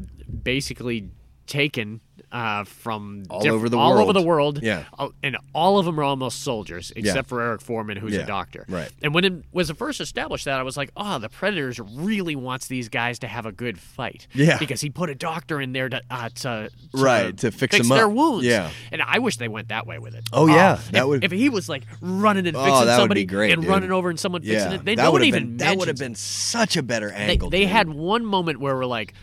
Speaker 3: basically taken uh, from
Speaker 4: All
Speaker 3: diff-
Speaker 4: over the
Speaker 3: all over
Speaker 4: world.
Speaker 3: the world.
Speaker 4: Yeah.
Speaker 3: All- and all of them are almost soldiers, except for Eric Foreman, who's a
Speaker 4: Yeah,
Speaker 3: doctor.
Speaker 4: right.
Speaker 3: And when it was first established that, I was like, oh, the Predators really wants these guys to have a good fight.
Speaker 4: Yeah.
Speaker 3: because he put a doctor in there to uh, to, to
Speaker 4: Right, to fix 'em
Speaker 3: their
Speaker 4: up.
Speaker 3: wounds.
Speaker 4: Yeah.
Speaker 3: and I wish they went that way with it. Ah,
Speaker 4: Oh, yeah, that
Speaker 3: if-
Speaker 4: would-
Speaker 3: if he was like running and
Speaker 4: Oh,
Speaker 3: fixing
Speaker 4: that would be
Speaker 3: somebody
Speaker 4: great,
Speaker 3: and
Speaker 4: dude.
Speaker 3: running over and someone fixing it. They
Speaker 4: that
Speaker 3: don't
Speaker 4: would've
Speaker 3: even
Speaker 4: been, that would have
Speaker 3: mention-
Speaker 4: been such a better
Speaker 3: They,
Speaker 4: angle.
Speaker 3: they
Speaker 4: dude.
Speaker 3: had one moment where we're like,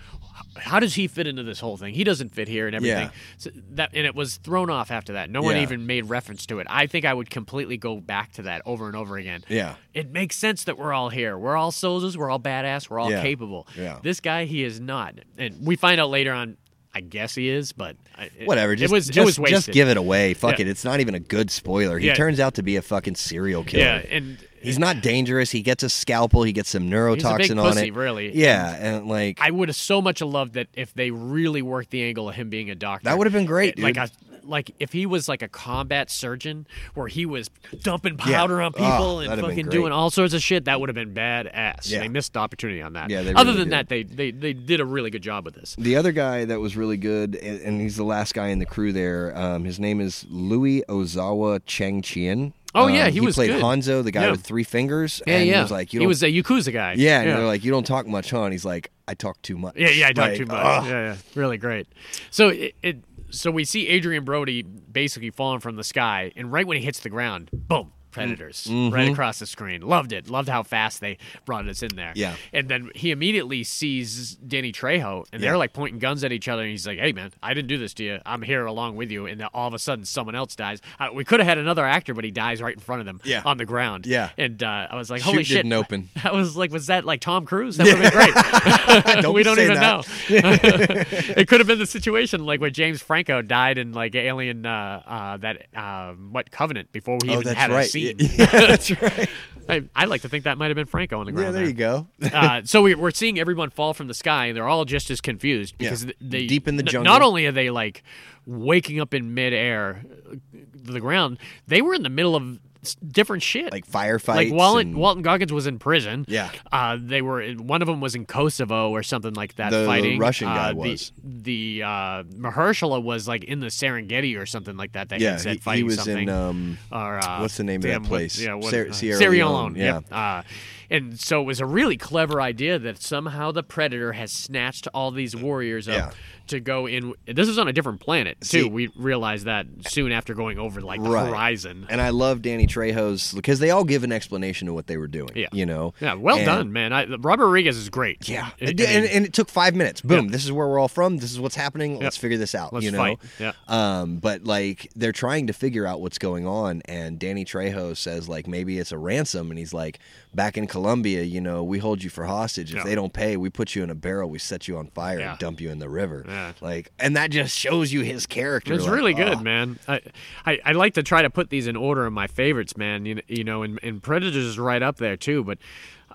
Speaker 3: how does he fit into this whole thing? He doesn't fit here and everything.
Speaker 4: Yeah.
Speaker 3: So that and it was thrown off after that. No one
Speaker 4: Yeah.
Speaker 3: even made reference to it. I think I would completely go back to that over and over again.
Speaker 4: Yeah.
Speaker 3: It makes sense that we're all here. We're all soldiers, we're all badass, we're all
Speaker 4: Yeah.
Speaker 3: capable.
Speaker 4: Yeah.
Speaker 3: This guy he is not. And we find out later on I guess he is, but I, it-
Speaker 4: Whatever, just
Speaker 3: it was
Speaker 4: just,
Speaker 3: it was wasted.
Speaker 4: just give it away. Fuck
Speaker 3: Yeah.
Speaker 4: it. It's not even a good spoiler. He
Speaker 3: Yeah.
Speaker 4: turns out to be a fucking serial killer.
Speaker 3: Yeah, and
Speaker 4: He's not dangerous. He gets a scalpel. He gets some neurotoxin
Speaker 3: big
Speaker 4: on
Speaker 3: pussy,
Speaker 4: it.
Speaker 3: really.
Speaker 4: Yeah, and like
Speaker 3: I would have so much loved that if they really worked the angle of him being a doctor.
Speaker 4: That would've been great,
Speaker 3: Like
Speaker 4: dude.
Speaker 3: a like if he was like a combat surgeon where he was dumping
Speaker 4: Yeah.
Speaker 3: powder on people
Speaker 4: Oh,
Speaker 3: and
Speaker 4: that'd have been
Speaker 3: fucking
Speaker 4: great.
Speaker 3: doing all sorts of shit, that would have been badass.
Speaker 4: Yeah.
Speaker 3: They missed the opportunity on that.
Speaker 4: Yeah, they
Speaker 3: Other
Speaker 4: really
Speaker 3: than
Speaker 4: did.
Speaker 3: that, they, they they did a really good job with this.
Speaker 4: the other guy that was really good, and, and he's the last guy in the crew there. Um, his name is Louis Ozawa Chang Chien.
Speaker 3: Oh,
Speaker 4: Um,
Speaker 3: yeah, he
Speaker 4: he
Speaker 3: was
Speaker 4: played
Speaker 3: good.
Speaker 4: Hanzo, the guy
Speaker 3: Yeah.
Speaker 4: with three fingers.
Speaker 3: Yeah,
Speaker 4: and
Speaker 3: yeah.
Speaker 4: He was like, you don't,
Speaker 3: a Yakuza guy.
Speaker 4: yeah, and
Speaker 3: yeah.
Speaker 4: they're like, you don't talk much, huh? And he's like, I talk too much.
Speaker 3: Yeah, yeah, I talk
Speaker 4: Like,
Speaker 3: too much.
Speaker 4: ugh.
Speaker 3: Yeah, yeah, really great. So it, it, so we see Adrian Brody basically falling from the sky, and right when he hits the ground, boom,
Speaker 4: Mm.
Speaker 3: predators
Speaker 4: Mm-hmm.
Speaker 3: right across the screen. Loved it. Loved how fast they brought us in there.
Speaker 4: Yeah.
Speaker 3: and then he immediately sees Danny Trejo, and they're
Speaker 4: Yeah.
Speaker 3: like pointing guns at each other, and he's like, "Hey, man, I didn't do this to you. I'm here along with you." And then all of a sudden, someone else dies. Uh, we could have had another actor, but he dies right in front of them.
Speaker 4: Yeah.
Speaker 3: on the ground.
Speaker 4: Yeah.
Speaker 3: and uh, I was like,
Speaker 4: Chute
Speaker 3: "Holy shit!"
Speaker 4: didn't open.
Speaker 3: I was like, "Was that like Tom Cruise?" That would have been great.
Speaker 4: Don't
Speaker 3: we
Speaker 4: be
Speaker 3: don't
Speaker 4: saying
Speaker 3: even
Speaker 4: that.
Speaker 3: know. it could have been the situation like where James Franco died in like Alien, uh, uh, that um, what Covenant before he
Speaker 4: Oh,
Speaker 3: even
Speaker 4: that's
Speaker 3: had a
Speaker 4: right.
Speaker 3: scene.
Speaker 4: Yeah, that's right.
Speaker 3: I, I like to think that might have been Franco on the ground.
Speaker 4: yeah, there you go.
Speaker 3: uh, so we, we're seeing everyone fall from the sky, and they're all just as confused because th- they
Speaker 4: Deep in the
Speaker 3: n-
Speaker 4: jungle.
Speaker 3: Not only are they like waking up in midair, uh, the ground, they were in the middle of s- different shit,
Speaker 4: Like firefights.
Speaker 3: like Walton,
Speaker 4: and
Speaker 3: Walton Goggins was in prison.
Speaker 4: Yeah.
Speaker 3: uh, they were. in- One of them was in Kosovo or something like that.
Speaker 4: The
Speaker 3: fighting
Speaker 4: Russian guy
Speaker 3: Uh, the-
Speaker 4: was.
Speaker 3: The, uh, Mahershala was like in the Serengeti or something like that. They
Speaker 4: yeah,
Speaker 3: had said
Speaker 4: he,
Speaker 3: fighting
Speaker 4: he was
Speaker 3: something.
Speaker 4: in um,
Speaker 3: or, uh,
Speaker 4: what's the name of
Speaker 3: damn, what-
Speaker 4: that place?
Speaker 3: yeah, what,
Speaker 4: Ser-
Speaker 3: uh,
Speaker 4: Sierra
Speaker 3: Sierra
Speaker 4: Leone,
Speaker 3: Leone, Yep. Uh, And so it was a really clever idea that somehow the Predator has snatched all these warriors up
Speaker 4: Yeah.
Speaker 3: to go in. This is on a different planet too.
Speaker 4: See-
Speaker 3: we realized that soon after going over like the
Speaker 4: Right.
Speaker 3: horizon.
Speaker 4: And I love Danny Trejo's because they all give an explanation of what they were doing.
Speaker 3: Yeah.
Speaker 4: You know?
Speaker 3: Yeah, well
Speaker 4: And-
Speaker 3: done, man. I, Robert Rodriguez is great. I-
Speaker 4: Yeah.
Speaker 3: I
Speaker 4: And,
Speaker 3: mean,
Speaker 4: and, it took five minutes. Boom. This is where we're all from. This is what's happening. Let's
Speaker 3: Yep.
Speaker 4: figure this out.
Speaker 3: Let's
Speaker 4: you know?
Speaker 3: fight. Yeah.
Speaker 4: Um, but like they're trying to figure out what's going on, and Danny Trejo says like maybe it's a ransom, and he's like, back in Colombia, you know, we hold you for hostage. If
Speaker 3: Yeah.
Speaker 4: they don't pay, we put you in a barrel, we set you on fire,
Speaker 3: Yeah.
Speaker 4: and dump you in the river.
Speaker 3: Yeah.
Speaker 4: Like, and that just shows you his character.
Speaker 3: It's
Speaker 4: like,
Speaker 3: really
Speaker 4: oh.
Speaker 3: good, man. I, I I like to try to put these in order of my favorites, man. You, kn- you know, and, and Predators is right up there too. But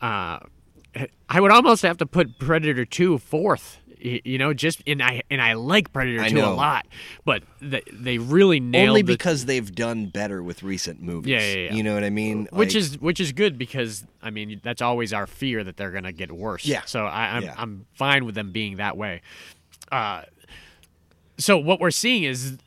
Speaker 3: uh, I would almost have to put Predator Two fourth. y- You know, just and I and I like Predator
Speaker 4: I
Speaker 3: Two a
Speaker 4: know.
Speaker 3: lot, but they, they really nailed
Speaker 4: Only
Speaker 3: the-
Speaker 4: because they've done better with recent movies.
Speaker 3: Yeah, yeah, yeah.
Speaker 4: You know what I mean?
Speaker 3: which
Speaker 4: Like-
Speaker 3: is which is good because I mean that's always our fear that they're gonna get worse.
Speaker 4: Yeah.
Speaker 3: So I, I'm
Speaker 4: Yeah.
Speaker 3: I'm fine with them being that way. Uh, so what we're seeing is,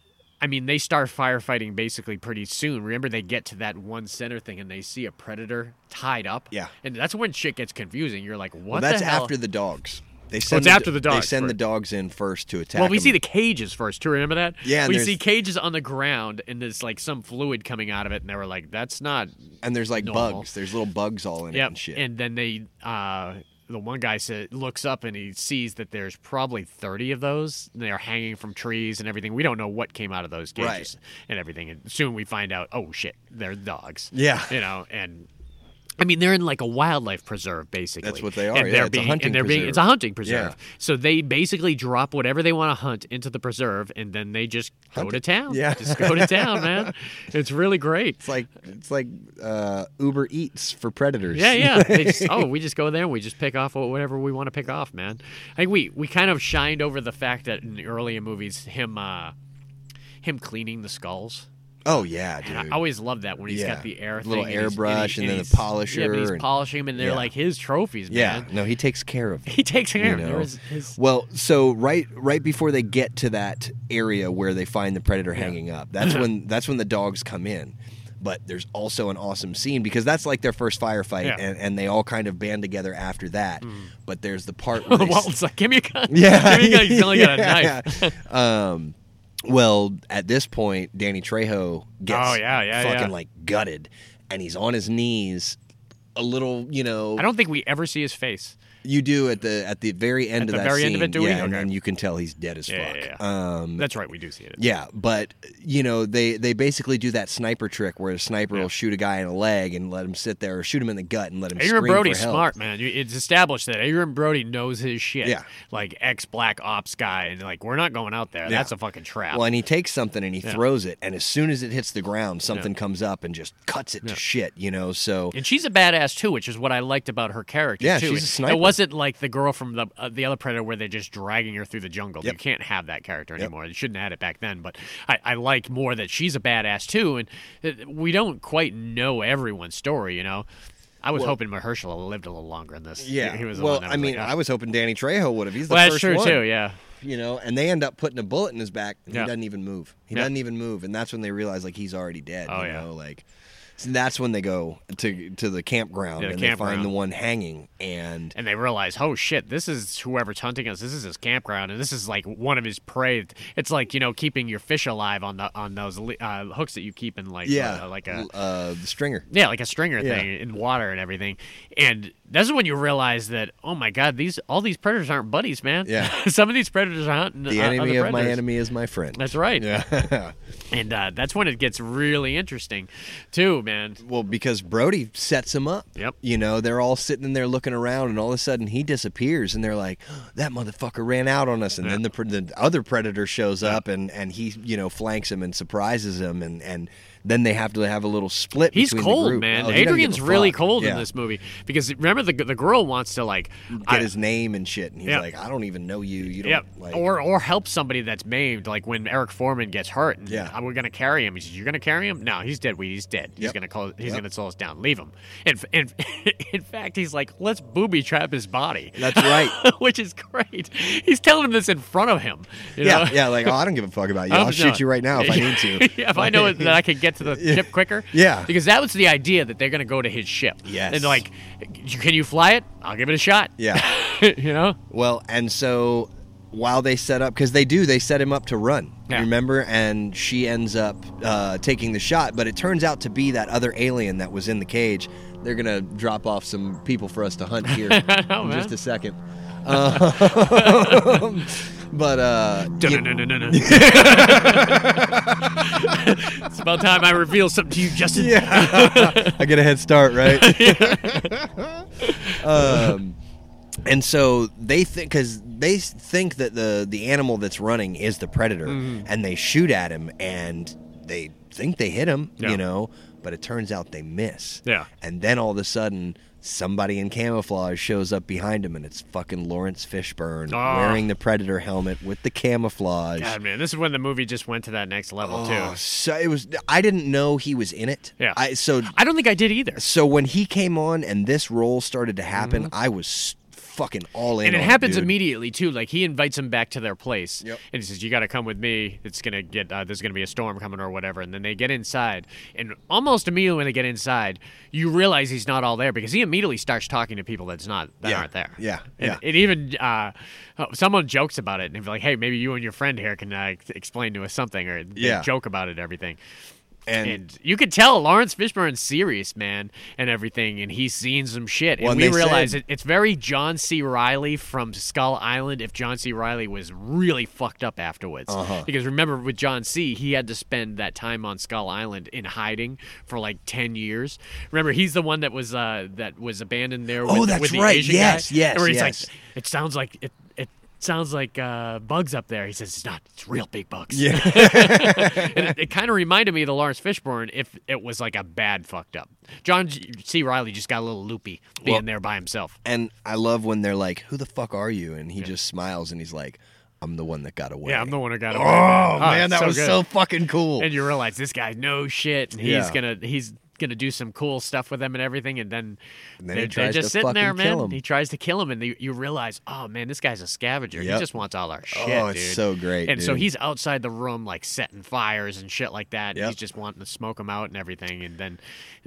Speaker 3: I mean, they start firefighting basically pretty soon. Remember, they get to that one center thing and they see a predator tied up.
Speaker 4: Yeah.
Speaker 3: And that's when shit gets confusing. You're like, what?
Speaker 4: Well, that's
Speaker 3: the hell?
Speaker 4: after the dogs. They send
Speaker 3: Oh, after the
Speaker 4: They
Speaker 3: dogs
Speaker 4: send the
Speaker 3: first.
Speaker 4: dogs in first to attack.
Speaker 3: Well, we
Speaker 4: them.
Speaker 3: see the cages first. too. remember that?
Speaker 4: Yeah, and
Speaker 3: We
Speaker 4: there's-
Speaker 3: see cages on the ground, and there's like some fluid coming out of it, and they were like, "That's not
Speaker 4: and there's like
Speaker 3: normal.
Speaker 4: bugs. There's little bugs all in it and shit.
Speaker 3: then they, uh, the one guy sa looks up and he sees that there's probably 30 of those. And they are hanging from trees and everything. We don't know what came out of those cages
Speaker 4: Right.
Speaker 3: and everything. And soon we find out, oh shit, they're dogs.
Speaker 4: Yeah.
Speaker 3: You know, and. I mean, they're in like a wildlife preserve, basically.
Speaker 4: what they are,
Speaker 3: And
Speaker 4: yeah,
Speaker 3: they're
Speaker 4: it's a
Speaker 3: being,
Speaker 4: hunting
Speaker 3: and they're being, it's a
Speaker 4: preserve.
Speaker 3: hunting preserve.
Speaker 4: Yeah.
Speaker 3: So they basically drop whatever they want to hunt into the preserve, and then they just go to town.
Speaker 4: Yeah.
Speaker 3: just go to town, man. It's really great.
Speaker 4: it's like it's like uh, Uber Eats for predators.
Speaker 3: Yeah, yeah. They just, oh, we just go there and we just pick off whatever we want to pick off, man. I think we we kind of shined over the fact that in the earlier movies, him uh, him cleaning the skulls.
Speaker 4: Oh yeah, dude.
Speaker 3: And I always loved that when he's
Speaker 4: Yeah.
Speaker 3: got the air
Speaker 4: Little
Speaker 3: thing and he's-
Speaker 4: airbrush
Speaker 3: he-
Speaker 4: and then the
Speaker 3: he's- Yeah,
Speaker 4: polisher
Speaker 3: but he's
Speaker 4: and-
Speaker 3: polishing them, and they're
Speaker 4: yeah.
Speaker 3: like his trophies,
Speaker 4: yeah.
Speaker 3: man.
Speaker 4: No, he takes care of. Them.
Speaker 3: He takes care
Speaker 4: you
Speaker 3: of them.
Speaker 4: know?
Speaker 3: They're his- his-
Speaker 4: Well, so right right before they get to that area where they find the predator hanging up, that's when that's when the dogs come in. But there's also an awesome scene because that's like their first firefight,
Speaker 3: Yeah. Mm.
Speaker 4: and, and they all kind of band together after that. But there's the part where they s-
Speaker 3: Walt's like, give me a gun.
Speaker 4: Yeah,
Speaker 3: give me a gun. He's only got a
Speaker 4: yeah,
Speaker 3: knife.
Speaker 4: yeah. um, well, at this point, Danny Trejo gets
Speaker 3: Oh, yeah, yeah,
Speaker 4: fucking
Speaker 3: yeah.
Speaker 4: like gutted, and he's on his knees. A little, you know,
Speaker 3: I don't think we ever see his face.
Speaker 4: you do at the at the very
Speaker 3: At
Speaker 4: end of
Speaker 3: the
Speaker 4: that
Speaker 3: very end of
Speaker 4: scene,
Speaker 3: it, do we?
Speaker 4: yeah, and,
Speaker 3: Okay.
Speaker 4: and you can tell he's dead as
Speaker 3: Yeah,
Speaker 4: fuck.
Speaker 3: yeah,
Speaker 4: Um,
Speaker 3: That's right, we do see it.
Speaker 4: yeah, but you know they they basically do that sniper trick where a sniper will shoot a guy in a leg and let him sit there, or shoot him in the gut and let him.
Speaker 3: Adrian
Speaker 4: scream
Speaker 3: Brody's
Speaker 4: for help.
Speaker 3: smart, man. You- It's established that Adrian Brody knows his shit.
Speaker 4: Yeah.
Speaker 3: Like ex black ops guy, and like we're not going out there. That's a fucking trap.
Speaker 4: Well, and he takes something and he throws it, and as soon as it hits the ground, something comes up and just cuts it to shit, you know. So
Speaker 3: and she's a badass too, which is what I liked about her character
Speaker 4: Yeah,
Speaker 3: too.
Speaker 4: she's a
Speaker 3: It- It
Speaker 4: sniper.
Speaker 3: wasn't like the girl from the uh, the other Predator where they're just dragging her through the jungle. You can't have that character anymore. You shouldn't have had it back then. But I, I like more that she's a badass too, and uh, we don't quite know everyone's story. You know, I was hoping Mahershala lived a little longer in this. He-
Speaker 4: yeah,
Speaker 3: he, was. The
Speaker 4: well,
Speaker 3: one that
Speaker 4: I mean,
Speaker 3: like,
Speaker 4: I
Speaker 3: oh.
Speaker 4: was hoping Danny Trejo would have. He's the
Speaker 3: well, that's
Speaker 4: first
Speaker 3: true
Speaker 4: one,
Speaker 3: too. Yeah.
Speaker 4: you know. And they end up putting a bullet in his back, and
Speaker 3: Yeah.
Speaker 4: he doesn't even move. He
Speaker 3: Yeah.
Speaker 4: doesn't even move, and that's when they realize like he's already dead.
Speaker 3: Oh,
Speaker 4: you
Speaker 3: yeah.
Speaker 4: know, like so that's when they go to to the campground
Speaker 3: Yeah, the
Speaker 4: and they
Speaker 3: campground.
Speaker 4: find the one hanging, and
Speaker 3: and they realize, oh shit, this is whoever's hunting us. This is his campground, and this is like one of his prey. It's like you know keeping your fish alive on the on those li- uh, hooks that you keep in like
Speaker 4: yeah,
Speaker 3: uh, like a
Speaker 4: uh, the stringer.
Speaker 3: yeah like a stringer
Speaker 4: Yeah.
Speaker 3: thing in water and everything. And that's when you realize that oh my god, these all these predators aren't buddies, man.
Speaker 4: Yeah.
Speaker 3: some of these predators are hunting
Speaker 4: The
Speaker 3: uh,
Speaker 4: enemy
Speaker 3: other
Speaker 4: of my
Speaker 3: predators.
Speaker 4: enemy is my friend.
Speaker 3: That's right,
Speaker 4: yeah.
Speaker 3: and uh, that's when it gets really interesting, too, man.
Speaker 4: Well, because Brody sets him up.
Speaker 3: Yep.
Speaker 4: You know, they're all sitting in there looking around, and all of a sudden he disappears, and they're like, "That motherfucker ran out on us." And then the, pre- the other predator shows up, and and he you know flanks him and surprises him, and and then they have to have a little split.
Speaker 3: He's
Speaker 4: between the
Speaker 3: cold,
Speaker 4: group.
Speaker 3: man.
Speaker 4: Oh, he doesn't give a
Speaker 3: Adrian's really
Speaker 4: fuck.
Speaker 3: cold in
Speaker 4: Yeah.
Speaker 3: this movie because remember the the girl wants to like
Speaker 4: Get
Speaker 3: I-
Speaker 4: his name and shit, and he's
Speaker 3: Yeah.
Speaker 4: like, "I don't even know you. You don't
Speaker 3: Yep.
Speaker 4: like."
Speaker 3: or or help somebody that's maimed, like when Eric Foreman gets hurt. And
Speaker 4: Yeah.
Speaker 3: We're gonna carry him. He says, "You're gonna carry him? No, he's dead. We he's dead. He's he's gonna close. He's gonna slow us down. Leave him. In, f- in, in fact, he's like, let's booby trap his body.
Speaker 4: That's right.
Speaker 3: Which is great. He's telling him this in front of him. you
Speaker 4: yeah,
Speaker 3: know?
Speaker 4: yeah. Like, oh, I don't give a fuck about you.
Speaker 3: I'm
Speaker 4: I'll shoot
Speaker 3: not-
Speaker 4: you right now if I need to.
Speaker 3: yeah, if I know it, that I can get to the ship quicker.
Speaker 4: Yeah.
Speaker 3: Because that was the idea that they're going to go to his ship.
Speaker 4: Yes.
Speaker 3: And like, can you fly it? I'll give it a shot.
Speaker 4: Yeah.
Speaker 3: you know?
Speaker 4: Well, and so while they set up, because they do, they set him up to run.
Speaker 3: Yeah.
Speaker 4: Remember, and she ends up uh, taking the shot, but it turns out to be that other alien that was in the cage. They're gonna drop off some people for us to hunt here
Speaker 3: know,
Speaker 4: in
Speaker 3: man.
Speaker 4: just a second. Um, but uh, you-
Speaker 3: Dun-dun-dun-dun-dun. it's about time I reveal something to you, Justin.
Speaker 4: yeah, I get a head start, right? um, and so they think because they s- think that the the animal that's running is the predator,
Speaker 3: Mm-hmm.
Speaker 4: and they shoot at him, and they think they hit him,
Speaker 3: Yeah.
Speaker 4: you know, but it turns out they miss.
Speaker 3: Yeah.
Speaker 4: and then all of a sudden. Somebody in camouflage shows up behind him, and it's fucking Lawrence Fishburne
Speaker 3: Ah.
Speaker 4: wearing the Predator helmet with the camouflage.
Speaker 3: God, man, this is when the movie just went to that next level,
Speaker 4: Oh,
Speaker 3: too.
Speaker 4: so it was. I didn't know he was in it.
Speaker 3: Yeah.
Speaker 4: I, so
Speaker 3: I don't think I did either.
Speaker 4: so when he came on and this role started to happen, I was s- fucking all
Speaker 3: Mm-hmm.
Speaker 4: in.
Speaker 3: And it
Speaker 4: on
Speaker 3: happens
Speaker 4: dude.
Speaker 3: immediately too. Like he invites him back to their place,
Speaker 4: Yep.
Speaker 3: and he says, "You got to come with me. It's gonna get. Uh, there's gonna be a storm coming or whatever." And then they get inside, and almost immediately when they get inside, you realize he's not all there because he immediately starts talking to people that's not that
Speaker 4: Yeah.
Speaker 3: aren't there.
Speaker 4: Yeah.
Speaker 3: And
Speaker 4: Yeah.
Speaker 3: It even uh, oh, someone jokes about it and they're like, "Hey, maybe you and your friend here can uh, ex- explain to us something," or they
Speaker 4: Yeah.
Speaker 3: joke about it. and Everything.
Speaker 4: And,
Speaker 3: And you could tell Lawrence Fishburne's serious, man, and everything, and he's seen some shit. And
Speaker 4: Well, and
Speaker 3: we
Speaker 4: they
Speaker 3: realize
Speaker 4: said-
Speaker 3: it, it's very John C. Riley from Skull Island if John C. Riley was really fucked up afterwards.
Speaker 4: Uh-huh.
Speaker 3: Because remember, with John C., he had to spend that time on Skull Island in hiding for like 10 years. Remember, he's the one that was uh, that was abandoned there with,
Speaker 4: Oh, that's
Speaker 3: with the
Speaker 4: right.
Speaker 3: Asian
Speaker 4: Yes,
Speaker 3: guy,
Speaker 4: yes,
Speaker 3: and where he's
Speaker 4: yes.
Speaker 3: like, it sounds like it, it sounds like uh, bugs up there. He says, it's not, it's real big bugs. Yeah and it, it kind of reminded me of the Lawrence Fishburne if it was like a bad fucked up. John G- C. Riley just got a little loopy being there by himself.
Speaker 4: and I love when they're like, "Who the fuck are you?" And he just smiles and he's like, "I'm the one that got away."
Speaker 3: Yeah, I'm the one who got him. Ah,
Speaker 4: Oh man, that
Speaker 3: so
Speaker 4: was
Speaker 3: good.
Speaker 4: so fucking cool.
Speaker 3: And you realize this guy knows shit, and he's
Speaker 4: Yeah.
Speaker 3: gonna he's gonna do some cool stuff with them and everything, and then.
Speaker 4: then he
Speaker 3: They're, they're
Speaker 4: tries to
Speaker 3: just sitting there,
Speaker 4: fucking kill
Speaker 3: man.
Speaker 4: him.
Speaker 3: He tries to kill him, and you, you realize, oh man, this guy's a scavenger.
Speaker 4: Yep.
Speaker 3: He just wants all our shit,
Speaker 4: Oh, it's
Speaker 3: dude.
Speaker 4: so great,
Speaker 3: And so
Speaker 4: dude.
Speaker 3: he's outside the room, like setting fires and shit like that. and
Speaker 4: Yep.
Speaker 3: He's just wanting to smoke him out and everything. And then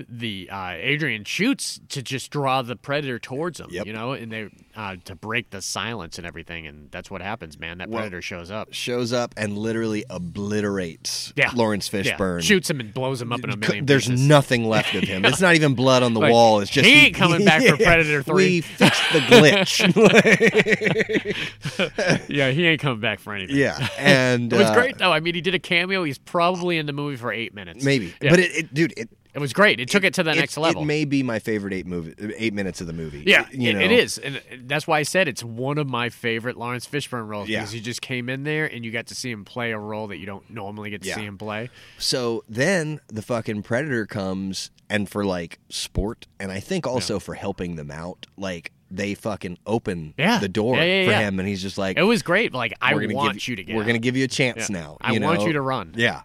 Speaker 3: the uh, Adrian shoots to just draw the predator towards him,
Speaker 4: Yep.
Speaker 3: you know, and they uh, to break the silence and everything. And that's what happens, man. That
Speaker 4: Well,
Speaker 3: predator shows up.
Speaker 4: Shows up and literally obliterates
Speaker 3: Yeah,
Speaker 4: Lawrence
Speaker 3: Yeah.
Speaker 4: Fishburne.
Speaker 3: shoots him and blows him up in a
Speaker 4: C-
Speaker 3: million.
Speaker 4: There's
Speaker 3: pieces.
Speaker 4: nothing left of him. It's not even blood on the
Speaker 3: Like,
Speaker 4: wall. It's just
Speaker 3: he ain't coming back for Predator 3.
Speaker 4: We fixed the glitch.
Speaker 3: Yeah, he ain't coming back for anything.
Speaker 4: yeah, and
Speaker 3: It was
Speaker 4: uh,
Speaker 3: great though. I mean, he did a cameo. He's probably in the movie for eight minutes.
Speaker 4: Maybe,
Speaker 3: Yeah.
Speaker 4: but it, it, dude, it
Speaker 3: It was great. It took it, to the
Speaker 4: it-
Speaker 3: next level.
Speaker 4: It may be my favorite eight movie, eight minutes of the movie.
Speaker 3: yeah,
Speaker 4: you
Speaker 3: it-
Speaker 4: know?
Speaker 3: it is, and that's why I said it's one of my favorite Lawrence Fishburne roles
Speaker 4: Yeah.
Speaker 3: because he just came in there and you got to see him play a role that you don't normally get to
Speaker 4: Yeah.
Speaker 3: see him play.
Speaker 4: So then the fucking predator comes, and for like sport, and I think also for helping them out, like they fucking open
Speaker 3: Yeah.
Speaker 4: the door
Speaker 3: Yeah, yeah,
Speaker 4: for
Speaker 3: yeah.
Speaker 4: him, and he's just like,
Speaker 3: It was great. but, Like I
Speaker 4: "We're gonna
Speaker 3: want
Speaker 4: give,
Speaker 3: you to get.
Speaker 4: We're
Speaker 3: out.
Speaker 4: gonna give you a chance
Speaker 3: Yeah.
Speaker 4: now.
Speaker 3: I
Speaker 4: you
Speaker 3: want
Speaker 4: know?
Speaker 3: you to run.
Speaker 4: Yeah.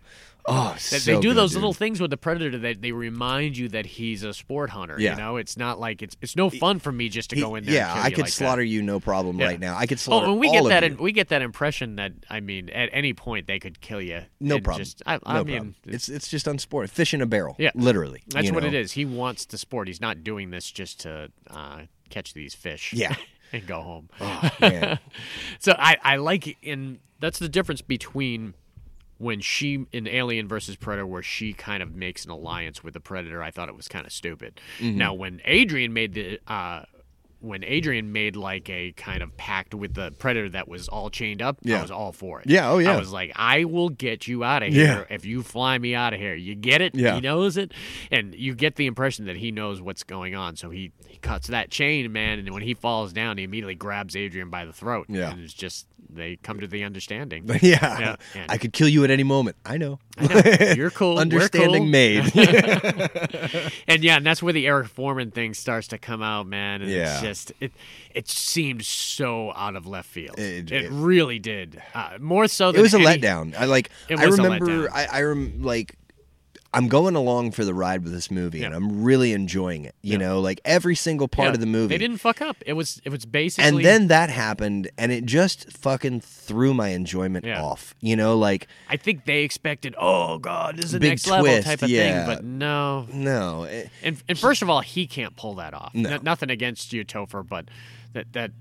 Speaker 4: Oh,
Speaker 3: They, they do those little things with the predator that they remind you that he's a sport hunter.
Speaker 4: Yeah.
Speaker 3: You know, it's not like it's it's no fun for me just to go in there. and
Speaker 4: yeah,
Speaker 3: kill
Speaker 4: I
Speaker 3: you
Speaker 4: could
Speaker 3: like that.
Speaker 4: slaughter you no problem
Speaker 3: Yeah.
Speaker 4: right now. I could slaughter.
Speaker 3: Oh, and we
Speaker 4: all
Speaker 3: get
Speaker 4: of
Speaker 3: that.
Speaker 4: you.
Speaker 3: we get that impression that I mean, at any point they could kill you.
Speaker 4: no
Speaker 3: And
Speaker 4: problem.
Speaker 3: Just, I,
Speaker 4: no
Speaker 3: I mean,
Speaker 4: problem. It's it's just unsported. Fish in a barrel.
Speaker 3: Yeah.
Speaker 4: literally.
Speaker 3: that's
Speaker 4: you
Speaker 3: what it
Speaker 4: know?
Speaker 3: is. He wants the sport. He's not doing this just to uh, catch these fish.
Speaker 4: Yeah. Oh,
Speaker 3: and go home.
Speaker 4: Man.
Speaker 3: so I, I like, and that's the difference between when she in Alien versus Predator, where she kind of makes an alliance with the Predator. I thought it was kind of stupid.
Speaker 4: Mm-hmm.
Speaker 3: Now when Adrian made the. Uh, when Adrian made like a kind of pact with the predator that was all chained up, I
Speaker 4: Yeah.
Speaker 3: was all for it.
Speaker 4: Yeah, oh, yeah.
Speaker 3: I was like, I will get you out of here if you fly me out of here. You get it?
Speaker 4: Yeah.
Speaker 3: He knows it. And you get the impression that he knows what's going on. So he, he cuts that chain, man. And when he falls down, he immediately grabs Adrian by the throat.
Speaker 4: Yeah.
Speaker 3: And it's just, they come to the understanding.
Speaker 4: Yeah.
Speaker 3: Yeah.
Speaker 4: I could kill you at any moment. I know.
Speaker 3: Yeah, You're cool. we're
Speaker 4: Understanding
Speaker 3: cool.
Speaker 4: made.
Speaker 3: And yeah, and that's where the Eric Foreman thing starts to come out, man. And
Speaker 4: Yeah.
Speaker 3: It's just it it seemed so out of left field.
Speaker 4: It-
Speaker 3: It,
Speaker 4: it-
Speaker 3: really did. Uh, more so
Speaker 4: it
Speaker 3: than
Speaker 4: was a
Speaker 3: any-
Speaker 4: letdown. I like
Speaker 3: It
Speaker 4: I
Speaker 3: was a letdown.
Speaker 4: remember I I rem, like I'm going along for the ride with this movie, and
Speaker 3: Yeah.
Speaker 4: I'm really enjoying it. You know, like every single part
Speaker 3: Yeah,
Speaker 4: of the movie.
Speaker 3: They didn't fuck up. It was it was basically
Speaker 4: and then that happened, and it just fucking threw my enjoyment
Speaker 3: Yeah.
Speaker 4: off. You know, like
Speaker 3: I think they expected, oh god, this is the
Speaker 4: Big
Speaker 3: next level
Speaker 4: twist,
Speaker 3: type of
Speaker 4: yeah.
Speaker 3: thing. But no.
Speaker 4: no, it-
Speaker 3: And and first of all, he can't pull that off.
Speaker 4: No.
Speaker 3: N- nothing against you, Topher, but that that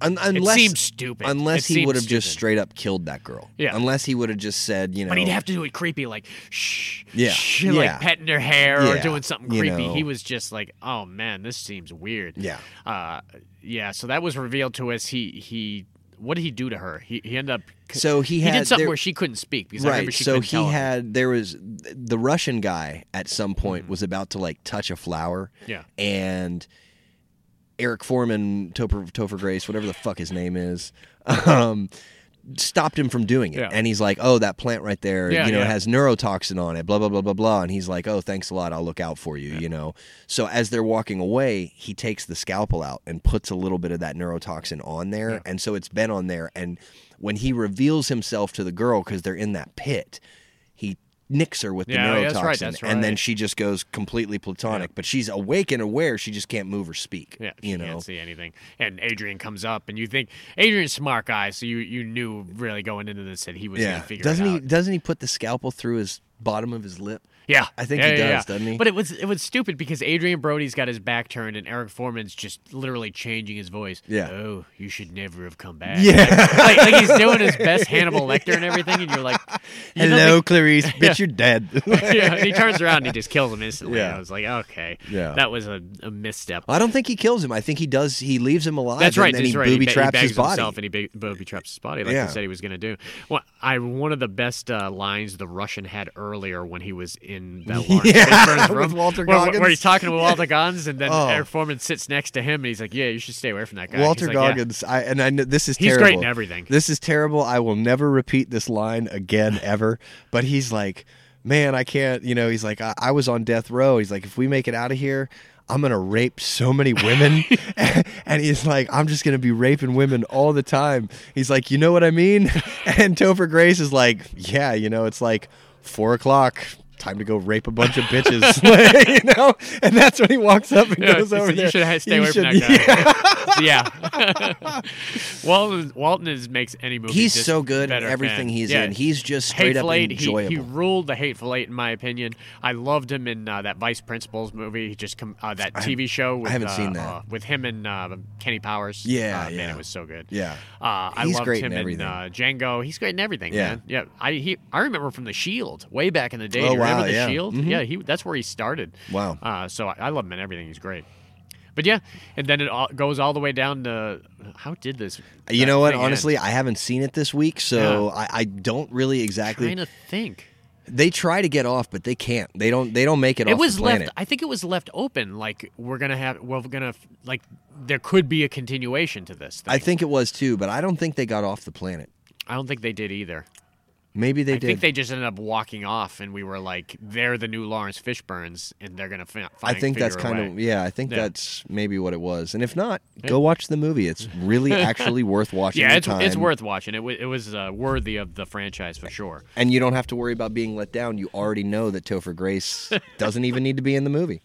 Speaker 4: un- unless
Speaker 3: seemed stupid.
Speaker 4: Unless
Speaker 3: It
Speaker 4: he
Speaker 3: seemed
Speaker 4: would have just
Speaker 3: stupid.
Speaker 4: straight up killed that girl.
Speaker 3: Yeah.
Speaker 4: Unless he would have just said, you know,
Speaker 3: but he'd have to do it creepy, like shh,
Speaker 4: Yeah,
Speaker 3: shh,
Speaker 4: yeah.
Speaker 3: like petting her hair or
Speaker 4: Yeah,
Speaker 3: doing something
Speaker 4: you
Speaker 3: creepy.
Speaker 4: know.
Speaker 3: He was just like, "Oh man, this seems weird."
Speaker 4: Yeah.
Speaker 3: uh, yeah. So that was revealed to us. He he, what did he do to her? He he ended up.
Speaker 4: So he
Speaker 3: he
Speaker 4: had-
Speaker 3: did something
Speaker 4: there-
Speaker 3: where she couldn't speak because I
Speaker 4: right.
Speaker 3: remember she
Speaker 4: so
Speaker 3: couldn't
Speaker 4: he
Speaker 3: tell him.
Speaker 4: had there was the Russian guy at some
Speaker 3: Mm-hmm.
Speaker 4: point was about to like touch a flower.
Speaker 3: Yeah.
Speaker 4: And Eric Foreman, Topher, Topher Grace, whatever the fuck his name is, um, stopped him from doing it.
Speaker 3: Yeah.
Speaker 4: And he's like, "Oh, that plant right there,
Speaker 3: Yeah,
Speaker 4: you know,
Speaker 3: yeah.
Speaker 4: has neurotoxin on it." Blah blah blah blah blah. And he's like, "Oh, thanks a lot. I'll look out for you." You know. So as they're walking away, he takes the scalpel out and puts a little bit of that neurotoxin on there, and so it's been on there. And when he reveals himself to the girl because they're in that pit, he nicks her with
Speaker 3: Yeah,
Speaker 4: the neurotoxin,
Speaker 3: that's right, that's
Speaker 4: and then
Speaker 3: right.
Speaker 4: she just goes completely platonic. But she's awake and aware. She just can't move or speak.
Speaker 3: Yeah, she
Speaker 4: you know.
Speaker 3: can't see anything. And Adrian comes up, and you think Adrian's a smart guy, so you you knew really going into this that he was
Speaker 4: Yeah.
Speaker 3: gonna figure
Speaker 4: Doesn't
Speaker 3: it
Speaker 4: he?
Speaker 3: out.
Speaker 4: Doesn't he put the scalpel through his bottom of his lip?
Speaker 3: Yeah,
Speaker 4: I think
Speaker 3: Yeah,
Speaker 4: he
Speaker 3: yeah,
Speaker 4: does,
Speaker 3: yeah.
Speaker 4: doesn't he?
Speaker 3: But it was it was stupid because Adrian Brody's got his back turned, and Eric Foreman's just literally changing his voice.
Speaker 4: Yeah.
Speaker 3: Oh, you should never have come back. Yeah. Like, like he's doing his best Hannibal Lecter and everything, and you're like, you don't
Speaker 4: Hello,
Speaker 3: think-
Speaker 4: Clarice. Bitch, you're dead.
Speaker 3: yeah, and he turns around and he just kills him instantly.
Speaker 4: Yeah.
Speaker 3: I was like, okay,
Speaker 4: Yeah.
Speaker 3: that was a, a misstep.
Speaker 4: I don't think he kills him. I think he does. He leaves him alive.
Speaker 3: That's right.
Speaker 4: And then
Speaker 3: that's
Speaker 4: he
Speaker 3: right.
Speaker 4: booby
Speaker 3: ba-
Speaker 4: traps
Speaker 3: bags
Speaker 4: his body.
Speaker 3: himself and he ba- booby traps his body, like
Speaker 4: Yeah.
Speaker 3: he said he was going to do. Well, I one of the best uh, lines the Russian had earlier when he was in that Lawrence
Speaker 4: Yeah,
Speaker 3: Fishburne's
Speaker 4: with
Speaker 3: room,
Speaker 4: Walter
Speaker 3: where,
Speaker 4: Goggins.
Speaker 3: where he's talking with Walter Goggins, and then
Speaker 4: Oh.
Speaker 3: Eric Foreman sits next to him, and he's like, "Yeah, you should stay away from that guy." He's
Speaker 4: Walter
Speaker 3: like, "Yeah."
Speaker 4: Goggins, I, and I know this is
Speaker 3: He's great
Speaker 4: terrible.
Speaker 3: in everything.
Speaker 4: This is terrible. I will never repeat this line again ever. But he's like, man, I can't. You know, he's like, I, I was on death row. He's like, if we make it out of here. I'm gonna rape so many women, and he's like, I'm just gonna be raping women all the time. He's like, you know what I mean? And Topher Grace is like, yeah, you know, it's like four o'clock, time to go rape a bunch of bitches, you know. And that's when he walks up and
Speaker 3: Yeah,
Speaker 4: goes
Speaker 3: he
Speaker 4: over
Speaker 3: said,
Speaker 4: there.
Speaker 3: You should ha- stay
Speaker 4: You
Speaker 3: away
Speaker 4: should-
Speaker 3: from that guy. Yeah. Walton, Walton is, makes any movie.
Speaker 4: He's
Speaker 3: just
Speaker 4: so good in
Speaker 3: better,
Speaker 4: everything
Speaker 3: man.
Speaker 4: he's
Speaker 3: Yeah.
Speaker 4: in. He's just straight
Speaker 3: Hateful
Speaker 4: up
Speaker 3: Eight, he,
Speaker 4: enjoyable.
Speaker 3: he ruled the Hateful Eight, in my opinion. I loved him in uh, that Vice Principals movie. He just com- uh, that TV show. With,
Speaker 4: haven't
Speaker 3: uh,
Speaker 4: seen that.
Speaker 3: uh, with him and uh, Kenny Powers.
Speaker 4: Yeah,
Speaker 3: uh,
Speaker 4: yeah.
Speaker 3: man, it was so good.
Speaker 4: Yeah.
Speaker 3: uh, I
Speaker 4: He's
Speaker 3: loved
Speaker 4: great in
Speaker 3: him
Speaker 4: everything.
Speaker 3: uh, Django. He's great in everything.
Speaker 4: Yeah.
Speaker 3: man. yeah. I he, I remember from The Shield way back in the day.
Speaker 4: Oh,
Speaker 3: You remember
Speaker 4: wow,
Speaker 3: The
Speaker 4: yeah.
Speaker 3: Shield? Yeah, he that's where he started.
Speaker 4: Wow.
Speaker 3: Uh, so I, I love him in everything. He's great. But yeah, and then it all, goes all the way down to how did this?
Speaker 4: you
Speaker 3: that
Speaker 4: know what?
Speaker 3: thing end?
Speaker 4: Honestly, I haven't seen it this week, so
Speaker 3: Yeah.
Speaker 4: I, I don't really exactly.
Speaker 3: trying to think.
Speaker 4: They try to get off, but they can't. They don't. They don't make it,
Speaker 3: it
Speaker 4: off
Speaker 3: was
Speaker 4: the
Speaker 3: left
Speaker 4: planet.
Speaker 3: i think it was left open like we're gonna have well, we're gonna like there could be a continuation to this thing.
Speaker 4: I think it was too, but I don't think they got off the planet.
Speaker 3: i don't think they did either
Speaker 4: Maybe they
Speaker 3: i
Speaker 4: did.
Speaker 3: think they just ended up walking off and we were like they're the new lawrence fishburns and they're gonna fi-
Speaker 4: I
Speaker 3: find
Speaker 4: think that's
Speaker 3: figure a
Speaker 4: kind
Speaker 3: way.
Speaker 4: of yeah. I think
Speaker 3: Yeah.
Speaker 4: that's maybe what it was. And if not, go watch the movie. It's really actually worth watching.
Speaker 3: yeah
Speaker 4: the
Speaker 3: it's, it's
Speaker 4: time,
Speaker 3: worth watching it, w- it was uh, worthy of the franchise for sure
Speaker 4: And you don't have to worry about being let down. You already know that Topher Grace doesn't even need to be in the movie.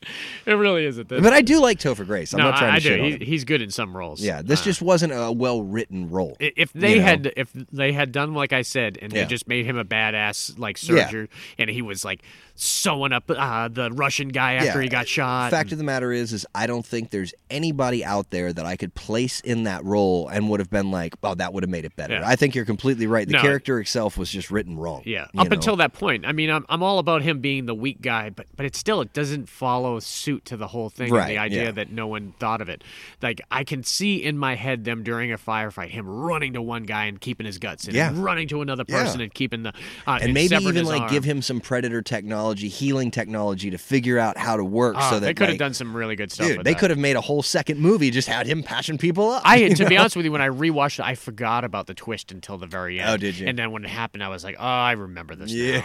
Speaker 3: it really is at this
Speaker 4: But I do like Topher Grace. I'm
Speaker 3: no
Speaker 4: not trying
Speaker 3: I, I
Speaker 4: to shit
Speaker 3: do
Speaker 4: on
Speaker 3: he,
Speaker 4: him.
Speaker 3: he's good in some roles
Speaker 4: Yeah, this just wasn't a well written role.
Speaker 3: I- if they
Speaker 4: you know?
Speaker 3: had if they had done like I said and
Speaker 4: Yeah.
Speaker 3: they just made him a badass like
Speaker 4: Yeah.
Speaker 3: surgeon and he was like sewing up uh, the Russian guy
Speaker 4: Yeah,
Speaker 3: after he got shot.
Speaker 4: Fact
Speaker 3: and-
Speaker 4: of the matter is, is I don't think there's anybody out there that I could place in that role and would have been like, "Oh, that would have made it better."
Speaker 3: Yeah.
Speaker 4: I think you're completely right. The
Speaker 3: No.
Speaker 4: character itself was just written wrong.
Speaker 3: yeah,
Speaker 4: you
Speaker 3: up
Speaker 4: know?
Speaker 3: until that point. I mean, I'm, I'm all about him being the weak guy, but but it still it doesn't follow suit to the whole thing. and
Speaker 4: Right,
Speaker 3: the idea
Speaker 4: yeah.
Speaker 3: that no one thought of it. Like I can see in my head them during a firefight, him running to one guy and keeping his guts, and
Speaker 4: Yeah.
Speaker 3: running to another
Speaker 4: Yeah.
Speaker 3: person and keeping the uh,
Speaker 4: and maybe
Speaker 3: severing
Speaker 4: even
Speaker 3: his
Speaker 4: like
Speaker 3: arm.
Speaker 4: give him some predator technology, healing technology to figure out how to work,
Speaker 3: Uh,
Speaker 4: so that
Speaker 3: they could have
Speaker 4: like,
Speaker 3: done some really good stuff.
Speaker 4: Dude,
Speaker 3: with
Speaker 4: they
Speaker 3: that.
Speaker 4: could have made a whole second movie just had him patching people up.
Speaker 3: I to be honest with you, when I rewatched it, I forgot about the twist until the very end.
Speaker 4: Oh, did you?
Speaker 3: And then when it happened, I was like, oh, I remember this. Yeah.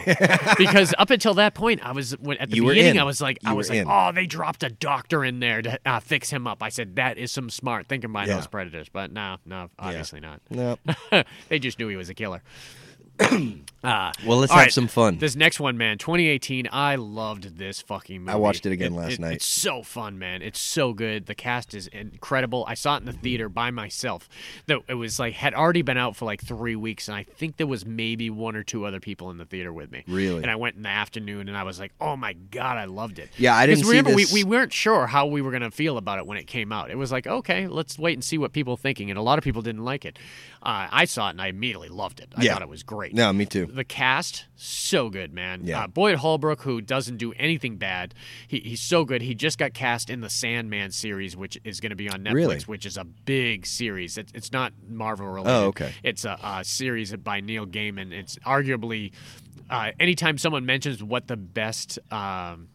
Speaker 3: because up until that point, I was when, at the
Speaker 4: You were
Speaker 3: beginning,
Speaker 4: in.
Speaker 3: I was like, I
Speaker 4: You
Speaker 3: was
Speaker 4: were
Speaker 3: like,
Speaker 4: in.
Speaker 3: oh, they dropped a doctor in there to uh, fix him up. I said that is some smart thinking by
Speaker 4: Yeah.
Speaker 3: those predators, but no, no, obviously
Speaker 4: Nope.
Speaker 3: not. they just knew he was a killer. Uh,
Speaker 4: Well, let's
Speaker 3: all
Speaker 4: have
Speaker 3: right,
Speaker 4: some fun.
Speaker 3: This next one, man, 2018. I loved this fucking movie.
Speaker 4: I watched it again last night.
Speaker 3: It's so fun, man. It's so good. The cast is incredible. I saw it in the theater by myself. Though it was like had already been out for like three weeks, and I think there was maybe one or two other people in the theater with me.
Speaker 4: Really?
Speaker 3: And I went in the afternoon, and I was like, oh my god, I loved it.
Speaker 4: Yeah, I didn't
Speaker 3: Because
Speaker 4: see
Speaker 3: remember
Speaker 4: this-
Speaker 3: we we weren't sure how we were gonna feel about it when it came out. It was like, okay, let's wait and see what people are thinking, and a lot of people didn't like it. Uh, I saw it and I immediately loved it. I
Speaker 4: Yeah.
Speaker 3: thought it was great.
Speaker 4: No, me too.
Speaker 3: The cast, so good, man.
Speaker 4: Yeah.
Speaker 3: Uh, Boyd Holbrook, who doesn't do anything bad, he, he's so good. He just got cast in the Sandman series, which is going to be on Netflix,
Speaker 4: Really?
Speaker 3: which is a big series. It, it's not Marvel related.
Speaker 4: Oh, okay.
Speaker 3: It's a, a series by Neil Gaiman. It's arguably, uh, anytime someone mentions what the best. Um,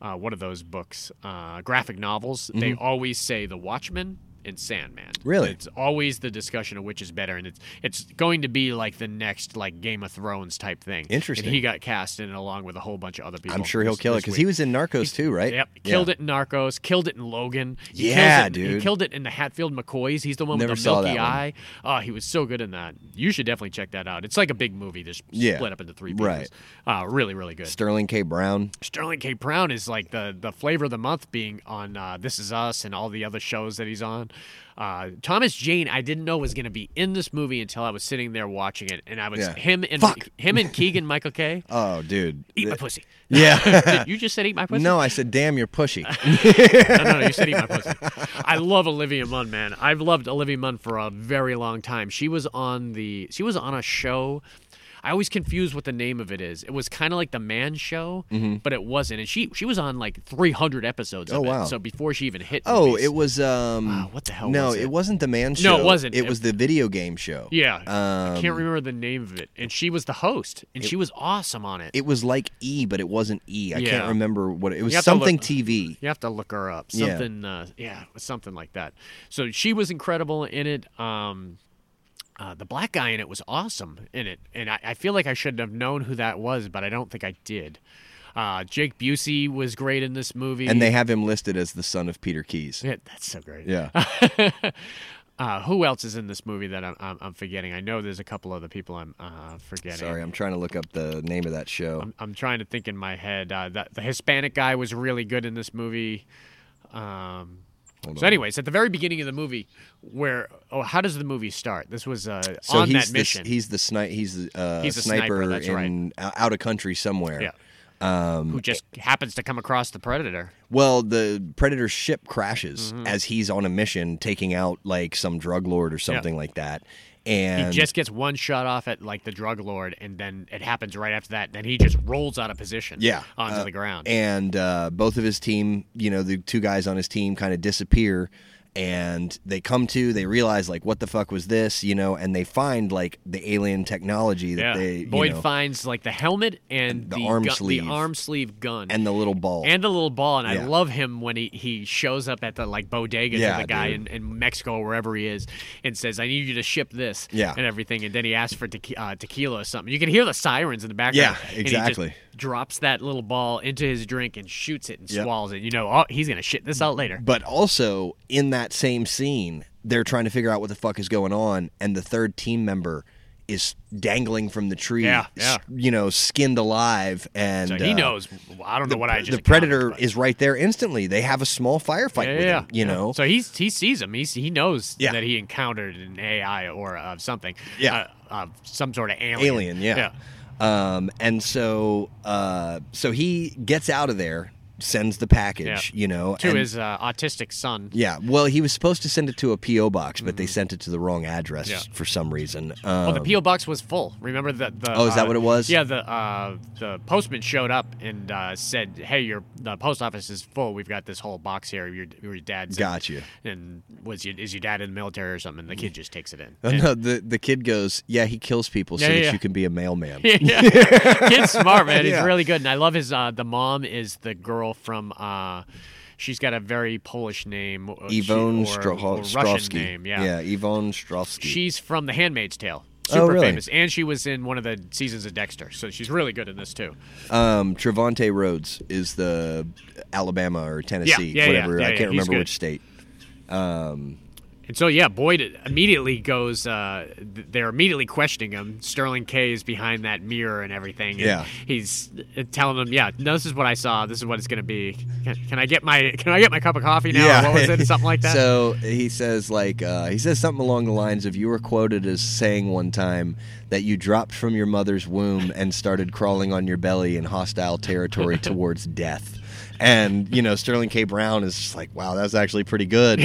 Speaker 3: uh, one of those books, uh, graphic novels, they always say The Watchmen and Sandman.
Speaker 4: Mm-hmm. Really?
Speaker 3: It's always the discussion of which is better, and it's it's going to be like the next like Game of Thrones type thing.
Speaker 4: Interesting.
Speaker 3: And he got cast in it along with a whole bunch of other people.
Speaker 4: I'm sure he'll
Speaker 3: Oh, this-
Speaker 4: kill it
Speaker 3: this
Speaker 4: because
Speaker 3: week.
Speaker 4: he was in Narcos too, right?
Speaker 3: Yep, killed it in Narcos, killed it in Logan. He
Speaker 4: Yeah,
Speaker 3: kills it, He
Speaker 4: dude.
Speaker 3: killed it in the Hatfield McCoys. He's the one
Speaker 4: Never
Speaker 3: with the
Speaker 4: saw
Speaker 3: milky
Speaker 4: that one.
Speaker 3: eye. Uh, he was so good in that. You should definitely check that out. It's like a big movie that's
Speaker 4: Yeah,
Speaker 3: split up into three pieces.
Speaker 4: right.
Speaker 3: Uh, really, really good.
Speaker 4: Sterling K. Brown.
Speaker 3: Sterling K. Brown is like the the flavor of the month, being on uh, This Is Us and all the other shows that he's on. Uh, Thomas Jane, I didn't know was going to be in this movie until I was sitting there watching it, and I was
Speaker 4: Yeah.
Speaker 3: him and
Speaker 4: Fuck.
Speaker 3: him and Keegan Michael K.
Speaker 4: Oh, dude.
Speaker 3: Eat my pussy.
Speaker 4: Yeah.
Speaker 3: Did you just said eat my pussy?
Speaker 4: no, I said, damn, you're pushy.
Speaker 3: no, no, no, you said eat my pussy. I love Olivia Munn, man. I've loved Olivia Munn for a very long time. She was on the she was on a show. I always confuse what the name of it is. It was kind of like the Man Show, but it wasn't. And she she was on like 300 episodes.
Speaker 4: Mm-hmm. Oh,
Speaker 3: of
Speaker 4: wow.
Speaker 3: It, so before she even hit.
Speaker 4: Oh,
Speaker 3: movies.
Speaker 4: it was. um
Speaker 3: Ah, what the hell
Speaker 4: No,
Speaker 3: was it?
Speaker 4: it wasn't the man show.
Speaker 3: No, it wasn't.
Speaker 4: It
Speaker 3: It-
Speaker 4: was the video game show.
Speaker 3: Yeah, I
Speaker 4: Um,
Speaker 3: can't remember the name of it. And she was the host, and she was awesome on it.
Speaker 4: It was like E, but it wasn't E. I
Speaker 3: Yeah.
Speaker 4: can't remember what it, it was.
Speaker 3: have to
Speaker 4: Something
Speaker 3: look-
Speaker 4: TV.
Speaker 3: You have to look her up.
Speaker 4: Yeah.
Speaker 3: Something, yeah, uh, yeah something like that. So she was incredible in it. Um, uh, the black guy in it was awesome in it, and I, I feel like I should have known who that was, but I don't think I did. Uh, Jake Busey was great in this movie,
Speaker 4: And they have him listed as the son of Peter Keys.
Speaker 3: E. Yeah, that's so great.
Speaker 4: Yeah.
Speaker 3: Uh, who else is in this movie that I'm, I'm, I'm forgetting? I know there's a couple other people I'm uh, forgetting.
Speaker 4: Sorry, I'm trying to look up the name of that show.
Speaker 3: I'm, I'm trying to think in my head. Uh, the, the Hispanic guy was really good in this movie. Um, so, anyways, at the very beginning of the movie, where oh, how does the movie start? This was uh,
Speaker 4: so
Speaker 3: on
Speaker 4: he's
Speaker 3: that
Speaker 4: the,
Speaker 3: mission.
Speaker 4: He's the snipe. He's the uh,
Speaker 3: He's a
Speaker 4: sniper,
Speaker 3: sniper, that's
Speaker 4: in right. out of country somewhere.
Speaker 3: yeah. Who just happens to come across the predator?
Speaker 4: Well, the Predator ship crashes
Speaker 3: Mm-hmm.
Speaker 4: as he's on a mission taking out like some drug lord or something like that.
Speaker 3: He
Speaker 4: And
Speaker 3: just gets one shot off at like the drug lord, and then it happens right after that. Then he just rolls out of position.
Speaker 4: yeah,
Speaker 3: onto
Speaker 4: uh,
Speaker 3: the ground.
Speaker 4: And uh, both of his team, you know, the two guys on his team kind of disappear and they come to, they realize like what the fuck was this, you know, and they find like the alien technology that
Speaker 3: yeah,
Speaker 4: they you
Speaker 3: Boyd
Speaker 4: know,
Speaker 3: finds like the helmet and
Speaker 4: the
Speaker 3: the,
Speaker 4: arm
Speaker 3: gun-
Speaker 4: sleeve.
Speaker 3: the arm sleeve gun,
Speaker 4: and the little ball.
Speaker 3: and a little ball. And
Speaker 4: Yeah.
Speaker 3: I love him when he, he shows up at the like bodega
Speaker 4: Yeah,
Speaker 3: to the guy in,
Speaker 4: dude.
Speaker 3: in Mexico or wherever he is, and says, "I need you to ship this."
Speaker 4: Yeah.
Speaker 3: and everything. And then he asks for tequi- uh, tequila or something. You can hear the sirens in the background.
Speaker 4: Yeah,
Speaker 3: and he just
Speaker 4: exactly.
Speaker 3: drops that little ball into his drink and shoots it and
Speaker 4: Yep.
Speaker 3: swallows it. You know, oh, he's gonna shit this out later.
Speaker 4: But also in that same scene, they're trying to figure out what the fuck is going on, and the third team member is dangling from the tree,
Speaker 3: Yeah, yeah.
Speaker 4: s- you know, skinned alive, and
Speaker 3: So he
Speaker 4: uh,
Speaker 3: knows. I don't know what I just
Speaker 4: the predator
Speaker 3: accomplished,
Speaker 4: is right there instantly. They have a small
Speaker 3: but-
Speaker 4: firefight
Speaker 3: Yeah,
Speaker 4: with
Speaker 3: yeah,
Speaker 4: him, you
Speaker 3: yeah.
Speaker 4: know.
Speaker 3: So he's he sees him. He's, he knows
Speaker 4: Yeah.
Speaker 3: that he encountered an AI or uh, something.
Speaker 4: Yeah.
Speaker 3: uh, uh, some sort of alien.
Speaker 4: alien, yeah. Um, and so, uh, so he gets out of there, sends the package,
Speaker 3: Yeah.
Speaker 4: you know,
Speaker 3: To
Speaker 4: and-
Speaker 3: his uh, autistic son.
Speaker 4: Yeah, well, he was supposed to send it to a PO box, but they sent it to the wrong address
Speaker 3: Mm-hmm. Yeah. Oh,
Speaker 4: for some reason. Um,
Speaker 3: Well, the PO box was full. Remember that the
Speaker 4: Oh, is that
Speaker 3: uh,
Speaker 4: what it was?
Speaker 3: Yeah, the uh, the postman showed up and uh, said, "Hey, your the post office is full. We've got this whole box here. Your your dad's in-
Speaker 4: Got you.
Speaker 3: And was your, is your dad in the military or something? And the kid just takes it in.
Speaker 4: Oh, no, the the kid goes, yeah, he kills people so
Speaker 3: Yeah, yeah,
Speaker 4: that
Speaker 3: yeah.
Speaker 4: you can be a mailman.
Speaker 3: yeah. Kid's smart, man. He's
Speaker 4: Yeah.
Speaker 3: really good. And I love his uh the mom is the girl from uh she's got a very Polish name. or she-
Speaker 4: Yvonne
Speaker 3: or-
Speaker 4: Straho-
Speaker 3: or Russian
Speaker 4: Strofsky.
Speaker 3: name,
Speaker 4: yeah, Yvonne Strofsky.
Speaker 3: She's from The Handmaid's Tale.
Speaker 4: Oh,
Speaker 3: Super
Speaker 4: really?
Speaker 3: famous. And she was in one of the seasons of Dexter. So she's really good in this, too.
Speaker 4: um, Trevante Rhodes is the Alabama or Tennessee,
Speaker 3: yeah, yeah,
Speaker 4: whatever.
Speaker 3: yeah,
Speaker 4: I
Speaker 3: yeah,
Speaker 4: can't
Speaker 3: he's
Speaker 4: remember
Speaker 3: good.
Speaker 4: which state.
Speaker 3: And so, yeah, Boyd immediately goes. Uh, th- they're immediately questioning him. Sterling K is behind that mirror and everything. and
Speaker 4: Yeah.
Speaker 3: he's uh, telling them, "Yeah, no, this is what I saw. This is what it's going to be. Can, can I get my Can I get my cup of coffee now? Or What was it? Something like that."
Speaker 4: So he says like uh, he says something along the lines of you were quoted as saying one time that you dropped from your mother's womb and started crawling on your belly in hostile territory towards death. And you know Sterling K. Brown is just like, wow, that's actually pretty good.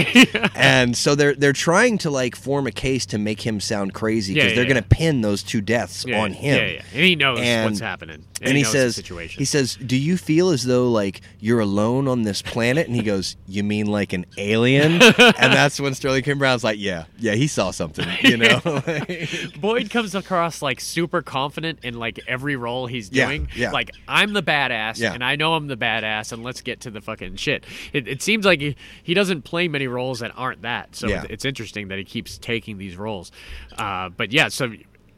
Speaker 4: And so they're they're trying to like form a case to make him sound crazy
Speaker 3: Yeah,
Speaker 4: because
Speaker 3: yeah,
Speaker 4: they're
Speaker 3: yeah.
Speaker 4: going to pin those two deaths
Speaker 3: yeah,
Speaker 4: on him.
Speaker 3: Yeah, yeah, and he knows
Speaker 4: And-
Speaker 3: what's happening.
Speaker 4: And, he,
Speaker 3: knows the
Speaker 4: says,
Speaker 3: situation.
Speaker 4: he says, "Do you feel as though like you're alone on this planet?" And he goes, "You mean like an alien?" and that's when Sterling K. Brown's like, "Yeah, yeah, he saw something," you know.
Speaker 3: Boyd comes across like super confident in like every role he's
Speaker 4: Yeah,
Speaker 3: doing.
Speaker 4: yeah.
Speaker 3: Like I'm the badass,
Speaker 4: Yeah.
Speaker 3: and I know I'm the badass, and let's get to the fucking shit. It, it seems like he, he doesn't play many roles that aren't that. So
Speaker 4: Yeah.
Speaker 3: it's- it's interesting that he keeps taking these roles. Uh, but yeah, so.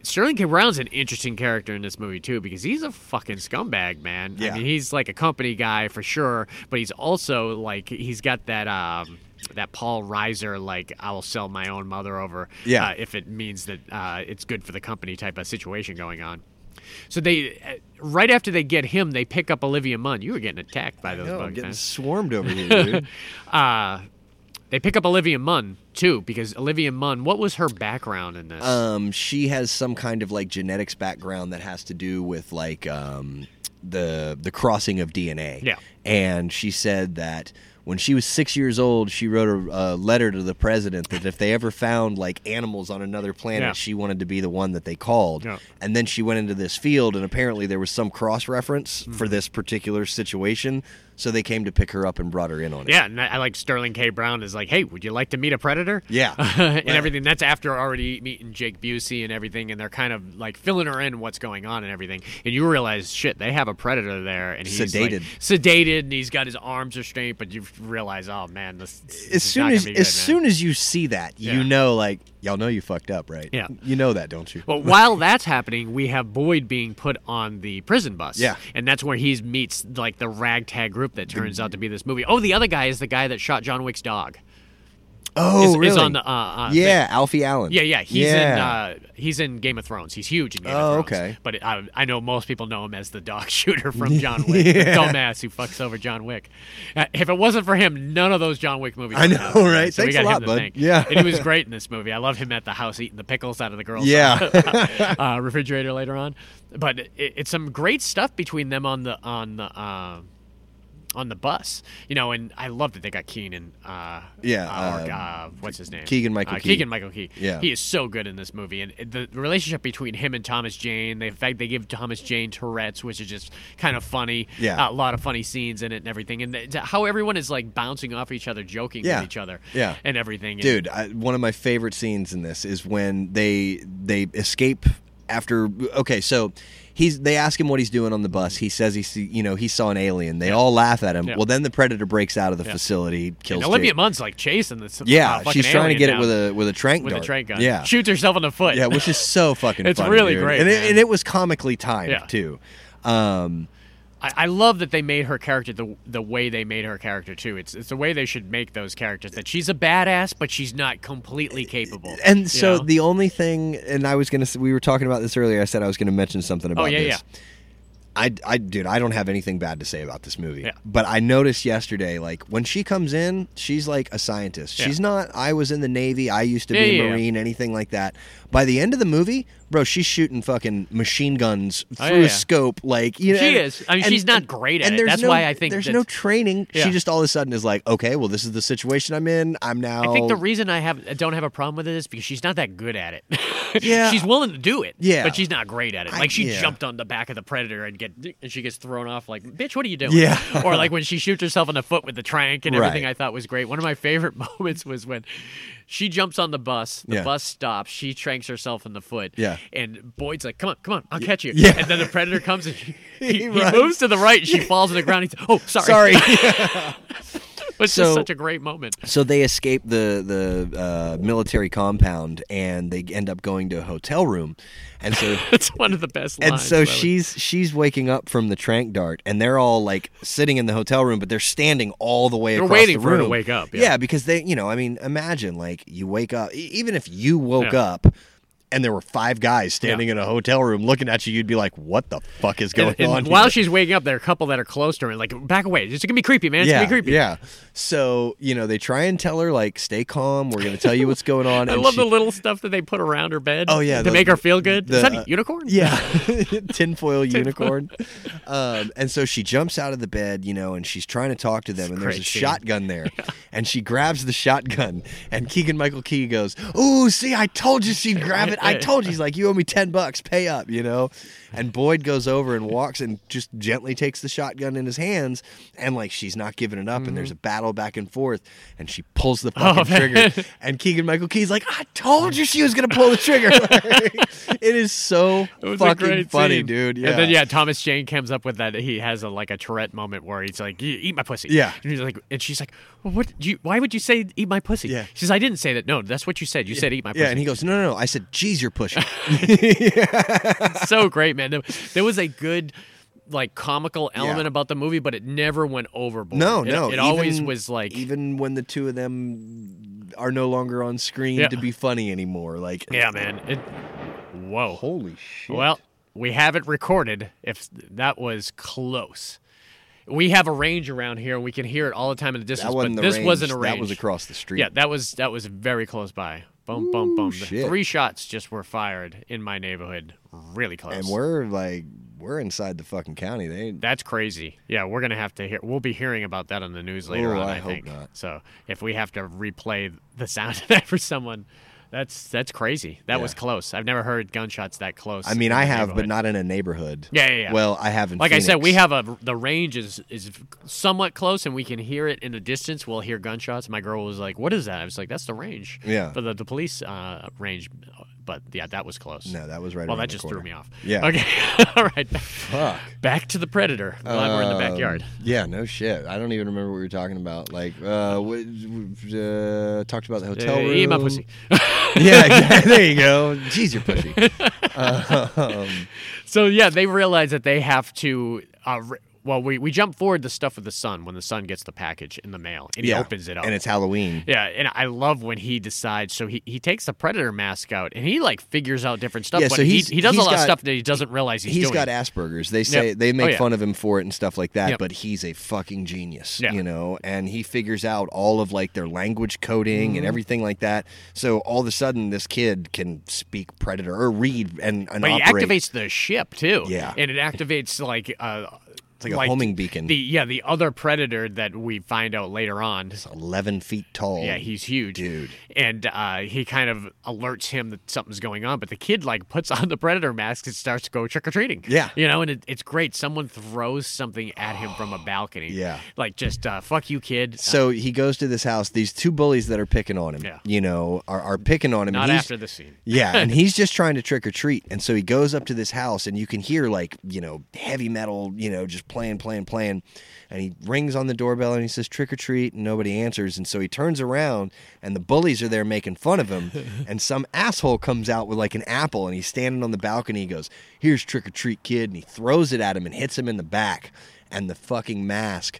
Speaker 3: Sterling K. Brown's an interesting character in this movie too because he's a fucking scumbag, man.
Speaker 4: Yeah.
Speaker 3: I mean, he's like a company guy for sure, but he's also like he's got that um, that Paul Reiser like I will sell my own mother over
Speaker 4: Yeah.
Speaker 3: uh, if it means that uh, it's good for the company type of situation going on. So they, uh, right after they get him, they pick up Olivia Munn. You were getting attacked by those
Speaker 4: No, Oh, I'm
Speaker 3: bugs.
Speaker 4: getting
Speaker 3: man.
Speaker 4: swarmed over here, dude.
Speaker 3: Uh, they pick up Olivia Munn too because Olivia Munn. What was her background in this?
Speaker 4: Um, she has some kind of like genetics background that has to do with like um, the the crossing of DNA.
Speaker 3: Yeah.
Speaker 4: And she said that when she was six years old, she wrote a, a letter to the president that if they ever found like animals on another planet,
Speaker 3: Yeah.
Speaker 4: she wanted to be the one that they called.
Speaker 3: Yeah.
Speaker 4: And then she went into this field, and apparently there was some cross reference
Speaker 3: Hmm.
Speaker 4: for this particular situation, so they came to pick her up and brought her in on it.
Speaker 3: yeah, and I I like Sterling K. Brown is like, hey, would you like to meet a predator?
Speaker 4: Yeah.
Speaker 3: and everything. That's after already meeting Jake Busey and everything, and they're kind of like filling her in what's going on and everything. And you realize, shit, they have a predator there, and he's like,
Speaker 4: Sedated.
Speaker 3: sedated, and he's got his arms restrained. But you realize, oh man, this,
Speaker 4: as soon as
Speaker 3: as
Speaker 4: as soon as you see that,
Speaker 3: Yeah.
Speaker 4: you know, like y'all know you fucked up, right?
Speaker 3: Yeah.
Speaker 4: you know that, don't you?
Speaker 3: But while that's happening, we have Boyd being put on the prison bus.
Speaker 4: Yeah.
Speaker 3: And that's where he meets like the ragtag group that turns out to be this movie. Oh, the other guy is the guy that shot John Wick's dog.
Speaker 4: oh,
Speaker 3: is-
Speaker 4: really?
Speaker 3: is on the, uh, uh,
Speaker 4: yeah, Alfie Allen.
Speaker 3: Yeah, yeah, he's
Speaker 4: Yeah.
Speaker 3: in uh, he's in Game of Thrones. He's huge in Game
Speaker 4: Oh,
Speaker 3: of Thrones.
Speaker 4: okay.
Speaker 3: But I, I know most people know him as the dog shooter from John Wick, dumbass who fucks over John Wick. Uh, if it wasn't for him, none of those John Wick movies.
Speaker 4: I
Speaker 3: would
Speaker 4: know,
Speaker 3: happen,
Speaker 4: right?
Speaker 3: So we
Speaker 4: Thanks a
Speaker 3: got
Speaker 4: lot,
Speaker 3: him to
Speaker 4: bud.
Speaker 3: thank.
Speaker 4: Yeah.
Speaker 3: and he was great in this movie. I love him at the house eating the pickles out of the girl's
Speaker 4: Yeah.
Speaker 3: uh, refrigerator later on. But it, it's some great stuff between them on the on the. Um, on the bus, you know, and I love that they got Keenan. Uh,
Speaker 4: Yeah,
Speaker 3: uh, or,
Speaker 4: um,
Speaker 3: uh, what's his name?
Speaker 4: Keegan-Michael
Speaker 3: uh,
Speaker 4: Key.
Speaker 3: Keegan Michael Key.
Speaker 4: Yeah.
Speaker 3: he is so good in this movie, and the relationship between him and Thomas Jane. The fact they give Thomas Jane Tourette's, which is just kind of funny.
Speaker 4: Yeah.
Speaker 3: a lot of funny scenes in it and everything, and the, how everyone is like bouncing off each other, joking
Speaker 4: Yeah.
Speaker 3: with each other,
Speaker 4: Yeah.
Speaker 3: and everything. And-
Speaker 4: Dude, I, one of my favorite scenes in this is when they they escape after. Okay, so he's they ask him what he's doing on the bus. He says he see, you know he saw an alien. They all laugh at him.
Speaker 3: Yeah.
Speaker 4: Well, then the predator breaks out of the facility, kills.
Speaker 3: and Olivia
Speaker 4: Jake.
Speaker 3: Munn's like chasing this. uh,
Speaker 4: Yeah,
Speaker 3: fucking
Speaker 4: she's trying to
Speaker 3: alien
Speaker 4: get it
Speaker 3: down
Speaker 4: with a with a trank
Speaker 3: with a
Speaker 4: dart.
Speaker 3: train gun.
Speaker 4: Yeah,
Speaker 3: shoots herself in the foot.
Speaker 4: Yeah, which is so fucking.
Speaker 3: It's
Speaker 4: funny,
Speaker 3: really
Speaker 4: dude.
Speaker 3: great,
Speaker 4: and it,
Speaker 3: man.
Speaker 4: and it was comically timed
Speaker 3: Yeah.
Speaker 4: too. Um,
Speaker 3: I, I love that they made her character the the way they made her character too. It's it's the way they should make those characters that she's a badass, but she's not completely capable. you
Speaker 4: and so
Speaker 3: know?
Speaker 4: the only thing, and I was gonna, s- we were talking about this earlier. I said I was gonna mention something about
Speaker 3: Oh, yeah,
Speaker 4: this.
Speaker 3: yeah.
Speaker 4: I, I, dude, I don't have anything bad to say about this movie.
Speaker 3: Yeah.
Speaker 4: But I noticed yesterday, like when she comes in, she's like a scientist.
Speaker 3: Yeah.
Speaker 4: She's not. I was in the Navy. I used to
Speaker 3: Yeah,
Speaker 4: be
Speaker 3: yeah,
Speaker 4: a
Speaker 3: yeah.
Speaker 4: Marine. Anything like that. By the end of the movie, bro, she's shooting fucking machine guns through
Speaker 3: Oh, yeah, yeah.
Speaker 4: a scope. Like you know,
Speaker 3: She is. I mean, she's not great at
Speaker 4: and
Speaker 3: it.
Speaker 4: there's
Speaker 3: That's
Speaker 4: no-
Speaker 3: why I think
Speaker 4: there's
Speaker 3: that-
Speaker 4: no training.
Speaker 3: Yeah.
Speaker 4: She just all of a sudden is like, okay, well, this is the situation I'm in. I'm now.
Speaker 3: I think the reason I have I don't have a problem with it is because she's not that good at it.
Speaker 4: Yeah.
Speaker 3: she's willing to do it.
Speaker 4: Yeah.
Speaker 3: but she's not great at it.
Speaker 4: I-
Speaker 3: Like she
Speaker 4: yeah.
Speaker 3: jumped on the back of the predator and get and she gets thrown off. Like bitch, what are you doing?
Speaker 4: Yeah.
Speaker 3: or like when she shoots herself in the foot with the trank and everything.
Speaker 4: Right.
Speaker 3: I thought was great. One of my favorite moments was when she jumps on the bus. The
Speaker 4: Yeah.
Speaker 3: bus stops. She tranks herself in the foot.
Speaker 4: Yeah.
Speaker 3: and Boyd's like, "Come on, come on, I'll catch you."
Speaker 4: yeah.
Speaker 3: and then the predator comes and he, he
Speaker 4: runs.
Speaker 3: moves to the right and she falls to the ground. He's oh sorry,
Speaker 4: Sorry.
Speaker 3: It's
Speaker 4: So-
Speaker 3: just such a great moment.
Speaker 4: So they escape the the uh, military compound and they end up going to a hotel room, and so
Speaker 3: It's one of the best lines.
Speaker 4: and
Speaker 3: by
Speaker 4: so
Speaker 3: the way.
Speaker 4: she's she's waking up from the trank dart, and they're all like sitting in the hotel room, but they're standing all the way.
Speaker 3: They're
Speaker 4: across
Speaker 3: waiting
Speaker 4: the
Speaker 3: for her to
Speaker 4: room.
Speaker 3: wake up,
Speaker 4: Yeah.
Speaker 3: yeah.
Speaker 4: because they, you know, I mean, imagine like you wake up, e- even if you woke
Speaker 3: Yeah.
Speaker 4: up. And there were five guys standing in a hotel room looking at you. You'd be like, "What the fuck is going
Speaker 3: and, and
Speaker 4: on?"
Speaker 3: while
Speaker 4: here?
Speaker 3: she's waking up, there are a couple that are close to her, and like back away. It's gonna be creepy, man. It's
Speaker 4: yeah,
Speaker 3: gonna be creepy.
Speaker 4: yeah. So you know, they try and tell her like, "Stay calm. We're going to tell you what's going on."
Speaker 3: I
Speaker 4: and
Speaker 3: love
Speaker 4: she-
Speaker 3: the little stuff that they put around her bed.
Speaker 4: Oh, yeah,
Speaker 3: to
Speaker 4: the-
Speaker 3: make her feel good.
Speaker 4: the,
Speaker 3: Is that
Speaker 4: uh,
Speaker 3: a unicorn?
Speaker 4: Yeah, tinfoil unicorn. Um, and so she jumps out of the bed, you know, and she's trying to talk to them, and there's a
Speaker 3: great scene.
Speaker 4: shotgun there, and she grabs the shotgun, and Keegan Michael Key goes, "Ooh, see, I told you she'd grab it. I told you." He's like, "You owe me ten bucks. Pay up," you know. And Boyd goes over and walks and just gently takes the shotgun in his hands, and like she's not giving it up, and there's a battle back and forth, and she pulls the fucking
Speaker 3: Mm-hmm. Oh, man.
Speaker 4: trigger, and Keegan Michael Key's like, "I told you she was gonna pull the trigger." it is so
Speaker 3: It was
Speaker 4: fucking
Speaker 3: a great
Speaker 4: funny,
Speaker 3: scene.
Speaker 4: dude. Yeah.
Speaker 3: And then yeah, Thomas Jane comes up with that. He has a like a Tourette moment where he's like, "E- "Eat my pussy."
Speaker 4: Yeah.
Speaker 3: And he's like, and she's like, well, "What? do You, why would you say eat my pussy?"
Speaker 4: Yeah.
Speaker 3: She says, "I didn't say that. No, that's what you said. You said eat my pussy."
Speaker 4: Yeah, and he goes, no, no, no. I said, geez, you're pushing.
Speaker 3: It's so great, man. There, there was a good. Like comical element
Speaker 4: Yeah.
Speaker 3: about the movie, but it never went overboard.
Speaker 4: No,
Speaker 3: It-
Speaker 4: no.
Speaker 3: It always
Speaker 4: even-
Speaker 3: was like
Speaker 4: even when the two of them are no longer on screen
Speaker 3: Yeah.
Speaker 4: to be funny anymore. Like,
Speaker 3: Yeah, man. It. Whoa.
Speaker 4: holy shit.
Speaker 3: Well, we have it recorded. If that was close, we have a range around here. We can hear it all the time in the distance.
Speaker 4: that wasn't
Speaker 3: but
Speaker 4: the
Speaker 3: this
Speaker 4: range.
Speaker 3: wasn't a range.
Speaker 4: That was across the street.
Speaker 3: Yeah, that was that was very close by. Boom, boom, boom. The
Speaker 4: shit.
Speaker 3: Three shots just were fired in my neighborhood. Really close.
Speaker 4: and we're like, we're inside the fucking county. They
Speaker 3: That's crazy. Yeah, we're gonna have to hear. We'll be hearing about that on the news later
Speaker 4: Oh,
Speaker 3: on.
Speaker 4: I
Speaker 3: I,
Speaker 4: hope
Speaker 3: think.
Speaker 4: not.
Speaker 3: So if we have to replay the sound of that for someone, that's that's crazy. That was
Speaker 4: Yeah.
Speaker 3: close. I've never heard gunshots that close.
Speaker 4: I mean,
Speaker 3: in
Speaker 4: I
Speaker 3: my
Speaker 4: have, but
Speaker 3: neighborhood.
Speaker 4: not in a neighborhood.
Speaker 3: Yeah, yeah, yeah.
Speaker 4: Well, I have in
Speaker 3: Like I said, we
Speaker 4: Phoenix.
Speaker 3: have a the range is is somewhat close, and we can hear it in the distance. We'll hear gunshots. My girl was like, "What is that?" I was like, "That's the range."
Speaker 4: Yeah.
Speaker 3: For the, the police uh, range, but yeah, that was close.
Speaker 4: No, that was right
Speaker 3: Well,
Speaker 4: around
Speaker 3: that
Speaker 4: the
Speaker 3: just
Speaker 4: corner.
Speaker 3: threw me off.
Speaker 4: Yeah.
Speaker 3: Okay. All right. Back,
Speaker 4: Fuck.
Speaker 3: back to the predator. Glad we're in the
Speaker 4: Um,
Speaker 3: backyard.
Speaker 4: Yeah, no shit. I don't even remember what we were talking about. Like, uh, what, uh talked about the hotel
Speaker 3: Uh,
Speaker 4: room.
Speaker 3: eat my pussy.
Speaker 4: yeah, exactly. there you go. Jeez, you're pushy.
Speaker 3: So yeah, they realize that they have to. Uh, re- well, we, we jump forward to stuff with the son when the son gets the package in the mail and he
Speaker 4: yeah.
Speaker 3: opens it up
Speaker 4: and it's Halloween.
Speaker 3: Yeah, and I love when he decides. So he, he takes the predator mask out and he like figures out different stuff.
Speaker 4: Yeah,
Speaker 3: but
Speaker 4: so he's-
Speaker 3: he, he does a
Speaker 4: he's
Speaker 3: lot of
Speaker 4: got-
Speaker 3: stuff that he doesn't realize he's,
Speaker 4: He's
Speaker 3: doing.
Speaker 4: got Asperger's. They say
Speaker 3: Yep.
Speaker 4: they make
Speaker 3: Oh, yeah.
Speaker 4: fun of him for it and stuff like that,
Speaker 3: Yep.
Speaker 4: but he's a fucking genius,
Speaker 3: Yeah.
Speaker 4: you know, and he figures out all of like their language coding
Speaker 3: Mm-hmm.
Speaker 4: and everything like that. So all of a sudden this kid can speak predator or read and, and
Speaker 3: but he
Speaker 4: operate.
Speaker 3: activates the ship too.
Speaker 4: Yeah.
Speaker 3: and it activates like uh,
Speaker 4: like a homing beacon.
Speaker 3: The yeah, the other predator that we find out later on.
Speaker 4: 11 feet tall.
Speaker 3: Yeah, he's huge,
Speaker 4: dude.
Speaker 3: And uh, he kind of alerts him that something's going on. But the kid like puts on the predator mask and starts to go trick or treating.
Speaker 4: Yeah.
Speaker 3: you know, and it, it's great. Someone throws something at him from a balcony.
Speaker 4: Oh, Yeah.
Speaker 3: like just uh, fuck you, kid.
Speaker 4: So he goes to this house. These two bullies that are picking on him,
Speaker 3: Yeah.
Speaker 4: you know, are, are picking on him. and
Speaker 3: Not
Speaker 4: he's-
Speaker 3: after the scene.
Speaker 4: Yeah, and he's just trying to trick or treat. And so he goes up to this house, and you can hear, like, you know, heavy metal, you know, just playing, playing, playing. And he rings on the doorbell and he says, trick or treat, and nobody answers. And so he turns around, and the bullies are there making fun of him. and some asshole comes out with, like, an apple, and he's standing on the balcony. He goes, Here's trick or treat, kid. And he throws it at him and hits him in the back. And the fucking mask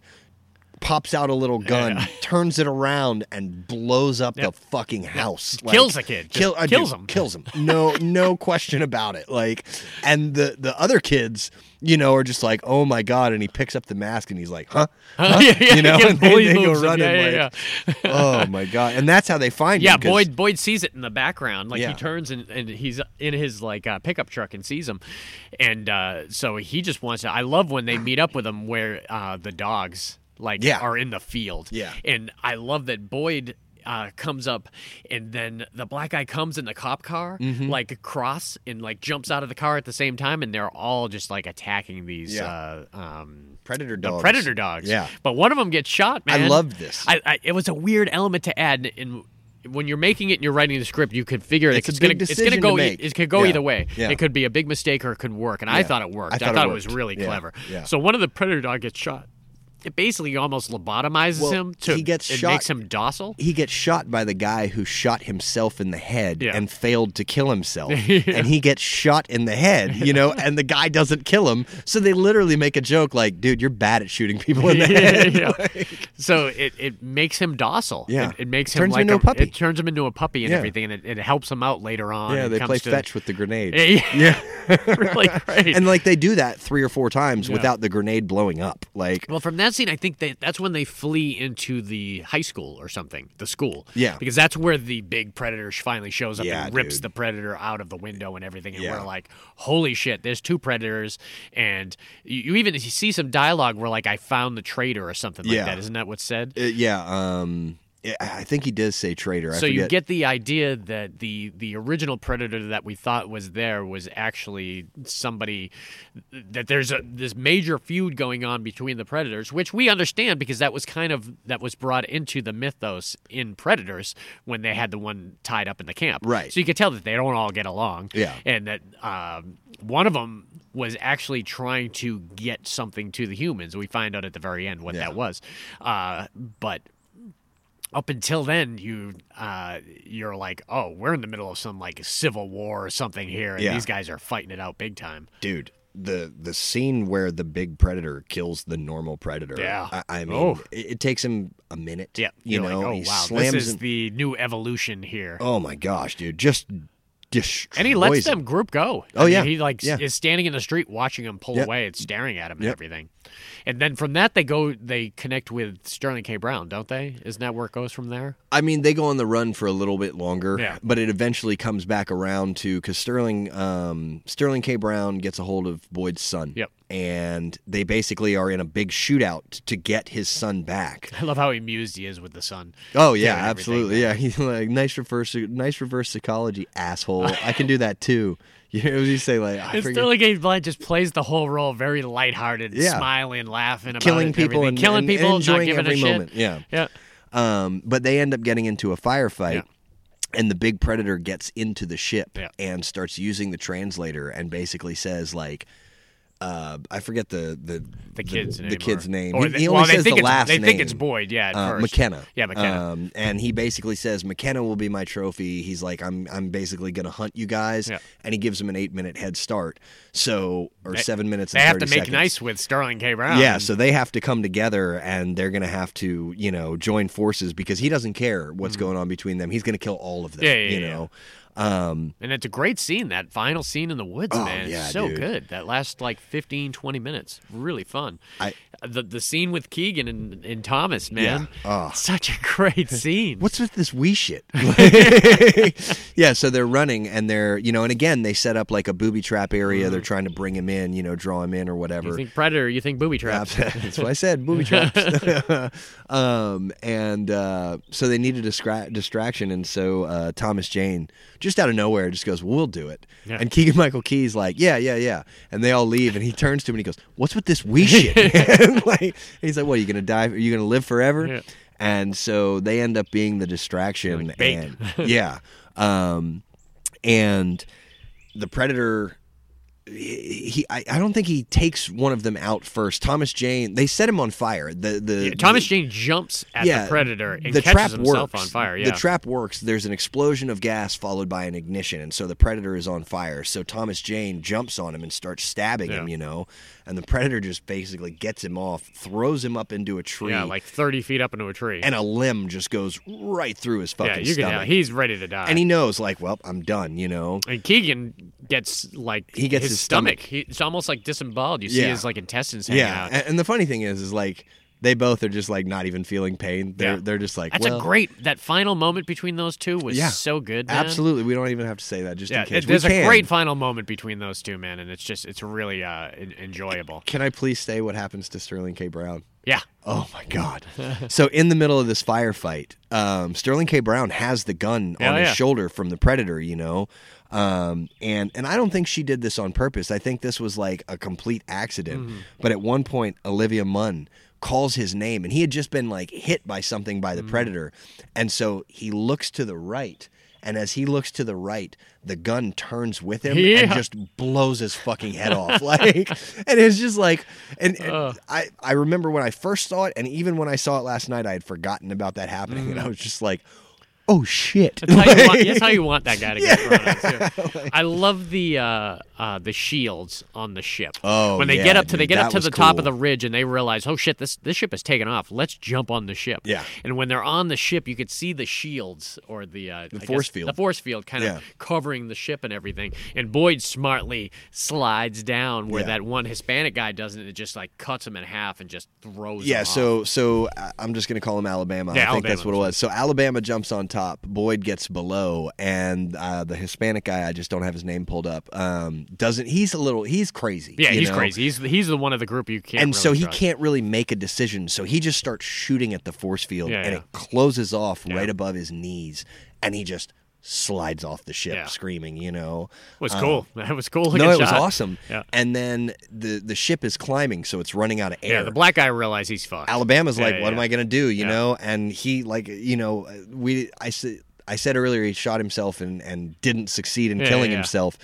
Speaker 4: pops out a little gun, turns it around, and blows up the fucking house.
Speaker 3: Kills the kid. Just
Speaker 4: uh,
Speaker 3: kills
Speaker 4: dude,
Speaker 3: him.
Speaker 4: Kills him. No, no question about it. Like, and the the other kids, you know, are just like, oh my god. And he picks up the mask and he's like, huh?
Speaker 3: Huh? yeah, yeah,
Speaker 4: You know,
Speaker 3: yeah,
Speaker 4: and they,
Speaker 3: Boyd
Speaker 4: they go
Speaker 3: moves him.
Speaker 4: running.
Speaker 3: Yeah, yeah,
Speaker 4: like, oh my god. And that's how they find
Speaker 3: yeah.
Speaker 4: him. 'cause-
Speaker 3: Boyd Boyd sees it in the background. Like
Speaker 4: Yeah.
Speaker 3: he turns and, and he's in his like uh, pickup truck and sees him, and uh, so he just wants to. I love when they meet up with him where uh, the dogs like
Speaker 4: Yeah.
Speaker 3: are in the field.
Speaker 4: Yeah.
Speaker 3: and I love that Boyd. Uh, comes up and then the black guy comes in the cop car
Speaker 4: Mm-hmm.
Speaker 3: like across and like jumps out of the car at the same time and they're all just like attacking these
Speaker 4: Yeah.
Speaker 3: uh, um,
Speaker 4: Predator
Speaker 3: the
Speaker 4: dogs.
Speaker 3: predator dogs.
Speaker 4: Yeah.
Speaker 3: but one of them gets shot.
Speaker 4: I
Speaker 3: Man,
Speaker 4: loved this.
Speaker 3: I, I, it was a weird element to add. And when you're making it and you're writing the script, you could figure it.
Speaker 4: It's a
Speaker 3: gonna,
Speaker 4: big
Speaker 3: it's gonna
Speaker 4: decision
Speaker 3: go.
Speaker 4: to
Speaker 3: e-
Speaker 4: make.
Speaker 3: It could go
Speaker 4: Yeah.
Speaker 3: either way.
Speaker 4: Yeah.
Speaker 3: It could be a big mistake or it could work. And I
Speaker 4: Yeah.
Speaker 3: thought it worked.
Speaker 4: I
Speaker 3: I
Speaker 4: thought it
Speaker 3: thought, it was
Speaker 4: worked.
Speaker 3: really
Speaker 4: Yeah.
Speaker 3: clever.
Speaker 4: Yeah.
Speaker 3: So one of the predator dog gets shot. it basically almost lobotomizes
Speaker 4: Well,
Speaker 3: him to
Speaker 4: he gets
Speaker 3: it
Speaker 4: shot-
Speaker 3: makes him docile.
Speaker 4: he gets shot by the guy who shot himself in the head
Speaker 3: Yeah.
Speaker 4: and failed to kill himself and he gets shot in the head you know and the guy doesn't kill him so they literally make a joke like dude you're bad at shooting people in the
Speaker 3: yeah,
Speaker 4: head
Speaker 3: yeah. so it, it makes him docile.
Speaker 4: Yeah.
Speaker 3: It, it makes him
Speaker 4: Turns him
Speaker 3: like
Speaker 4: into a puppy.
Speaker 3: It turns him into a puppy and
Speaker 4: Yeah.
Speaker 3: everything, and it, it helps him out later on.
Speaker 4: yeah
Speaker 3: It
Speaker 4: they
Speaker 3: comes
Speaker 4: play
Speaker 3: to-
Speaker 4: fetch with the grenade
Speaker 3: Yeah, really great.
Speaker 4: and like they do that three or four times without the grenade blowing up like uh,
Speaker 3: Well, from that scene, I think that that's when they flee into the high school or something, the school.
Speaker 4: Yeah.
Speaker 3: Because that's where the big predator sh- finally shows up
Speaker 4: Yeah,
Speaker 3: and rips
Speaker 4: dude.
Speaker 3: the predator out of the window and everything. And
Speaker 4: Yeah.
Speaker 3: we're like, holy shit, there's two predators. And you, you even see some dialogue where, like, I found the traitor or something like
Speaker 4: Yeah.
Speaker 3: that. Isn't that what's said?
Speaker 4: uh, yeah um yeah, I think he does say traitor. I
Speaker 3: so you
Speaker 4: forget.
Speaker 3: get the idea that the the original predator that we thought was there was actually somebody that there's a this major feud going on between the predators which we understand because that was kind of that was brought into the mythos in predators when they had the one tied up in the camp
Speaker 4: Right.
Speaker 3: so you could tell that they don't all get along
Speaker 4: Yeah.
Speaker 3: and that um, one of them was actually trying to get something to the humans we find out at the very end what that was uh, but up until then you uh you're like oh we're in the middle of some like civil war or something here and
Speaker 4: Yeah.
Speaker 3: these guys are fighting it out big time
Speaker 4: dude the the scene where the big predator kills the normal predator
Speaker 3: Yeah.
Speaker 4: i, I mean
Speaker 3: Oh.
Speaker 4: it, it takes him a minute
Speaker 3: yeah
Speaker 4: you
Speaker 3: you're
Speaker 4: know
Speaker 3: like, oh
Speaker 4: he
Speaker 3: wow
Speaker 4: slams
Speaker 3: this is
Speaker 4: him-
Speaker 3: the new evolution here
Speaker 4: oh my gosh dude just destroys
Speaker 3: and he lets
Speaker 4: him.
Speaker 3: them group go I
Speaker 4: Oh,
Speaker 3: mean,
Speaker 4: yeah.
Speaker 3: he like s-
Speaker 4: Yeah.
Speaker 3: is standing in the street watching him pull
Speaker 4: Yep.
Speaker 3: away and staring at him and
Speaker 4: Yep.
Speaker 3: everything and then from that they go they connect with sterling k brown don't they isn't that where it goes from there
Speaker 4: I mean, they go on the run for a little bit longer,
Speaker 3: Yeah.
Speaker 4: but it eventually comes back around to because Sterling, um, Sterling K. Brown gets a hold of Boyd's son.
Speaker 3: Yep.
Speaker 4: And they basically are in a big shootout to get his son back.
Speaker 3: i love how amused he is with the sun
Speaker 4: Oh yeah,
Speaker 3: Doing everything.
Speaker 4: absolutely. Yeah, he's like nice reverse, nice reverse psychology, asshole. I can do that too. You know, you say like I
Speaker 3: And
Speaker 4: forget-
Speaker 3: Sterling K. Brown just plays the whole role very lighthearted,
Speaker 4: Yeah.
Speaker 3: smiling, laughing, about
Speaker 4: Killing
Speaker 3: it and
Speaker 4: people
Speaker 3: everything.
Speaker 4: and-
Speaker 3: killing
Speaker 4: and
Speaker 3: people,
Speaker 4: enjoying
Speaker 3: not giving
Speaker 4: every
Speaker 3: a shit.
Speaker 4: moment. Yeah.
Speaker 3: yeah.
Speaker 4: Um, but they end up getting into a firefight.
Speaker 3: Yeah.
Speaker 4: And the big predator gets into the ship
Speaker 3: Yeah.
Speaker 4: and starts using the translator and basically says like, uh, I forget the the
Speaker 3: The kid's
Speaker 4: the,
Speaker 3: name.
Speaker 4: the kid's
Speaker 3: or-
Speaker 4: name.
Speaker 3: Or
Speaker 4: he,
Speaker 3: they-
Speaker 4: he only
Speaker 3: well, they
Speaker 4: says
Speaker 3: think
Speaker 4: the
Speaker 3: it's-
Speaker 4: last
Speaker 3: They
Speaker 4: name.
Speaker 3: think it's Boyd, yeah, at
Speaker 4: Uh,
Speaker 3: first.
Speaker 4: McKenna.
Speaker 3: Yeah, McKenna.
Speaker 4: Um, and he basically says McKenna will be my trophy. He's like, I'm I'm basically gonna hunt you guys,
Speaker 3: Yeah.
Speaker 4: and he gives him an eight minute head start. So or seven minutes.
Speaker 3: they
Speaker 4: and
Speaker 3: have to
Speaker 4: 30
Speaker 3: make
Speaker 4: seconds.
Speaker 3: nice with Sterling K. Brown.
Speaker 4: Yeah, so they have to come together and they're going to have to, you know, join forces because he doesn't care what's going on between them. He's going to kill all of them,
Speaker 3: Yeah, yeah,
Speaker 4: you
Speaker 3: yeah.
Speaker 4: know.
Speaker 3: And it's a great scene, that final scene in the woods,
Speaker 4: Oh,
Speaker 3: man. It's
Speaker 4: yeah,
Speaker 3: so
Speaker 4: dude.
Speaker 3: good. That lasts like 15, 20 minutes. Really fun.
Speaker 4: I-
Speaker 3: the the scene with Keegan and, and Thomas, man.
Speaker 4: Oh.
Speaker 3: Such a great scene.
Speaker 4: What's with this wee shit? yeah, so they're running and they're, you know, and again, they set up like a booby trap area. They're trying to bring him in, you know, draw him in or whatever.
Speaker 3: you think Predator, you think booby traps.
Speaker 4: That's what I said. Movie traps. um, and uh, so they needed a distra- distraction, and so uh, Thomas Jane just out of nowhere just goes, "We'll do it."
Speaker 3: Yeah.
Speaker 4: And Keegan Michael Key's like, "Yeah, yeah, yeah," and they all leave, and he turns to him and he goes, "What's with this wee shit?" man?" like and he's like, "What? Are you gonna die? Are you gonna live forever?"
Speaker 3: Yeah.
Speaker 4: And so they end up being the distraction,
Speaker 3: Like bait.
Speaker 4: and yeah, um, and the predator he I, I don't think he takes one of them out first. Thomas Jane, they set him on fire. The the
Speaker 3: Yeah, Thomas
Speaker 4: the-
Speaker 3: Jane jumps at
Speaker 4: yeah,
Speaker 3: the predator and
Speaker 4: the
Speaker 3: catches
Speaker 4: trap
Speaker 3: himself
Speaker 4: works.
Speaker 3: on fire. Yeah,
Speaker 4: The trap works. There's an explosion of gas followed by an ignition, and so the predator is on fire. So Thomas Jane jumps on him and starts stabbing him,
Speaker 3: Yeah.
Speaker 4: you know, and the predator just basically gets him off, throws him up into a tree,
Speaker 3: yeah, like thirty feet up into a tree.
Speaker 4: and a limb just goes right through his fucking
Speaker 3: yeah, you can
Speaker 4: stomach.
Speaker 3: tell he's ready to die.
Speaker 4: and he knows, like, well, I'm done, you know.
Speaker 3: And Keegan gets like
Speaker 4: He gets
Speaker 3: his,
Speaker 4: his
Speaker 3: stomach.
Speaker 4: stomach.
Speaker 3: He, it's almost like disemboweled. You see
Speaker 4: Yeah.
Speaker 3: his like intestines hanging
Speaker 4: Yeah,
Speaker 3: out.
Speaker 4: a- and the funny thing is, is like they both are just like not even feeling pain. They're
Speaker 3: Yeah.
Speaker 4: they're just like
Speaker 3: That's
Speaker 4: well,
Speaker 3: a great. That final moment between those two was
Speaker 4: Yeah.
Speaker 3: so good. man.
Speaker 4: Absolutely, we don't even have to say that just
Speaker 3: Yeah,
Speaker 4: in case.
Speaker 3: it- there's
Speaker 4: we
Speaker 3: a
Speaker 4: can.
Speaker 3: great final moment between those two men, and it's just it's really uh, en- enjoyable.
Speaker 4: Can I please say what happens to Sterling K. Brown?
Speaker 3: Yeah,
Speaker 4: Oh my God! so in the middle of this firefight, um, Sterling K. Brown has the gun
Speaker 3: Yeah,
Speaker 4: on his
Speaker 3: yeah.
Speaker 4: shoulder from the Predator, you know, um, and and I don't think she did this on purpose. I think this was like a complete accident. But at one point, Olivia Munn calls his name, and he had just been like hit by something by the Predator, and so he looks to the right. And as he looks to the right, the gun turns with him and
Speaker 3: Yeah.
Speaker 4: just blows his fucking head off. Like, and it's just like, and, and
Speaker 3: Ugh.
Speaker 4: I I remember when I first saw it, and even when I saw it last night, I had forgotten about that happening,
Speaker 3: Mm.
Speaker 4: and I was just like, oh shit.
Speaker 3: That's how, you want, that's how you want that guy to get thrown out, too. I love the uh, uh, the shields on the ship.
Speaker 4: Oh,
Speaker 3: when they
Speaker 4: yeah,
Speaker 3: get up to they
Speaker 4: dude,
Speaker 3: get
Speaker 4: that
Speaker 3: up to
Speaker 4: was
Speaker 3: the top
Speaker 4: cool.
Speaker 3: of the ridge and they realize, oh shit, this this ship is taking off. Let's jump on the ship.
Speaker 4: Yeah.
Speaker 3: And when they're on the ship, you could see the shields or the uh, the
Speaker 4: force field.
Speaker 3: the force field kind
Speaker 4: Yeah.
Speaker 3: of covering the ship and everything. And Boyd smartly slides down where
Speaker 4: Yeah.
Speaker 3: that one Hispanic guy doesn't. and It just like cuts him in half and just throws.
Speaker 4: Yeah,
Speaker 3: him off.
Speaker 4: so so uh, I'm just gonna call him Alabama. I
Speaker 3: Yeah,
Speaker 4: think that's what
Speaker 3: Alabama.
Speaker 4: it was. So Alabama jumps on top. Boyd gets below, and uh, the Hispanic guy I just don't have his name pulled up. Um, doesn't he's a little he's crazy.
Speaker 3: yeah,
Speaker 4: you
Speaker 3: he's
Speaker 4: know?
Speaker 3: crazy. He's he's the one of the group you can't.
Speaker 4: and
Speaker 3: really
Speaker 4: so he
Speaker 3: trust.
Speaker 4: can't really make a decision. So he just starts shooting at the force field,
Speaker 3: Yeah,
Speaker 4: and
Speaker 3: yeah.
Speaker 4: it closes off right above his knees, and he just slides off the ship,
Speaker 3: Yeah.
Speaker 4: screaming. You know,
Speaker 3: was
Speaker 4: Um,
Speaker 3: cool. That was cool. looking
Speaker 4: No, it was
Speaker 3: shot.
Speaker 4: awesome.
Speaker 3: Yeah.
Speaker 4: And then the the ship is climbing, so it's running out of air.
Speaker 3: Yeah, the black guy realized he's fucked.
Speaker 4: Alabama's
Speaker 3: Yeah,
Speaker 4: like,
Speaker 3: yeah,
Speaker 4: what am
Speaker 3: yeah.
Speaker 4: I gonna do? You
Speaker 3: Yeah.
Speaker 4: know, and he like, you know, we I said I said earlier he shot himself and and didn't succeed in
Speaker 3: Yeah,
Speaker 4: killing
Speaker 3: yeah, yeah.
Speaker 4: himself.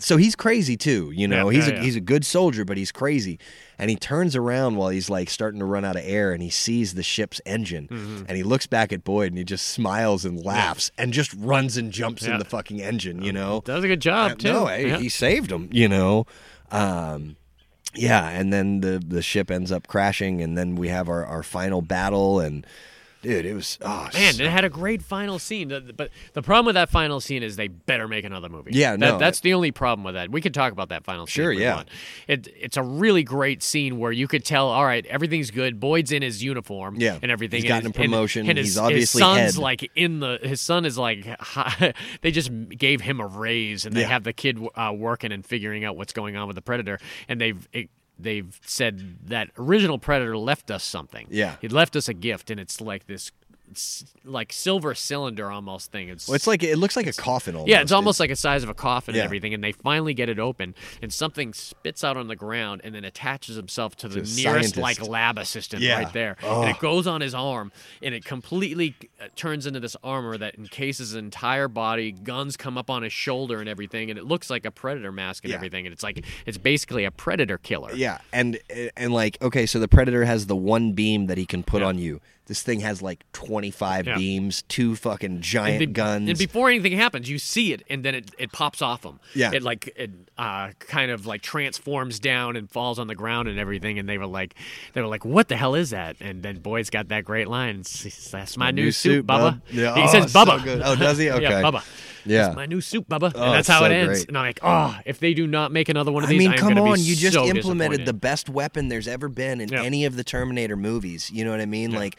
Speaker 4: So he's crazy too, you know.
Speaker 3: Yeah,
Speaker 4: he's
Speaker 3: yeah,
Speaker 4: a
Speaker 3: yeah.
Speaker 4: he's a good soldier, but he's crazy. And he turns around while he's like starting to run out of air, and he sees the ship's engine,
Speaker 3: Mm-hmm.
Speaker 4: and he looks back at Boyd, and he just smiles and laughs, and just runs and jumps in
Speaker 3: Yeah. Uh,
Speaker 4: the fucking engine, you know.
Speaker 3: That was a good job too.
Speaker 4: Uh, No, hey,
Speaker 3: Yeah.
Speaker 4: he saved him, you know. Um, yeah, and then the the ship ends up crashing, and then we have our, our final battle, and dude, it was oh
Speaker 3: Man, it had a great final scene. The- the- But the problem with that final scene is they better make another movie.
Speaker 4: Yeah,
Speaker 3: That-
Speaker 4: no,
Speaker 3: that's the only problem with that. We could talk about that final scene.
Speaker 4: Sure,
Speaker 3: if we
Speaker 4: yeah.
Speaker 3: want. It, it's a really great scene where you could tell, all right, everything's good. Boyd's in his uniform
Speaker 4: Yeah,
Speaker 3: and everything.
Speaker 4: he's
Speaker 3: and
Speaker 4: gotten
Speaker 3: his-
Speaker 4: a promotion,
Speaker 3: And, and his,
Speaker 4: he's obviously
Speaker 3: his son's
Speaker 4: head.
Speaker 3: like in the, his son is like, they just gave him a raise and they
Speaker 4: Yeah.
Speaker 3: have the kid uh, working and figuring out what's going on with the Predator. And they've, it, they've said that original Predator left us something.
Speaker 4: Yeah.
Speaker 3: He left us a gift, and it's like this, s- like silver cylinder almost thing. It's,
Speaker 4: Well, it's like it looks like a coffin. Almost.
Speaker 3: yeah, it's almost like a size of a coffin
Speaker 4: Yeah.
Speaker 3: and everything. And they finally get it open, and something spits out on the ground, and then attaches himself to the
Speaker 4: To a
Speaker 3: nearest like
Speaker 4: scientist.
Speaker 3: lab assistant
Speaker 4: Yeah.
Speaker 3: right there, and it goes on his arm, and it completely uh, turns into this armor that encases his entire body. Guns come up on his shoulder and everything, and it looks like a predator mask and
Speaker 4: Yeah.
Speaker 3: everything. And it's like it's basically a predator killer.
Speaker 4: yeah, and and like okay, so the predator has the one beam that he can put on you. This thing has like twenty five
Speaker 3: Yeah.
Speaker 4: beams, two fucking
Speaker 3: and
Speaker 4: giant
Speaker 3: be-
Speaker 4: guns.
Speaker 3: And before anything happens, you see it, and then it, it pops off him.
Speaker 4: Yeah.
Speaker 3: It like it uh, kind of like transforms down and falls on the ground and everything. And they were like, they were like, what the hell is that? And then Boyd's got that great line. "That's- That's my new, suit, Bubba.
Speaker 4: bub. Yeah,
Speaker 3: he
Speaker 4: oh,
Speaker 3: says
Speaker 4: so
Speaker 3: Bubba.
Speaker 4: good. Oh, does he? Okay.
Speaker 3: yeah, Bubba.
Speaker 4: Yeah.
Speaker 3: That's my new suit, Bubba.
Speaker 4: Oh,
Speaker 3: and that's how
Speaker 4: so
Speaker 3: it ends.
Speaker 4: great.
Speaker 3: And I'm like, oh, if they do not make another one of
Speaker 4: I
Speaker 3: these,
Speaker 4: mean,
Speaker 3: I'm
Speaker 4: come
Speaker 3: gonna be
Speaker 4: on! You just
Speaker 3: so
Speaker 4: implemented the
Speaker 3: disappointed.
Speaker 4: best weapon there's ever been in
Speaker 3: Yeah.
Speaker 4: any of the Terminator movies. You know what I mean? Like,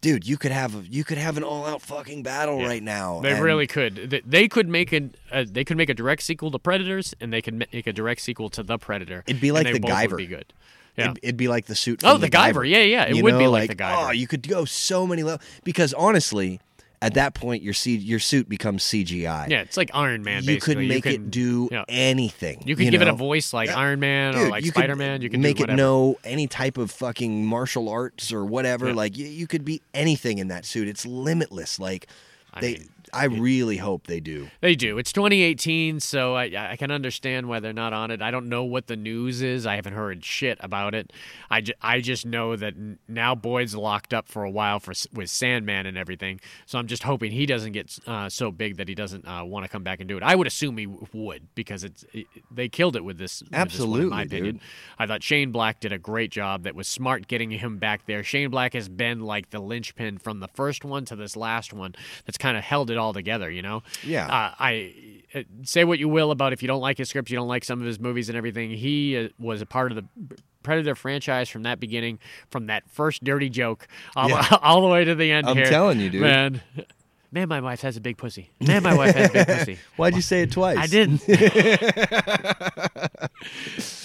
Speaker 4: dude, you could have a- you could have an all-out fucking battle right now.
Speaker 3: They
Speaker 4: and-
Speaker 3: really could. Th- They could make an uh, they could make a direct sequel to Predators, and they could ma- make a direct sequel to The Predator.
Speaker 4: It'd be
Speaker 3: and
Speaker 4: like
Speaker 3: they
Speaker 4: The
Speaker 3: both would
Speaker 4: Guyver.
Speaker 3: Be good. Yeah.
Speaker 4: It'd, it'd be like the suit.
Speaker 3: Oh,
Speaker 4: from
Speaker 3: the Guyver. Yeah, yeah. It would be like the Guyver.
Speaker 4: Oh, you could go so many levels because honestly, at that point, your C- your suit becomes CGI.
Speaker 3: Yeah, it's like Iron Man.
Speaker 4: you could
Speaker 3: basically.
Speaker 4: make
Speaker 3: you
Speaker 4: it do
Speaker 3: yeah.
Speaker 4: anything.
Speaker 3: You could give it a
Speaker 4: know?
Speaker 3: voice like
Speaker 4: Yeah.
Speaker 3: Iron Man or
Speaker 4: Dude,
Speaker 3: like
Speaker 4: you could
Speaker 3: Spider Man. You could
Speaker 4: make
Speaker 3: do
Speaker 4: it
Speaker 3: whatever.
Speaker 4: know any type of fucking martial arts or whatever.
Speaker 3: Yeah.
Speaker 4: Like you, you could be anything in that suit. It's limitless. Like
Speaker 3: I
Speaker 4: they,
Speaker 3: mean,
Speaker 4: I really hope they do.
Speaker 3: They do. It's 2018, so I, I can understand why they're not on it. I don't know what the news is. I haven't heard shit about it. I, ju- I just know that n- now Boyd's locked up for a while for s- with Sandman and everything. So I'm just hoping he doesn't get uh, so big that he doesn't uh, want to come back and do it. I would assume he w- would because it's it, they killed it with this. with this one, in my
Speaker 4: Absolutely, dude.
Speaker 3: opinion. I thought Shane Black did a great job. That was smart getting him back there. Shane Black has been like the linchpin from the first one to this last one. That's kind of held it all together. You know.
Speaker 4: Yeah.
Speaker 3: Uh, I uh, say what you will about if you don't like his scripts, you don't like some of his movies and everything. He uh, was a part of the Predator franchise from that beginning, from that first dirty joke all, all the way to the end.
Speaker 4: I'm
Speaker 3: here.
Speaker 4: telling you, dude.
Speaker 3: Man, man, my wife has a big pussy. Man, my wife has a big pussy.
Speaker 4: Why'd you say it twice?
Speaker 3: I didn't.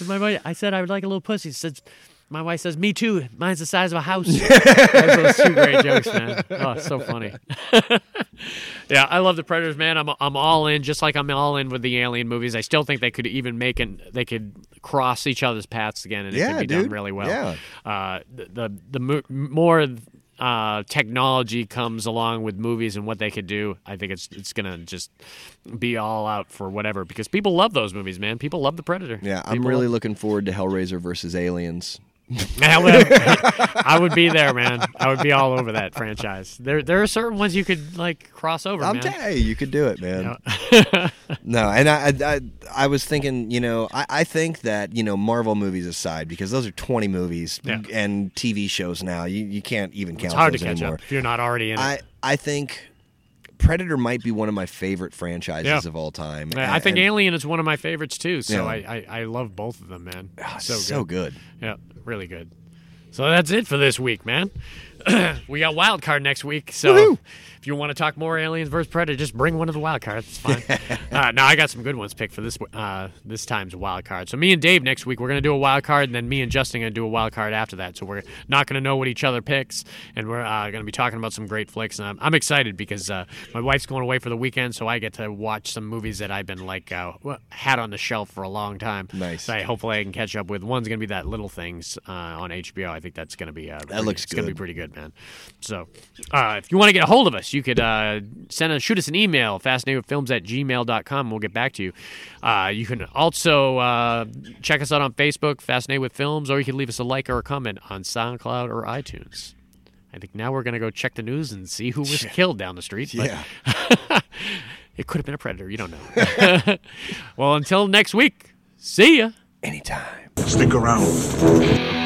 Speaker 3: my wife, I said I would like a little pussy. She Says my wife says, "Me too. Mine's the size of a house." That's those two great jokes, man. Oh, it's so funny. yeah, I love the Predators, man. I'm I'm all in, just like I'm all in with the Alien movies. I still think they could even make and they could cross each other's paths again, and it
Speaker 4: Yeah,
Speaker 3: could be done
Speaker 4: dude.
Speaker 3: really well.
Speaker 4: Yeah.
Speaker 3: Uh, the the, the mo- more uh, technology comes along with movies and what they could do, I think it's it's gonna just be all out for whatever because people love those movies, man. People love the Predator.
Speaker 4: Yeah, I'm
Speaker 3: People
Speaker 4: really looking forward to Hellraiser versus Aliens.
Speaker 3: I would, I would be there, man. I would be all over that franchise. There, there are certain ones you could like cross over,
Speaker 4: I'm
Speaker 3: man.
Speaker 4: telling you, you could do it, man. no, and I, I, I, I was thinking, you know, I, I think that you know, Marvel movies aside, because those are 20 movies
Speaker 3: Yeah.
Speaker 4: and TV shows now, you, you can't even count.
Speaker 3: It's hard to
Speaker 4: those
Speaker 3: catch
Speaker 4: anymore.
Speaker 3: up if you're not already in it.
Speaker 4: I, I think Predator might be one of my favorite franchises
Speaker 3: Yeah.
Speaker 4: of all time.
Speaker 3: I I think
Speaker 4: And-
Speaker 3: Alien is one of my favorites too. So
Speaker 4: Yeah.
Speaker 3: I, I, I love both of them, man.
Speaker 4: and-
Speaker 3: so,
Speaker 4: ah, so
Speaker 3: good.
Speaker 4: good.
Speaker 3: Yeah, really good. So that's it for this week, man. we got wild card next week, so if you want to talk more aliens versus predator, just bring one of the wild cards. It's fine. uh, now I got some good ones picked for this uh, this time's wild card. So me and Dave next week we're gonna do a wild card, and then me and Justin gonna do a wild card after that. So we're not gonna know what each other picks, and we're uh, gonna be talking about some great flicks. And I'm, I'm excited because uh, my wife's going away for the weekend, so I get to watch some movies that I've been like uh, had on the shelf for a long time.
Speaker 4: Nice.
Speaker 3: That I hopefully I can catch up with. One's gonna be that Little Things uh, on HBO. I think that's gonna be uh, pretty-
Speaker 4: looks
Speaker 3: it's gonna be
Speaker 4: good.
Speaker 3: pretty good, man. So, uh, if you want to get a hold of us, you could uh, send us, shoot us an email, fascinatedfilms at gmail.com. We'll get back to you. Uh, you can also uh, check us out on Facebook, Fascinated with Films, or you can leave us a like or a comment on SoundCloud or iTunes. I think now we're going to go check the news and see who was killed down the street. but-
Speaker 4: Yeah.
Speaker 3: it could have been a predator. You don't know. well, until next week, see ya.
Speaker 4: Anytime.
Speaker 1: Stick around.